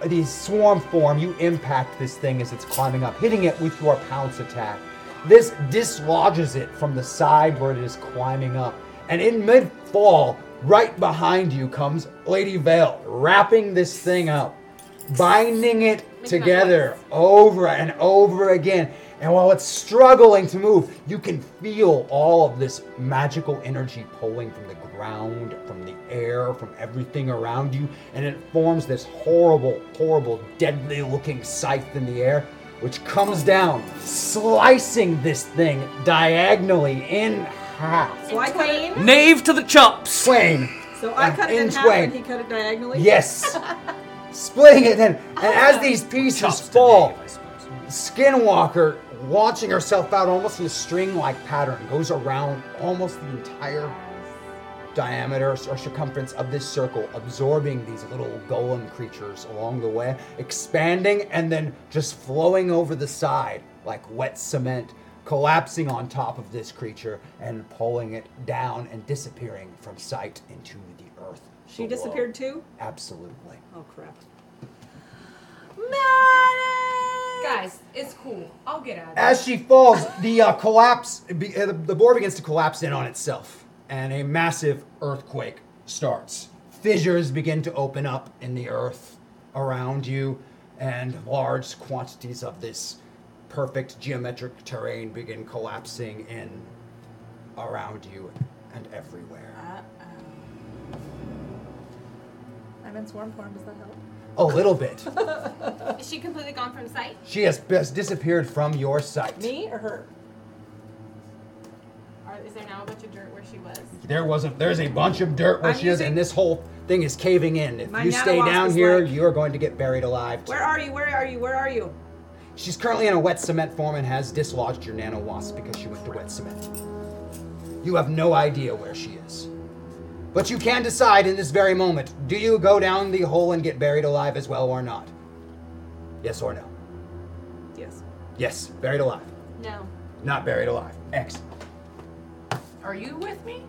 Speaker 2: the swarm form, you impact this thing as it's climbing up, hitting it with your pounce attack. This dislodges it from the side where it is climbing up. And in mid fall, right behind you comes Lady Vale, wrapping this thing up, binding it together over and over again. And while it's struggling to move, you can feel all of this magical energy pulling from the ground, from the air, from everything around you, and it forms this horrible, horrible, deadly looking scythe in the air, which comes down, slicing this thing diagonally in half.
Speaker 3: So I cut it.
Speaker 4: Knave to the chops.
Speaker 2: Twain.
Speaker 3: So I
Speaker 2: Um,
Speaker 3: cut it in
Speaker 2: inch
Speaker 3: half,
Speaker 2: way.
Speaker 3: and he cut it diagonally.
Speaker 2: Yes. Splitting it then. And as these pieces
Speaker 4: Chops
Speaker 2: fall,
Speaker 4: Ah. to knave, I suppose.
Speaker 2: Skinwalker, launching herself out almost in a string like pattern, goes around almost the entire diameter or circumference of this circle, absorbing these little golem creatures along the way, expanding and then just flowing over the side like wet cement, collapsing on top of this creature and pulling it down and disappearing from sight into the earth.
Speaker 3: She
Speaker 2: below.
Speaker 3: disappeared too.
Speaker 2: Absolutely.
Speaker 3: Oh crap.
Speaker 5: Guys, it's cool. I'll get out of
Speaker 2: As she falls, the uh, collapse, be, uh, the, the board begins to collapse in on itself, and a massive earthquake starts. Fissures begin to open up in the earth around you, and large quantities of this perfect geometric terrain begin collapsing in around you and everywhere.
Speaker 3: I'm in swarm form. Does that help?
Speaker 2: A little bit.
Speaker 6: Is she completely gone from sight?
Speaker 2: She has bes- disappeared from your sight.
Speaker 3: Me or her?
Speaker 6: Or is there now a bunch of dirt where she was?
Speaker 2: There wasn't. There's a bunch of dirt where
Speaker 3: I'm
Speaker 2: she is,
Speaker 3: using-
Speaker 2: and this whole thing is caving in. If
Speaker 3: My
Speaker 2: you stay
Speaker 3: nanowasp
Speaker 2: down
Speaker 3: is
Speaker 2: here,
Speaker 3: like-
Speaker 2: you are going to get buried alive. too.
Speaker 3: Where are you? Where are you? Where are you?
Speaker 2: She's currently in a wet cement form and has dislodged your nano wasp because she went to wet cement. You have no idea where she is. But you can decide in this very moment do you go down the hole and get buried alive as well or not? Yes or no?
Speaker 3: Yes.
Speaker 2: Yes, buried alive.
Speaker 6: No.
Speaker 2: Not buried alive. X.
Speaker 10: Are you with me?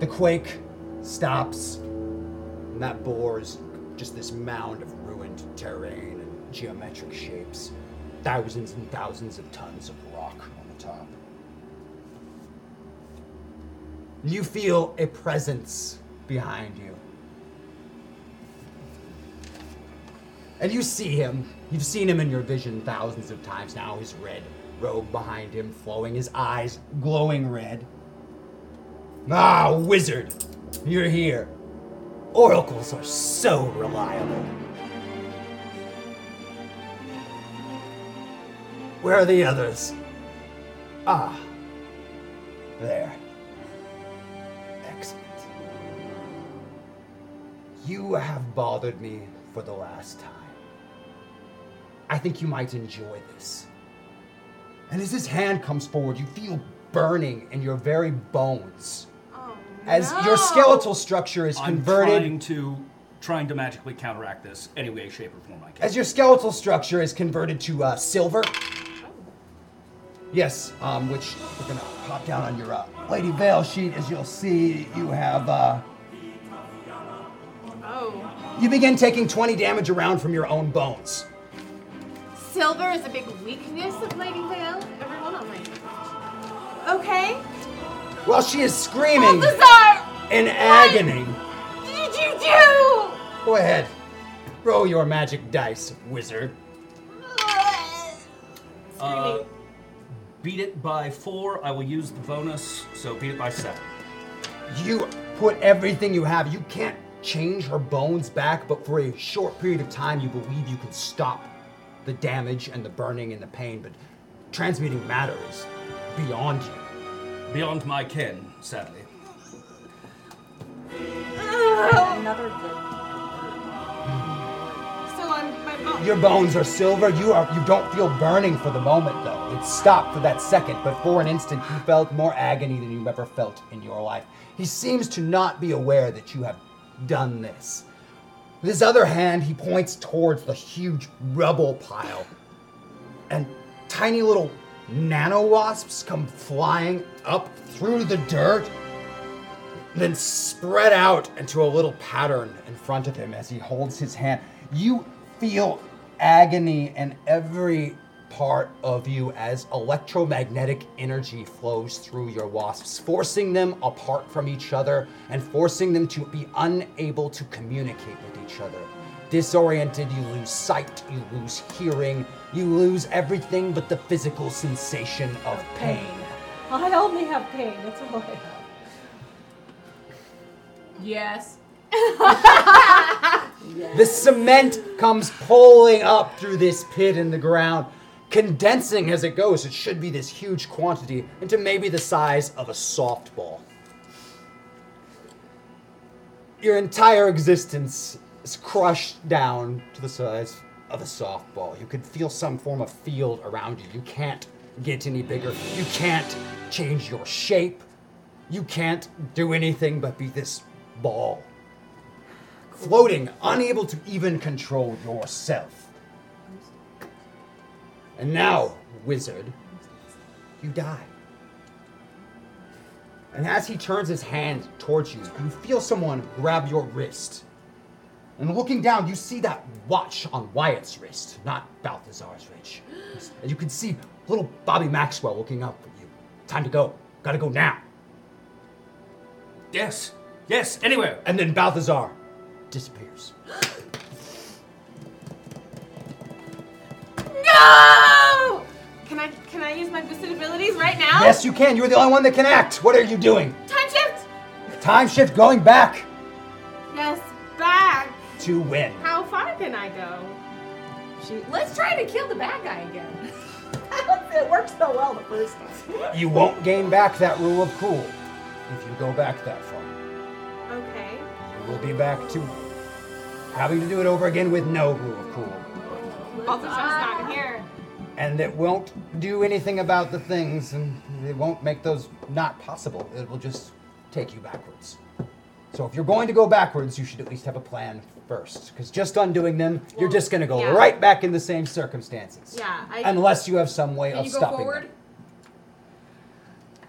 Speaker 2: The quake stops, and that bores just this mound of ruined terrain and geometric shapes, thousands and thousands of tons of rock on the top. You feel a presence behind you. And you see him. You've seen him in your vision thousands of times now. His red robe behind him flowing, his eyes glowing red. Ah, wizard, you're here. Oracles are so reliable. Where are the others? Ah, there. Excellent. You have bothered me for the last time. I think you might enjoy this. And as his hand comes forward, you feel burning in your very bones. As your skeletal structure is
Speaker 4: I'm
Speaker 2: converted
Speaker 4: trying to trying to magically counteract this any way, shape, or form I can.
Speaker 2: as your skeletal structure is converted to uh, silver.
Speaker 6: Oh.
Speaker 2: Yes, um, which we're gonna pop down on your uh, Lady Veil sheet. As you'll see, you have uh,
Speaker 6: Oh.
Speaker 2: you begin taking 20 damage around from your own bones.
Speaker 6: Silver is a big weakness of Lady Vale. Everyone on my. Okay.
Speaker 2: While she is screaming
Speaker 6: Bizarre!
Speaker 2: in agony,
Speaker 6: Did you do?
Speaker 2: go ahead, roll your magic dice, wizard.
Speaker 4: Uh, beat it by four. I will use the bonus, so beat it by seven.
Speaker 2: You put everything you have. You can't change her bones back, but for a short period of time, you believe you can stop the damage and the burning and the pain, but transmuting matter is beyond you.
Speaker 4: Beyond my ken, sadly.
Speaker 3: Another good.
Speaker 6: Still on my mom.
Speaker 2: Your bones are silver. You are you don't feel burning for the moment though. It stopped for that second, but for an instant you felt more agony than you've ever felt in your life. He seems to not be aware that you have done this. With his other hand, he points towards the huge rubble pile. And tiny little nano wasps come flying up through the dirt then spread out into a little pattern in front of him as he holds his hand. You feel agony in every part of you as electromagnetic energy flows through your wasps, forcing them apart from each other and forcing them to be unable to communicate with each other. Disoriented, you lose sight, you lose hearing, you lose everything but the physical sensation of pain.
Speaker 3: I only have pain. That's all I have.
Speaker 10: Yes.
Speaker 2: The cement comes pulling up through this pit in the ground, condensing as it goes. It should be this huge quantity into maybe the size of a softball. Your entire existence is crushed down to the size of a softball. You can feel some form of field around you. You can't get any bigger. You can't change your shape. You can't do anything but be this ball floating, unable to even control yourself. And now, wizard, you die. And as he turns his hand towards you, you feel someone grab your wrist. And looking down, you see that watch on Wyatt's wrist, not Balthazar's wrist. And you can see little Bobby Maxwell looking up at you. Time to go. Gotta go now.
Speaker 4: Yes. Yes, anywhere.
Speaker 2: And then Balthazar disappears.
Speaker 6: No! Can I can I use my boosted abilities right now?
Speaker 2: Yes, you can. You're the only one that can act. What are you doing?
Speaker 6: Time shift.
Speaker 2: Time shift going back
Speaker 6: Yes, back.
Speaker 2: to win.
Speaker 6: How far can I go?
Speaker 10: She, let's try to kill the bad guy again.
Speaker 3: it worked so well the first time.
Speaker 2: You won't gain back that rule of cool if you go back that far.
Speaker 6: Okay.
Speaker 2: You will be back to having to do it over again with no rule of cool.
Speaker 6: Balthazar's not here.
Speaker 2: And it won't do anything about the things, and it won't make those not possible. It will just take you backwards. So if you're going to go backwards, you should at least have a plan first. Because just undoing them, you're just going to go
Speaker 6: yeah.
Speaker 2: right back in the same circumstances.
Speaker 6: Yeah, I-
Speaker 2: Unless you have some way
Speaker 10: Can
Speaker 2: of
Speaker 10: you go
Speaker 2: stopping
Speaker 10: forward?
Speaker 2: them.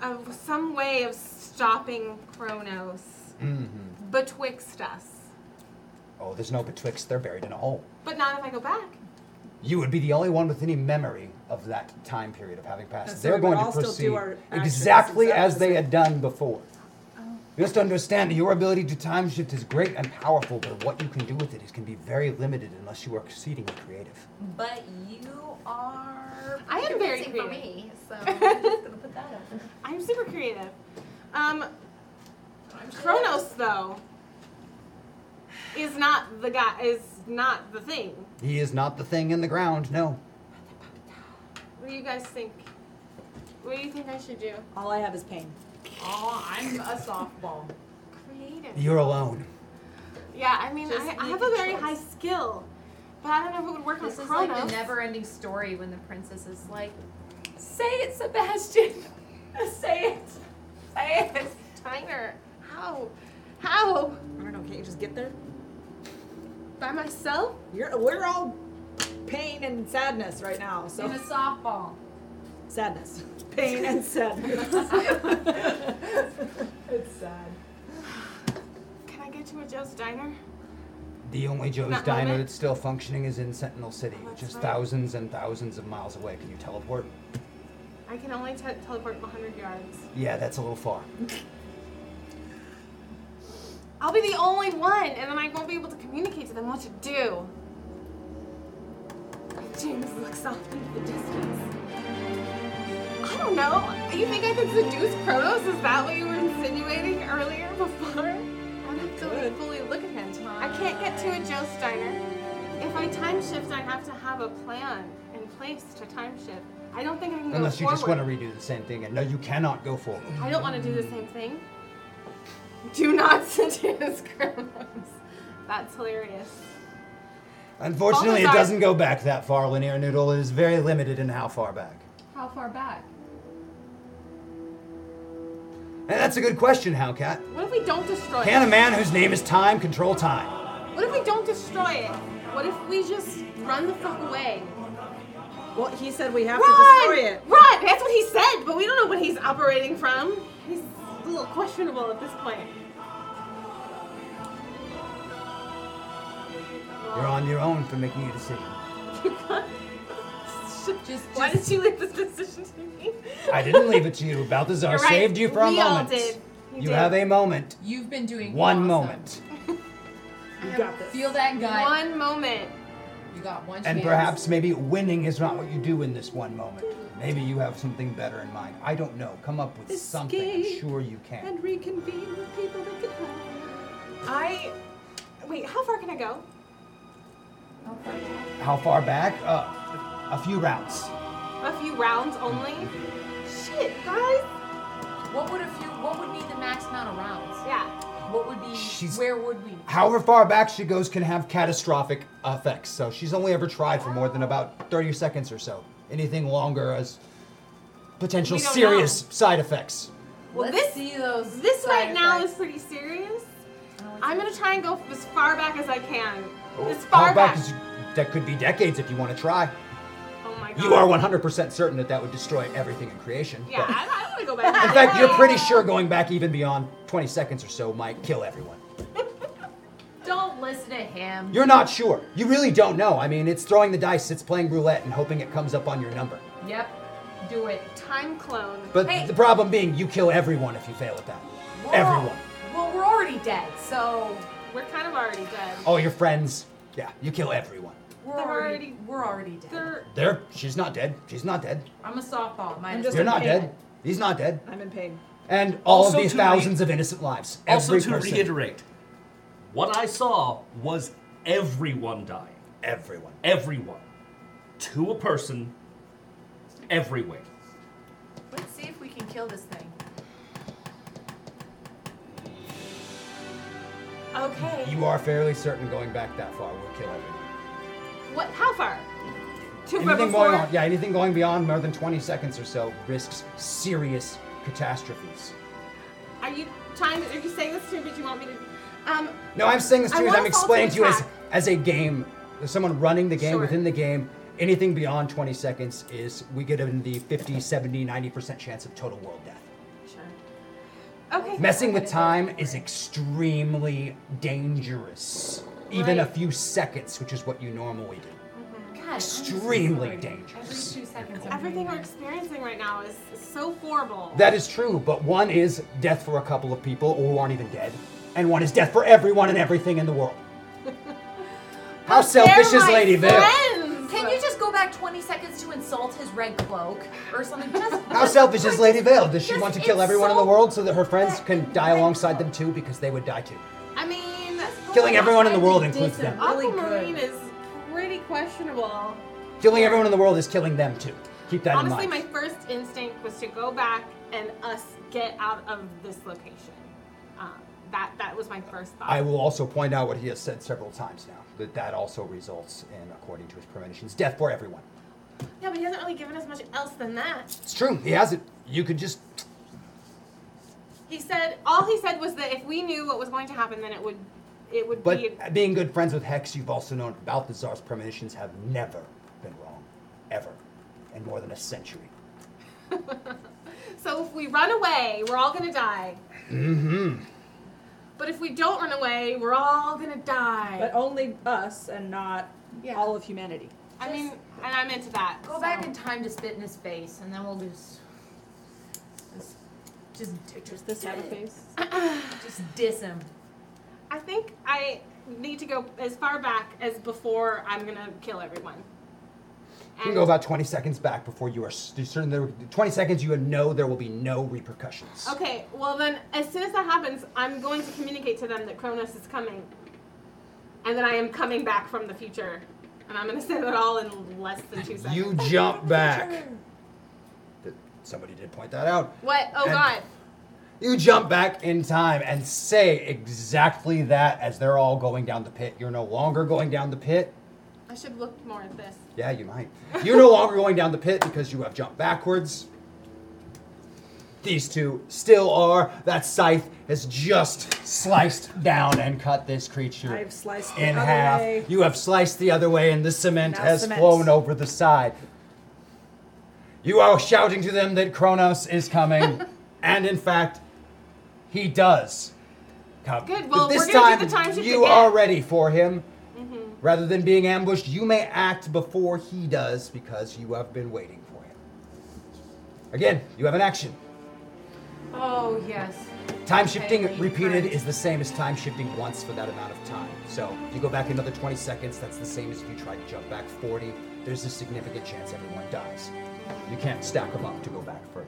Speaker 6: Uh, some way of stopping Kronos
Speaker 10: Mm-hmm.
Speaker 6: betwixt us,
Speaker 2: Oh, there's no betwixt. They're buried in a hole.
Speaker 6: but not if I go back.
Speaker 2: You would be the only one with any memory of that time period of having passed.
Speaker 3: And so
Speaker 2: They're
Speaker 3: we would
Speaker 2: going to
Speaker 3: all still do
Speaker 2: proceed
Speaker 3: our actions
Speaker 2: exactly
Speaker 3: exactly
Speaker 2: as
Speaker 3: the
Speaker 2: they
Speaker 3: same.
Speaker 2: had done before. You must understand that your ability to time shift is great and powerful, but what you can do with it is can be very limited unless you are exceedingly creative.
Speaker 10: But you are.
Speaker 6: I am very
Speaker 10: convincing for
Speaker 6: creative.
Speaker 10: me, so I'm just gonna put that up.
Speaker 6: I'm super creative. Um, Kronos though is not the guy. Is not the thing.
Speaker 2: He is not the thing in the ground, no.
Speaker 6: What do you guys think? What do you think I should do?
Speaker 3: All I have is pain.
Speaker 10: Oh, I'm a softball.
Speaker 6: Creative.
Speaker 2: You're alone.
Speaker 6: Yeah, I mean,
Speaker 10: Just
Speaker 6: I, I
Speaker 10: make
Speaker 6: have a
Speaker 10: a
Speaker 6: very
Speaker 10: choice.
Speaker 6: high skill, but I don't know if it would work
Speaker 10: This
Speaker 6: on
Speaker 10: is
Speaker 6: Kronos.
Speaker 10: like the never-ending story when the princess is like, "Say it, Sebastian. Say it. Say it."
Speaker 6: Timer. How? How?
Speaker 3: I don't know. Can't you just get there?
Speaker 6: By myself?
Speaker 3: You're we're all pain and sadness right now. So
Speaker 10: In a softball.
Speaker 3: sadness, pain and sadness. it's sad.
Speaker 6: Can I get to a Joe's diner?
Speaker 2: The only Joe's
Speaker 6: Not
Speaker 2: diner
Speaker 6: moment.
Speaker 2: that's still functioning is in Sentinel City, which is
Speaker 6: right.
Speaker 2: thousands and thousands of miles away. Can you teleport?
Speaker 6: I can only te- teleport 100 yards.
Speaker 2: Yeah, that's a little far.
Speaker 6: I'll be the only one, and then I won't be able to communicate to them what to do. James looks off into the distance. I don't know. You think I could seduce Protos? Is that what you were insinuating earlier before? I'd have to fully look at him. I can't get to a Joe's diner. If if I time shift, I have to have a plan in place to time shift. I don't think I can
Speaker 2: Unless
Speaker 6: go
Speaker 2: you just want
Speaker 6: forward.
Speaker 2: to redo the same thing, and no, you cannot go forward.
Speaker 6: I don't want to do the same thing. Do not seduce criminals. That's hilarious.
Speaker 2: Unfortunately, it
Speaker 6: Balthazar-
Speaker 2: doesn't go back that far, Linear Noodle. It is very limited in how far back.
Speaker 3: How far back?
Speaker 2: And that's a good question, Howcat.
Speaker 6: What if we don't destroy
Speaker 2: Can
Speaker 6: it?
Speaker 2: a man whose name is Time control time?
Speaker 6: What if we don't destroy it? What if we just run the fuck away?
Speaker 3: Well, he said we have
Speaker 6: Run!
Speaker 3: to destroy it.
Speaker 6: Run! That's what he said, but we don't know what he's operating from. He's a little questionable at this point.
Speaker 2: You're on your own for making a decision.
Speaker 6: Just, Why did you leave this decision to me?
Speaker 2: I didn't leave it to you. Balthazar
Speaker 6: You're right.
Speaker 2: saved you for a
Speaker 6: We all
Speaker 2: moment.
Speaker 6: did.
Speaker 2: You,
Speaker 6: You did.
Speaker 2: have a moment.
Speaker 10: You've been doing
Speaker 2: One
Speaker 10: awesome.
Speaker 2: moment.
Speaker 3: You got this.
Speaker 10: Feel that gut.
Speaker 6: One moment.
Speaker 10: You got one.
Speaker 2: And
Speaker 10: chance.
Speaker 2: perhaps maybe winning is not what you do in this one moment. Maybe you have something better in mind. I don't know. Come up with something. I'm
Speaker 6: Escape
Speaker 2: sure you can.
Speaker 6: And reconvene with people that can help. I. Wait, how far can I go?
Speaker 2: How far back? Uh, a few rounds.
Speaker 6: A few rounds only? Shit, guys.
Speaker 10: What would a few? What would be the max amount of rounds?
Speaker 6: Yeah.
Speaker 10: What would be?
Speaker 2: She's-
Speaker 10: Where would we?
Speaker 2: However far back she goes can have catastrophic effects. So she's only ever tried for more than about 30 seconds or so. Anything longer has potential
Speaker 6: We don't
Speaker 2: serious side effects.
Speaker 6: Well,
Speaker 10: Let's
Speaker 6: this-
Speaker 10: see those.
Speaker 6: This
Speaker 10: side
Speaker 6: right now is
Speaker 10: effects.
Speaker 6: pretty serious. I'm gonna try and go as far back as I can. As
Speaker 2: Oh, How
Speaker 6: far back.
Speaker 2: is- that could be decades if you want to try.
Speaker 6: Oh my god.
Speaker 2: You are 100% certain that that would destroy everything in creation.
Speaker 6: Yeah,
Speaker 2: but-
Speaker 6: I, I don't wanna go back.
Speaker 2: in fact, you're pretty sure going back even beyond 20 seconds or so might kill everyone.
Speaker 10: Don't listen to him.
Speaker 2: You're not sure. You really don't know. I mean, it's throwing the dice, it's playing roulette and hoping it comes up on your number.
Speaker 10: Yep. Do it.
Speaker 6: Time clone.
Speaker 2: But
Speaker 10: Hey.
Speaker 2: the problem being, you kill everyone if you fail at that.
Speaker 10: We're
Speaker 2: Everyone.
Speaker 10: al- well, we're already dead, so
Speaker 6: We're kind of already dead.
Speaker 2: All your friends. Yeah, you kill everyone.
Speaker 10: we're
Speaker 6: They're
Speaker 10: already,
Speaker 6: already-
Speaker 10: we're already dead.
Speaker 6: They're
Speaker 2: There, she's not dead. She's not dead.
Speaker 10: I'm a softball. Might
Speaker 3: I'm
Speaker 10: as
Speaker 3: just-
Speaker 2: You're not
Speaker 3: Okay.
Speaker 2: dead. He's not dead.
Speaker 3: I'm in pain.
Speaker 2: And all
Speaker 4: Also
Speaker 2: of these
Speaker 4: to re-
Speaker 2: thousands of innocent lives.
Speaker 4: Also,
Speaker 2: Every
Speaker 4: to
Speaker 2: person.
Speaker 4: reiterate, what I saw was everyone dying.
Speaker 2: Everyone.
Speaker 4: Everyone. To a person, everywhere.
Speaker 10: well. Let's see if we can kill this thing.
Speaker 6: okay.
Speaker 2: You are fairly certain going back that far will kill everyone.
Speaker 6: What? How far? To
Speaker 2: Anything
Speaker 6: before?
Speaker 2: going on, yeah, anything going beyond more than 20 seconds or so risks serious catastrophes.
Speaker 6: Are you trying? To, are you saying this to me? But you want me to? Um.
Speaker 2: No, I'm saying this to
Speaker 6: I
Speaker 2: you as
Speaker 6: wanna
Speaker 2: I'm
Speaker 6: fall to
Speaker 2: explaining to you as,
Speaker 6: attack.
Speaker 2: as a game, as someone running the game
Speaker 6: Sure.
Speaker 2: within the game, anything beyond 20 seconds is, we get in the 50, 70, 90% chance of total world death.
Speaker 6: Sure. Okay.
Speaker 2: Messing with time is extremely dangerous. Even a
Speaker 6: Right.
Speaker 2: few seconds, which is what you normally do.
Speaker 10: God,
Speaker 2: Extremely
Speaker 10: every two
Speaker 2: dangerous.
Speaker 10: seconds. I'm-
Speaker 6: Everything we're experiencing right now is, is so horrible.
Speaker 2: That is true, but one is death for a couple of people or who aren't even dead, and one is death for everyone and everything in the world. How selfish
Speaker 6: They're
Speaker 2: is
Speaker 6: my
Speaker 2: Lady Vale?
Speaker 6: friends!
Speaker 10: Can you just go back 20 seconds to insult his red cloak or something? Just
Speaker 2: How selfish is Lady Vale? Does she
Speaker 10: Just
Speaker 2: want to kill everyone in the
Speaker 10: insult
Speaker 2: world so that her friends
Speaker 10: that
Speaker 2: can die
Speaker 10: red
Speaker 2: alongside
Speaker 10: cloak.
Speaker 2: them too? Because they would die too.
Speaker 6: I mean, that's
Speaker 2: Killing everyone in the world
Speaker 3: Trying to
Speaker 2: includes them.
Speaker 3: diss him. Really
Speaker 6: Aquamarine
Speaker 3: good.
Speaker 6: is pretty questionable.
Speaker 2: Killing everyone in the world is killing them too. Keep that
Speaker 6: Honestly,
Speaker 2: in
Speaker 6: my
Speaker 2: mind.
Speaker 6: first instinct was to go back and us get out of this location. Um, that that was my first thought.
Speaker 2: I will also point out what he has said several times now that that also results in, according to his premonitions, death for everyone.
Speaker 6: yeah, but he hasn't really given us much else than that.
Speaker 2: It's true. He hasn't. You could just.
Speaker 6: He said all he said was that if we knew what was going to happen, then it would it would
Speaker 2: But
Speaker 6: be.
Speaker 2: being good friends with Hex, you've also known Balthazar's premonitions have never been wrong, ever, in more than a century.
Speaker 6: So if we run away, we're all gonna die. Mm-hmm. But if we don't run away, we're all gonna die.
Speaker 3: But only us and not
Speaker 10: Yeah.
Speaker 3: all of humanity.
Speaker 6: I mean, and I'm into that.
Speaker 10: Go back in time to spit in his face, and then we'll just just just
Speaker 3: Does this have a face?
Speaker 10: just diss him.
Speaker 6: I think I need to go as far back as before I'm gonna kill everyone.
Speaker 2: You can go about 20 seconds back before you are s- certain there. 20 seconds, you know there will be no repercussions.
Speaker 6: Okay, well then, as soon as that happens, I'm going to communicate to them that Kronos is coming, and that I am coming back from the future and I'm gonna say that all in less than two seconds.
Speaker 2: You jump back. Th- Somebody did point that out.
Speaker 6: What? Oh
Speaker 2: And-
Speaker 6: God.
Speaker 2: You jump back in time and say exactly that as they're all going down the pit. You're no longer going down the pit.
Speaker 6: I should look more at this.
Speaker 2: Yeah, you might. You're no longer going down the pit because you have jumped backwards. These two still are. That scythe has just sliced down and cut this creature
Speaker 15: I've sliced the
Speaker 2: in
Speaker 15: other
Speaker 2: half.
Speaker 15: way.
Speaker 2: You have sliced the other way, and the cement
Speaker 15: Now
Speaker 2: has
Speaker 15: cement.
Speaker 2: flown over the side. You are shouting to them that Kronos is coming, and in fact, he does come. But
Speaker 6: Good, well,
Speaker 2: this
Speaker 6: we're gonna
Speaker 2: time,
Speaker 6: do the time shift
Speaker 2: you
Speaker 6: again.
Speaker 2: are ready for him. Rather than being ambushed, you may act before he does because you have been waiting for him. Again, you have an action.
Speaker 10: Oh, yes.
Speaker 2: Time shifting repeated is the same as time shifting once for that amount of time. So you go back another 20 seconds, that's the same as if you try to jump back 40. There's a significant chance everyone dies. You can't stack them up to go back further.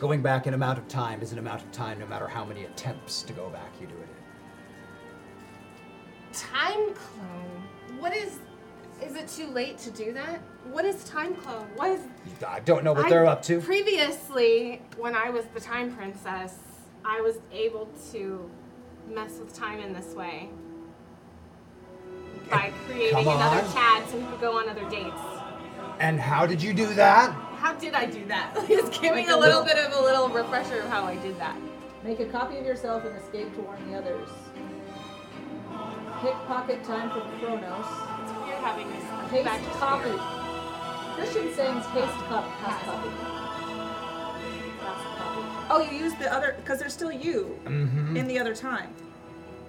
Speaker 2: Going back an amount of time is an amount of time no matter how many attempts to go back you do it in.
Speaker 6: Time clone. What is? Is it too late to do that? What is time clone? What is?
Speaker 2: I don't know what
Speaker 6: I-
Speaker 2: they're up to.
Speaker 6: Previously, when I was the time princess, I was able to mess with time in this way by creating
Speaker 2: Come
Speaker 6: another
Speaker 2: on.
Speaker 6: Chad so we could go on other dates.
Speaker 2: and how did you do that?
Speaker 6: How did I do that? Just give me
Speaker 3: Like
Speaker 6: a
Speaker 3: a
Speaker 6: little bit of a little refresher of how I did that.
Speaker 3: Make a copy of yourself and escape to warn the others. Pickpocket time for Kronos.
Speaker 6: It's weird having this
Speaker 3: Haste
Speaker 6: back to
Speaker 3: copy.
Speaker 6: spirit.
Speaker 3: Christian Sings haste copy. Past copy. Oh, you used the other because there's still you
Speaker 2: Mm-hmm.
Speaker 3: in the other time.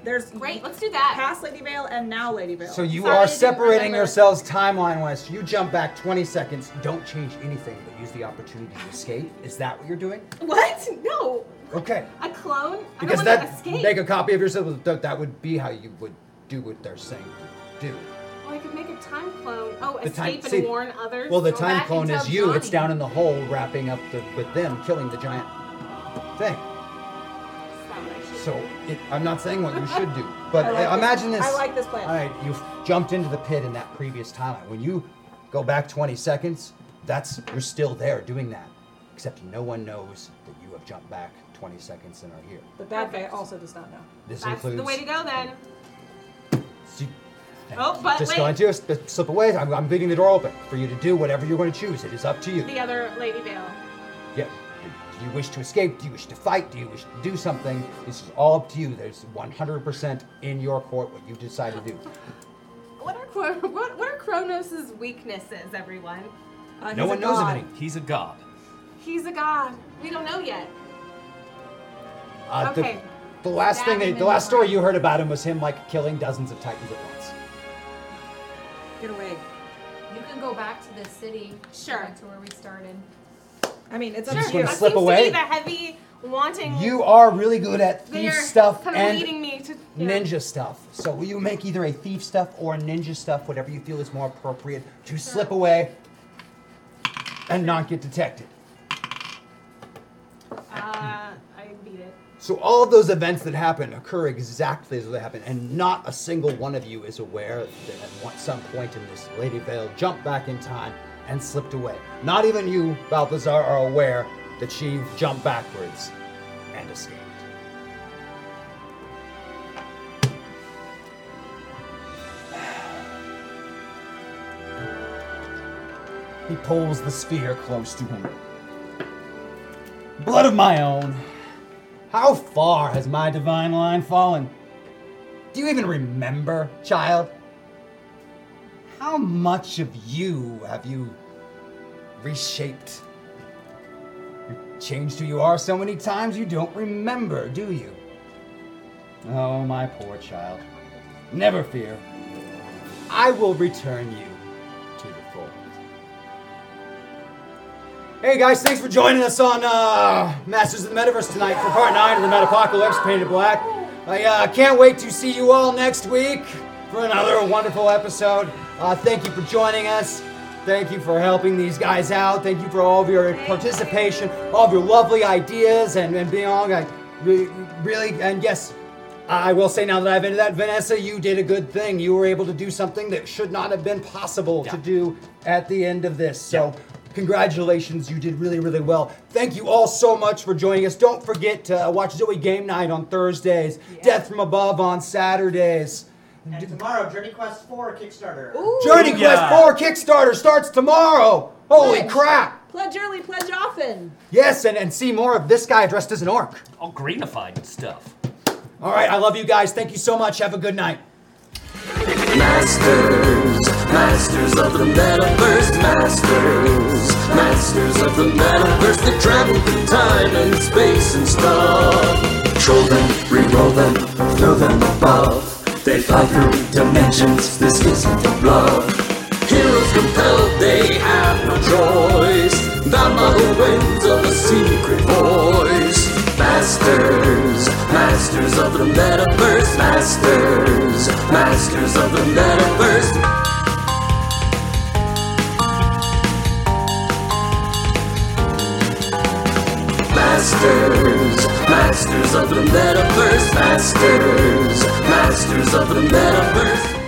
Speaker 3: There's
Speaker 6: Great, let's do that.
Speaker 3: past Lady Vale and now Lady Vale.
Speaker 2: So you
Speaker 6: Sorry, I
Speaker 2: are
Speaker 6: didn't
Speaker 2: separating
Speaker 6: remember.
Speaker 2: yourselves timeline wise. You jump back 20 seconds. Don't change anything, but use the opportunity to escape. Is that what you're doing?
Speaker 6: What? No.
Speaker 2: Okay.
Speaker 6: A clone? I
Speaker 2: Because
Speaker 6: don't want to
Speaker 2: that
Speaker 6: escape.
Speaker 2: make a copy of yourself. That that would be how you would do what they're saying to do.
Speaker 6: Well, I could make a time clone. Oh,
Speaker 2: The time-
Speaker 6: escape
Speaker 2: see-
Speaker 6: and warn others.
Speaker 2: Well, the
Speaker 6: Go
Speaker 2: time
Speaker 6: back
Speaker 2: clone
Speaker 6: and
Speaker 2: is
Speaker 6: tell
Speaker 2: you. It's
Speaker 6: Johnny.
Speaker 2: down in the hole, wrapping up the, with them, killing the giant thing.
Speaker 6: That's not what I should
Speaker 2: So
Speaker 6: do.
Speaker 2: it, I'm not saying what you should do, but
Speaker 3: I like
Speaker 2: uh, imagine this.
Speaker 3: I like this plan.
Speaker 2: All right, you've jumped into the pit in that previous timeline. When you go back 20 seconds, that's you're still there doing that, except no one knows that you have jumped back 20 seconds and are here.
Speaker 3: The bad guy also does not know.
Speaker 2: This
Speaker 6: That's
Speaker 2: includes.
Speaker 6: the way to go then.
Speaker 2: So you-
Speaker 6: Oh, but
Speaker 2: just
Speaker 6: wait.
Speaker 2: going to sp- slip away. I'm, I'm leaving the door open for you to do whatever you're going to choose. It is up to you.
Speaker 6: The other Lady Vale.
Speaker 2: Yeah. Do you wish to escape? Do you wish to fight? Do you wish to do something? This is all up to you. There's 100% in your court what you decide to do.
Speaker 6: What are Chro- what, what are Kronos' weaknesses, everyone?
Speaker 2: No
Speaker 3: Uh, he's a
Speaker 2: one knows of
Speaker 3: god.
Speaker 2: any.
Speaker 4: He's a god.
Speaker 6: He's a god. We don't know yet.
Speaker 2: Uh, the-
Speaker 6: Okay.
Speaker 2: The, last
Speaker 6: Stab
Speaker 2: thing,
Speaker 6: him
Speaker 2: that,
Speaker 6: in
Speaker 2: the
Speaker 6: the
Speaker 2: last story
Speaker 6: heart.
Speaker 2: you heard about him was him like killing dozens of titans at once.
Speaker 3: Get away.
Speaker 10: You can go back to this city.
Speaker 6: Sure.
Speaker 10: Back to where we started.
Speaker 3: I mean, it's up
Speaker 2: Just
Speaker 3: to
Speaker 2: wanna
Speaker 3: you.
Speaker 6: That
Speaker 2: slip
Speaker 6: seems
Speaker 2: away.
Speaker 6: To be the heavy wanting.
Speaker 2: You are really good at
Speaker 6: They're
Speaker 2: thief stuff
Speaker 6: kind of leading
Speaker 2: and
Speaker 6: me to yeah.
Speaker 2: ninja stuff. So will you make either a thief stuff or ninja stuff, whatever you feel is more appropriate, to slip away and not get detected.
Speaker 6: Uh, I beat it.
Speaker 2: So all of those events that happen occur exactly as they happen, and not a single one of you is aware that at one- some point in this, Lady Vale jumped back in time and slipped away. Not even you, Balthazar, are aware that she jumped backwards and escaped. He pulls the sphere close to him. Blood of my own. How far has my divine line fallen? Do you even remember, child? How much of you have you reshaped? You've changed who you are so many times you don't remember, do you? Oh, my poor child. Never fear. I will return you to the fold. Hey guys, thanks for joining us on uh, Masters of the Metaverse tonight for part 9 of the Metapocalypse Painted Black. I uh, can't wait to see you all next week for another wonderful episode. Uh, thank you for joining us. Thank you for helping these guys out. Thank you for all of your participation, all of your lovely ideas, and, and being on. I re- Really, and yes, I will say now that I've ended that, Vanessa, you did a good thing. You were able to do something that should not have been possible to do at the end of this. So, congratulations, you did really, really well. Thank you all so much for joining us. Don't forget to uh, watch Zoe Game Night on Thursdays, Death from Above on Saturdays.
Speaker 15: And tomorrow, Journey Quest 4 Kickstarter.
Speaker 2: Journey Quest 4 Kickstarter starts tomorrow. Holy
Speaker 3: Pledge.
Speaker 2: crap!
Speaker 3: Pledge early, pledge often.
Speaker 2: Yes, and, and see more of this guy dressed as an orc.
Speaker 4: All greenified stuff.
Speaker 2: All right, I love you guys. Thank you so much. Have a good night.
Speaker 1: Masters, masters of the metaverse, masters, masters of the metaverse that travel through time and space and stuff. Troll them, re-roll them, throw them above. They fly through dimensions, this isn't a bluff. Heroes compelled, they have no choice. Bound by the winds of a secret voice. Masters, masters of the metaverse, masters, masters of the metaverse. Masters, masters of the metaverse, masters, masters of the metaverse.